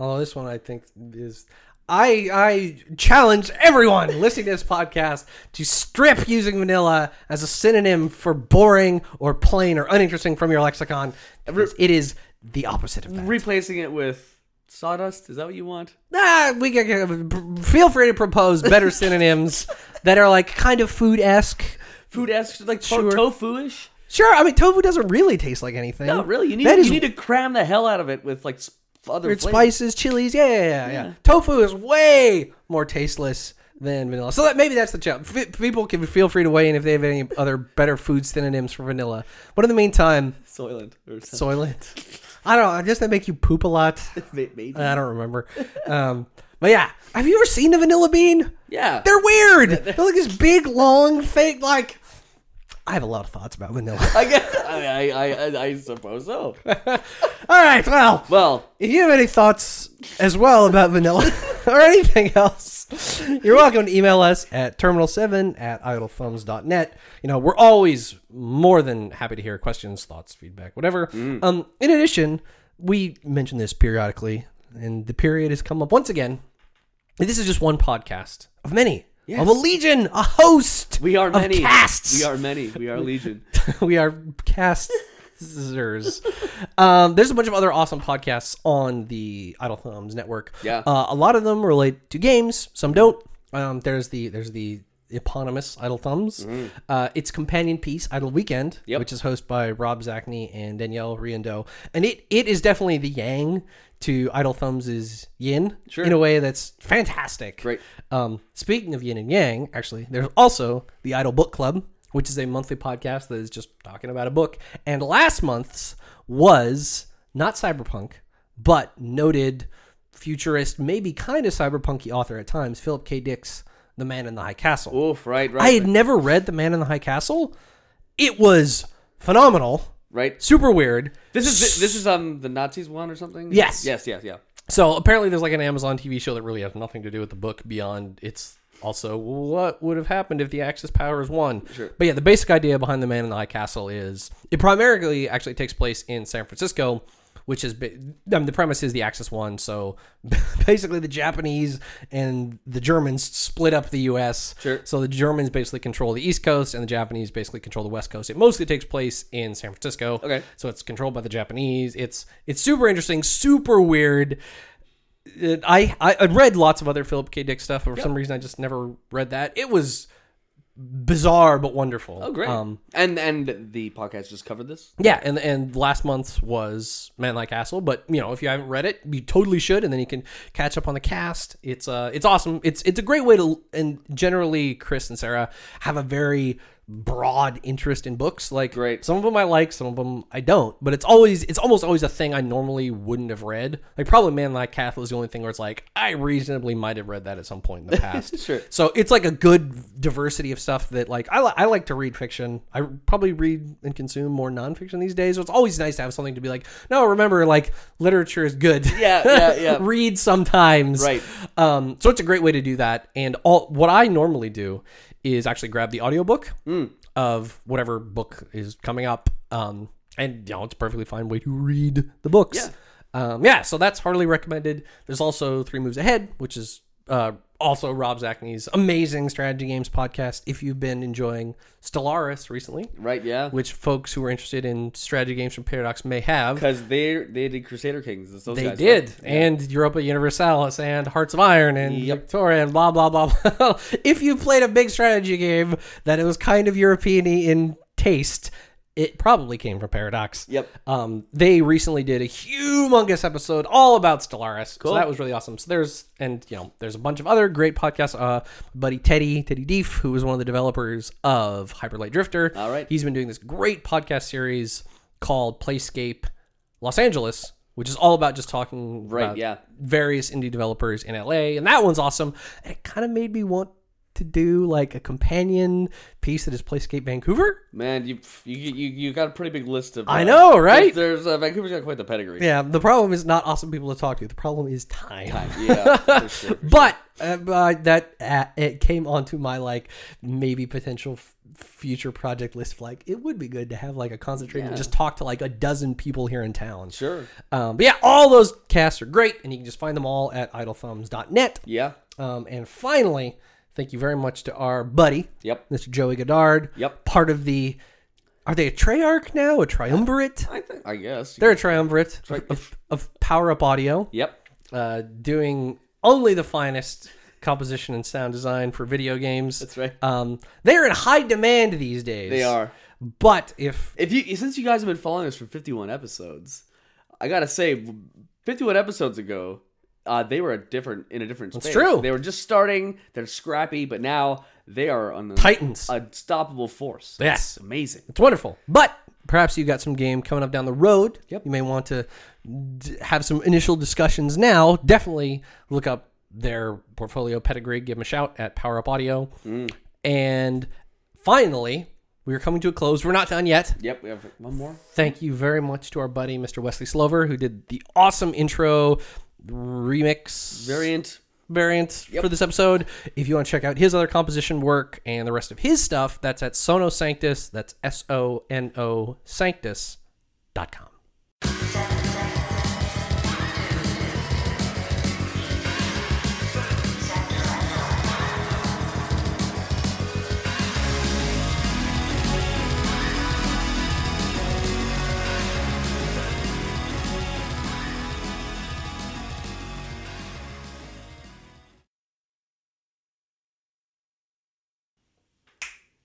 Speaker 1: Although this one I think is I I challenge everyone listening to this podcast to strip using vanilla as a synonym for boring or plain or uninteresting from your lexicon. because It is the opposite of that.
Speaker 2: Replacing it with sawdust. Is that what you want?
Speaker 1: Ah, we can feel free to propose better synonyms that are like kind of food esque.
Speaker 2: Food esque, like
Speaker 1: Sure.
Speaker 2: tofu ish.
Speaker 1: Sure, I mean tofu doesn't really taste like anything.
Speaker 2: No, really. You need
Speaker 1: That
Speaker 2: you
Speaker 1: is
Speaker 2: need to cram the hell out of it with like s- other
Speaker 1: Weird
Speaker 2: flavors.
Speaker 1: spices, chilies, yeah, yeah, yeah, yeah. Tofu is way more tasteless than vanilla. So that maybe that's the challenge. F- people can feel free to weigh in if they have any other better food synonyms for vanilla. But in the meantime,
Speaker 2: Soylent or something.
Speaker 1: soylent. I don't know. Does that make you poop a lot?
Speaker 2: May- Maybe.
Speaker 1: I don't remember. Um, but yeah, have you ever seen a vanilla bean?
Speaker 2: yeah.
Speaker 1: They're weird. They're like this big, long thing. Like, I have a lot of thoughts about vanilla.
Speaker 2: I guess. I, I, I, I- I suppose so.
Speaker 1: All right, well,
Speaker 2: Well,
Speaker 1: If you have any thoughts as well about vanilla or anything else, you're welcome to email us at terminal7 at idlethumbs.net. You know, we're always more than happy to hear questions, thoughts, feedback, whatever. Um, in addition, we mention this periodically, and the period has come up once again. And This is just one podcast of many, of a legion, a host.
Speaker 2: we are
Speaker 1: of
Speaker 2: many.
Speaker 1: Casts
Speaker 2: We are many. We are legion.
Speaker 1: we are casters. um, there's a bunch of other awesome podcasts on the Idle Thumbs network.
Speaker 2: Yeah.
Speaker 1: uh, a lot of them relate to games. Some don't. Um, there's the there's the eponymous Idle Thumbs. Uh, its companion piece Idle Weekend,
Speaker 2: Mm. Yep.
Speaker 1: which is hosted by Rob Zachney and Danielle Riendo, and it it is definitely the yang to Idle Thumbs' yin in a way that's fantastic.
Speaker 2: Great.
Speaker 1: Um, speaking of yin and yang, actually, there's also the Idle Book Club, which is a monthly podcast that is just talking about a book. And last month's was not cyberpunk, but noted futurist, maybe kind of cyberpunky author at times, Philip K. Dick's The Man in the High Castle.
Speaker 2: Oof, right, right,
Speaker 1: I had
Speaker 2: right,
Speaker 1: never read The Man in the High Castle. It was phenomenal,
Speaker 2: right.
Speaker 1: super weird.
Speaker 2: This is this is um the Nazis one or something.
Speaker 1: Yes.
Speaker 2: yes, yes, yeah.
Speaker 1: So apparently, there's like an Amazon TV show that really has nothing to do with the book beyond it's also what would have happened if the Axis powers won. Sure. But yeah, the basic idea behind the Man in the High Castle is it primarily actually takes place in San Francisco. Which is ba- I mean, the premise is the Axis won, so basically the Japanese and the Germans split up the U.S.
Speaker 2: Sure.
Speaker 1: So the Germans basically control the East Coast, and the Japanese basically control the West Coast. It mostly takes place in San Francisco.
Speaker 2: Okay.
Speaker 1: So it's controlled by the Japanese. It's it's super interesting, super weird. It- I I I'd read lots of other Philip K. Dick stuff, but for some reason I just never read that. It was bizarre but wonderful.
Speaker 2: Oh, great.
Speaker 1: Um,
Speaker 2: and and the podcast just covered this.
Speaker 1: yeah, and and last month's was Man Like Castle, but you know if you haven't read it, you totally should, and then you can catch up on the cast. It's uh it's awesome. It's it's a great way to and generally Chris and Sarah have a very broad interest in books. Like
Speaker 2: Great.
Speaker 1: some of them I like, some of them I don't. But it's always it's almost always a thing I normally wouldn't have read. Like probably Man Like Castle is the only thing where it's like I reasonably might have read that at some point in the past.
Speaker 2: Sure.
Speaker 1: So it's like a good diversity of stuff that like I, li- I like to read fiction. I probably read and consume more nonfiction these days. So it's always nice to have something to be like, no, remember, like literature is good.
Speaker 2: Yeah, yeah, yeah.
Speaker 1: read sometimes.
Speaker 2: Right.
Speaker 1: Um, so it's a great way to do that. And all what I normally do is actually grab the audiobook
Speaker 2: Mm.
Speaker 1: of whatever book is coming up. Um, and you know, it's a perfectly fine way to read the books.
Speaker 2: Yeah.
Speaker 1: Um, yeah, so that's heartily recommended. There's also Three Moves Ahead, which is uh, also Rob Zachney's amazing strategy games podcast. If you've been enjoying Stellaris recently,
Speaker 2: Right, yeah.
Speaker 1: which folks who are interested in strategy games from Paradox may have,
Speaker 2: Because they they did Crusader Kings. It's those
Speaker 1: they
Speaker 2: guys,
Speaker 1: did,
Speaker 2: right?
Speaker 1: and Europa Universalis, and Hearts of Iron, and Victoria, and blah blah blah. blah. if you played a big strategy game that it was kind of European in taste, it probably came from Paradox.
Speaker 2: Yep.
Speaker 1: Um, they recently did a humongous episode all about Stellaris, so that was really awesome. So there's and you know there's a bunch of other great podcasts. Uh, buddy Teddy Teddy Deef, who was one of the developers of Hyperlight Drifter.
Speaker 2: All right.
Speaker 1: He's been doing this great podcast series called Playscape Los Angeles, which is all about just talking
Speaker 2: Right,
Speaker 1: about
Speaker 2: yeah.
Speaker 1: various indie developers in LA, and that one's awesome. And it kind of made me want to do like a companion piece that is Playscape Vancouver.
Speaker 2: Man, you you you, you got a pretty big list of. uh,
Speaker 1: I know, right?
Speaker 2: There's, there's, uh, Vancouver's got quite the pedigree.
Speaker 1: Yeah, the problem is not awesome people to talk to. The problem is time.
Speaker 2: Yeah, for sure.
Speaker 1: But uh, uh, that uh, it came onto my like maybe potential f- future project list. of, Like it would be good to have like a concentrated and just talk to like a dozen people here in town.
Speaker 2: Sure.
Speaker 1: Um, but yeah, all those casts are great, and you can just find them all at idlethumbs.net.
Speaker 2: Yeah.
Speaker 1: Um, and finally, thank you very much to our buddy,
Speaker 2: Yep.
Speaker 1: Mr. Joey Goddard.
Speaker 2: Yep.
Speaker 1: Part of the, are they a triarch now? A triumvirate?
Speaker 2: I think I guess.
Speaker 1: They're a triumvirate of, of Power Up Audio,
Speaker 2: yep.
Speaker 1: uh, doing only the finest composition and sound design for video games.
Speaker 2: That's right.
Speaker 1: Um, they're in high demand these days.
Speaker 2: They are.
Speaker 1: But if
Speaker 2: If you since you guys have been following us for 51 episodes, I gotta say, 51 episodes ago, uh, they were a different in a different space.
Speaker 1: true.
Speaker 2: They were just starting. They're scrappy, but now they are on the
Speaker 1: Titans,
Speaker 2: unstoppable force.
Speaker 1: Yes.
Speaker 2: It's amazing.
Speaker 1: It's wonderful. But perhaps you got some game coming up down the road. Yep. You may want to d- have some initial discussions now. Definitely look up their portfolio pedigree. Give them a shout at Power Up Audio. And finally, we are coming to a close. We're not done yet.
Speaker 2: Yep. We have one more.
Speaker 1: Thank you very much to our buddy, Mr. Wesley Slover, who did the awesome intro remix
Speaker 2: Variant.
Speaker 1: variant for this episode. If you want to check out his other composition work and the rest of his stuff, that's at Sono Sanctus. That's S O N O Sanctus.com.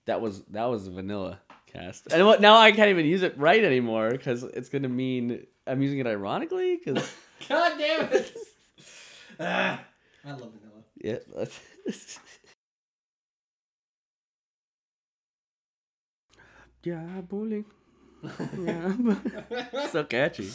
Speaker 2: That was that was a vanilla cast. And what, now I can't even use it right anymore because it's gonna mean I'm using it ironically. Because
Speaker 1: God damn it. I love vanilla.
Speaker 2: Ah. yeah. that's- Yeah, bowling. Yeah. so catchy.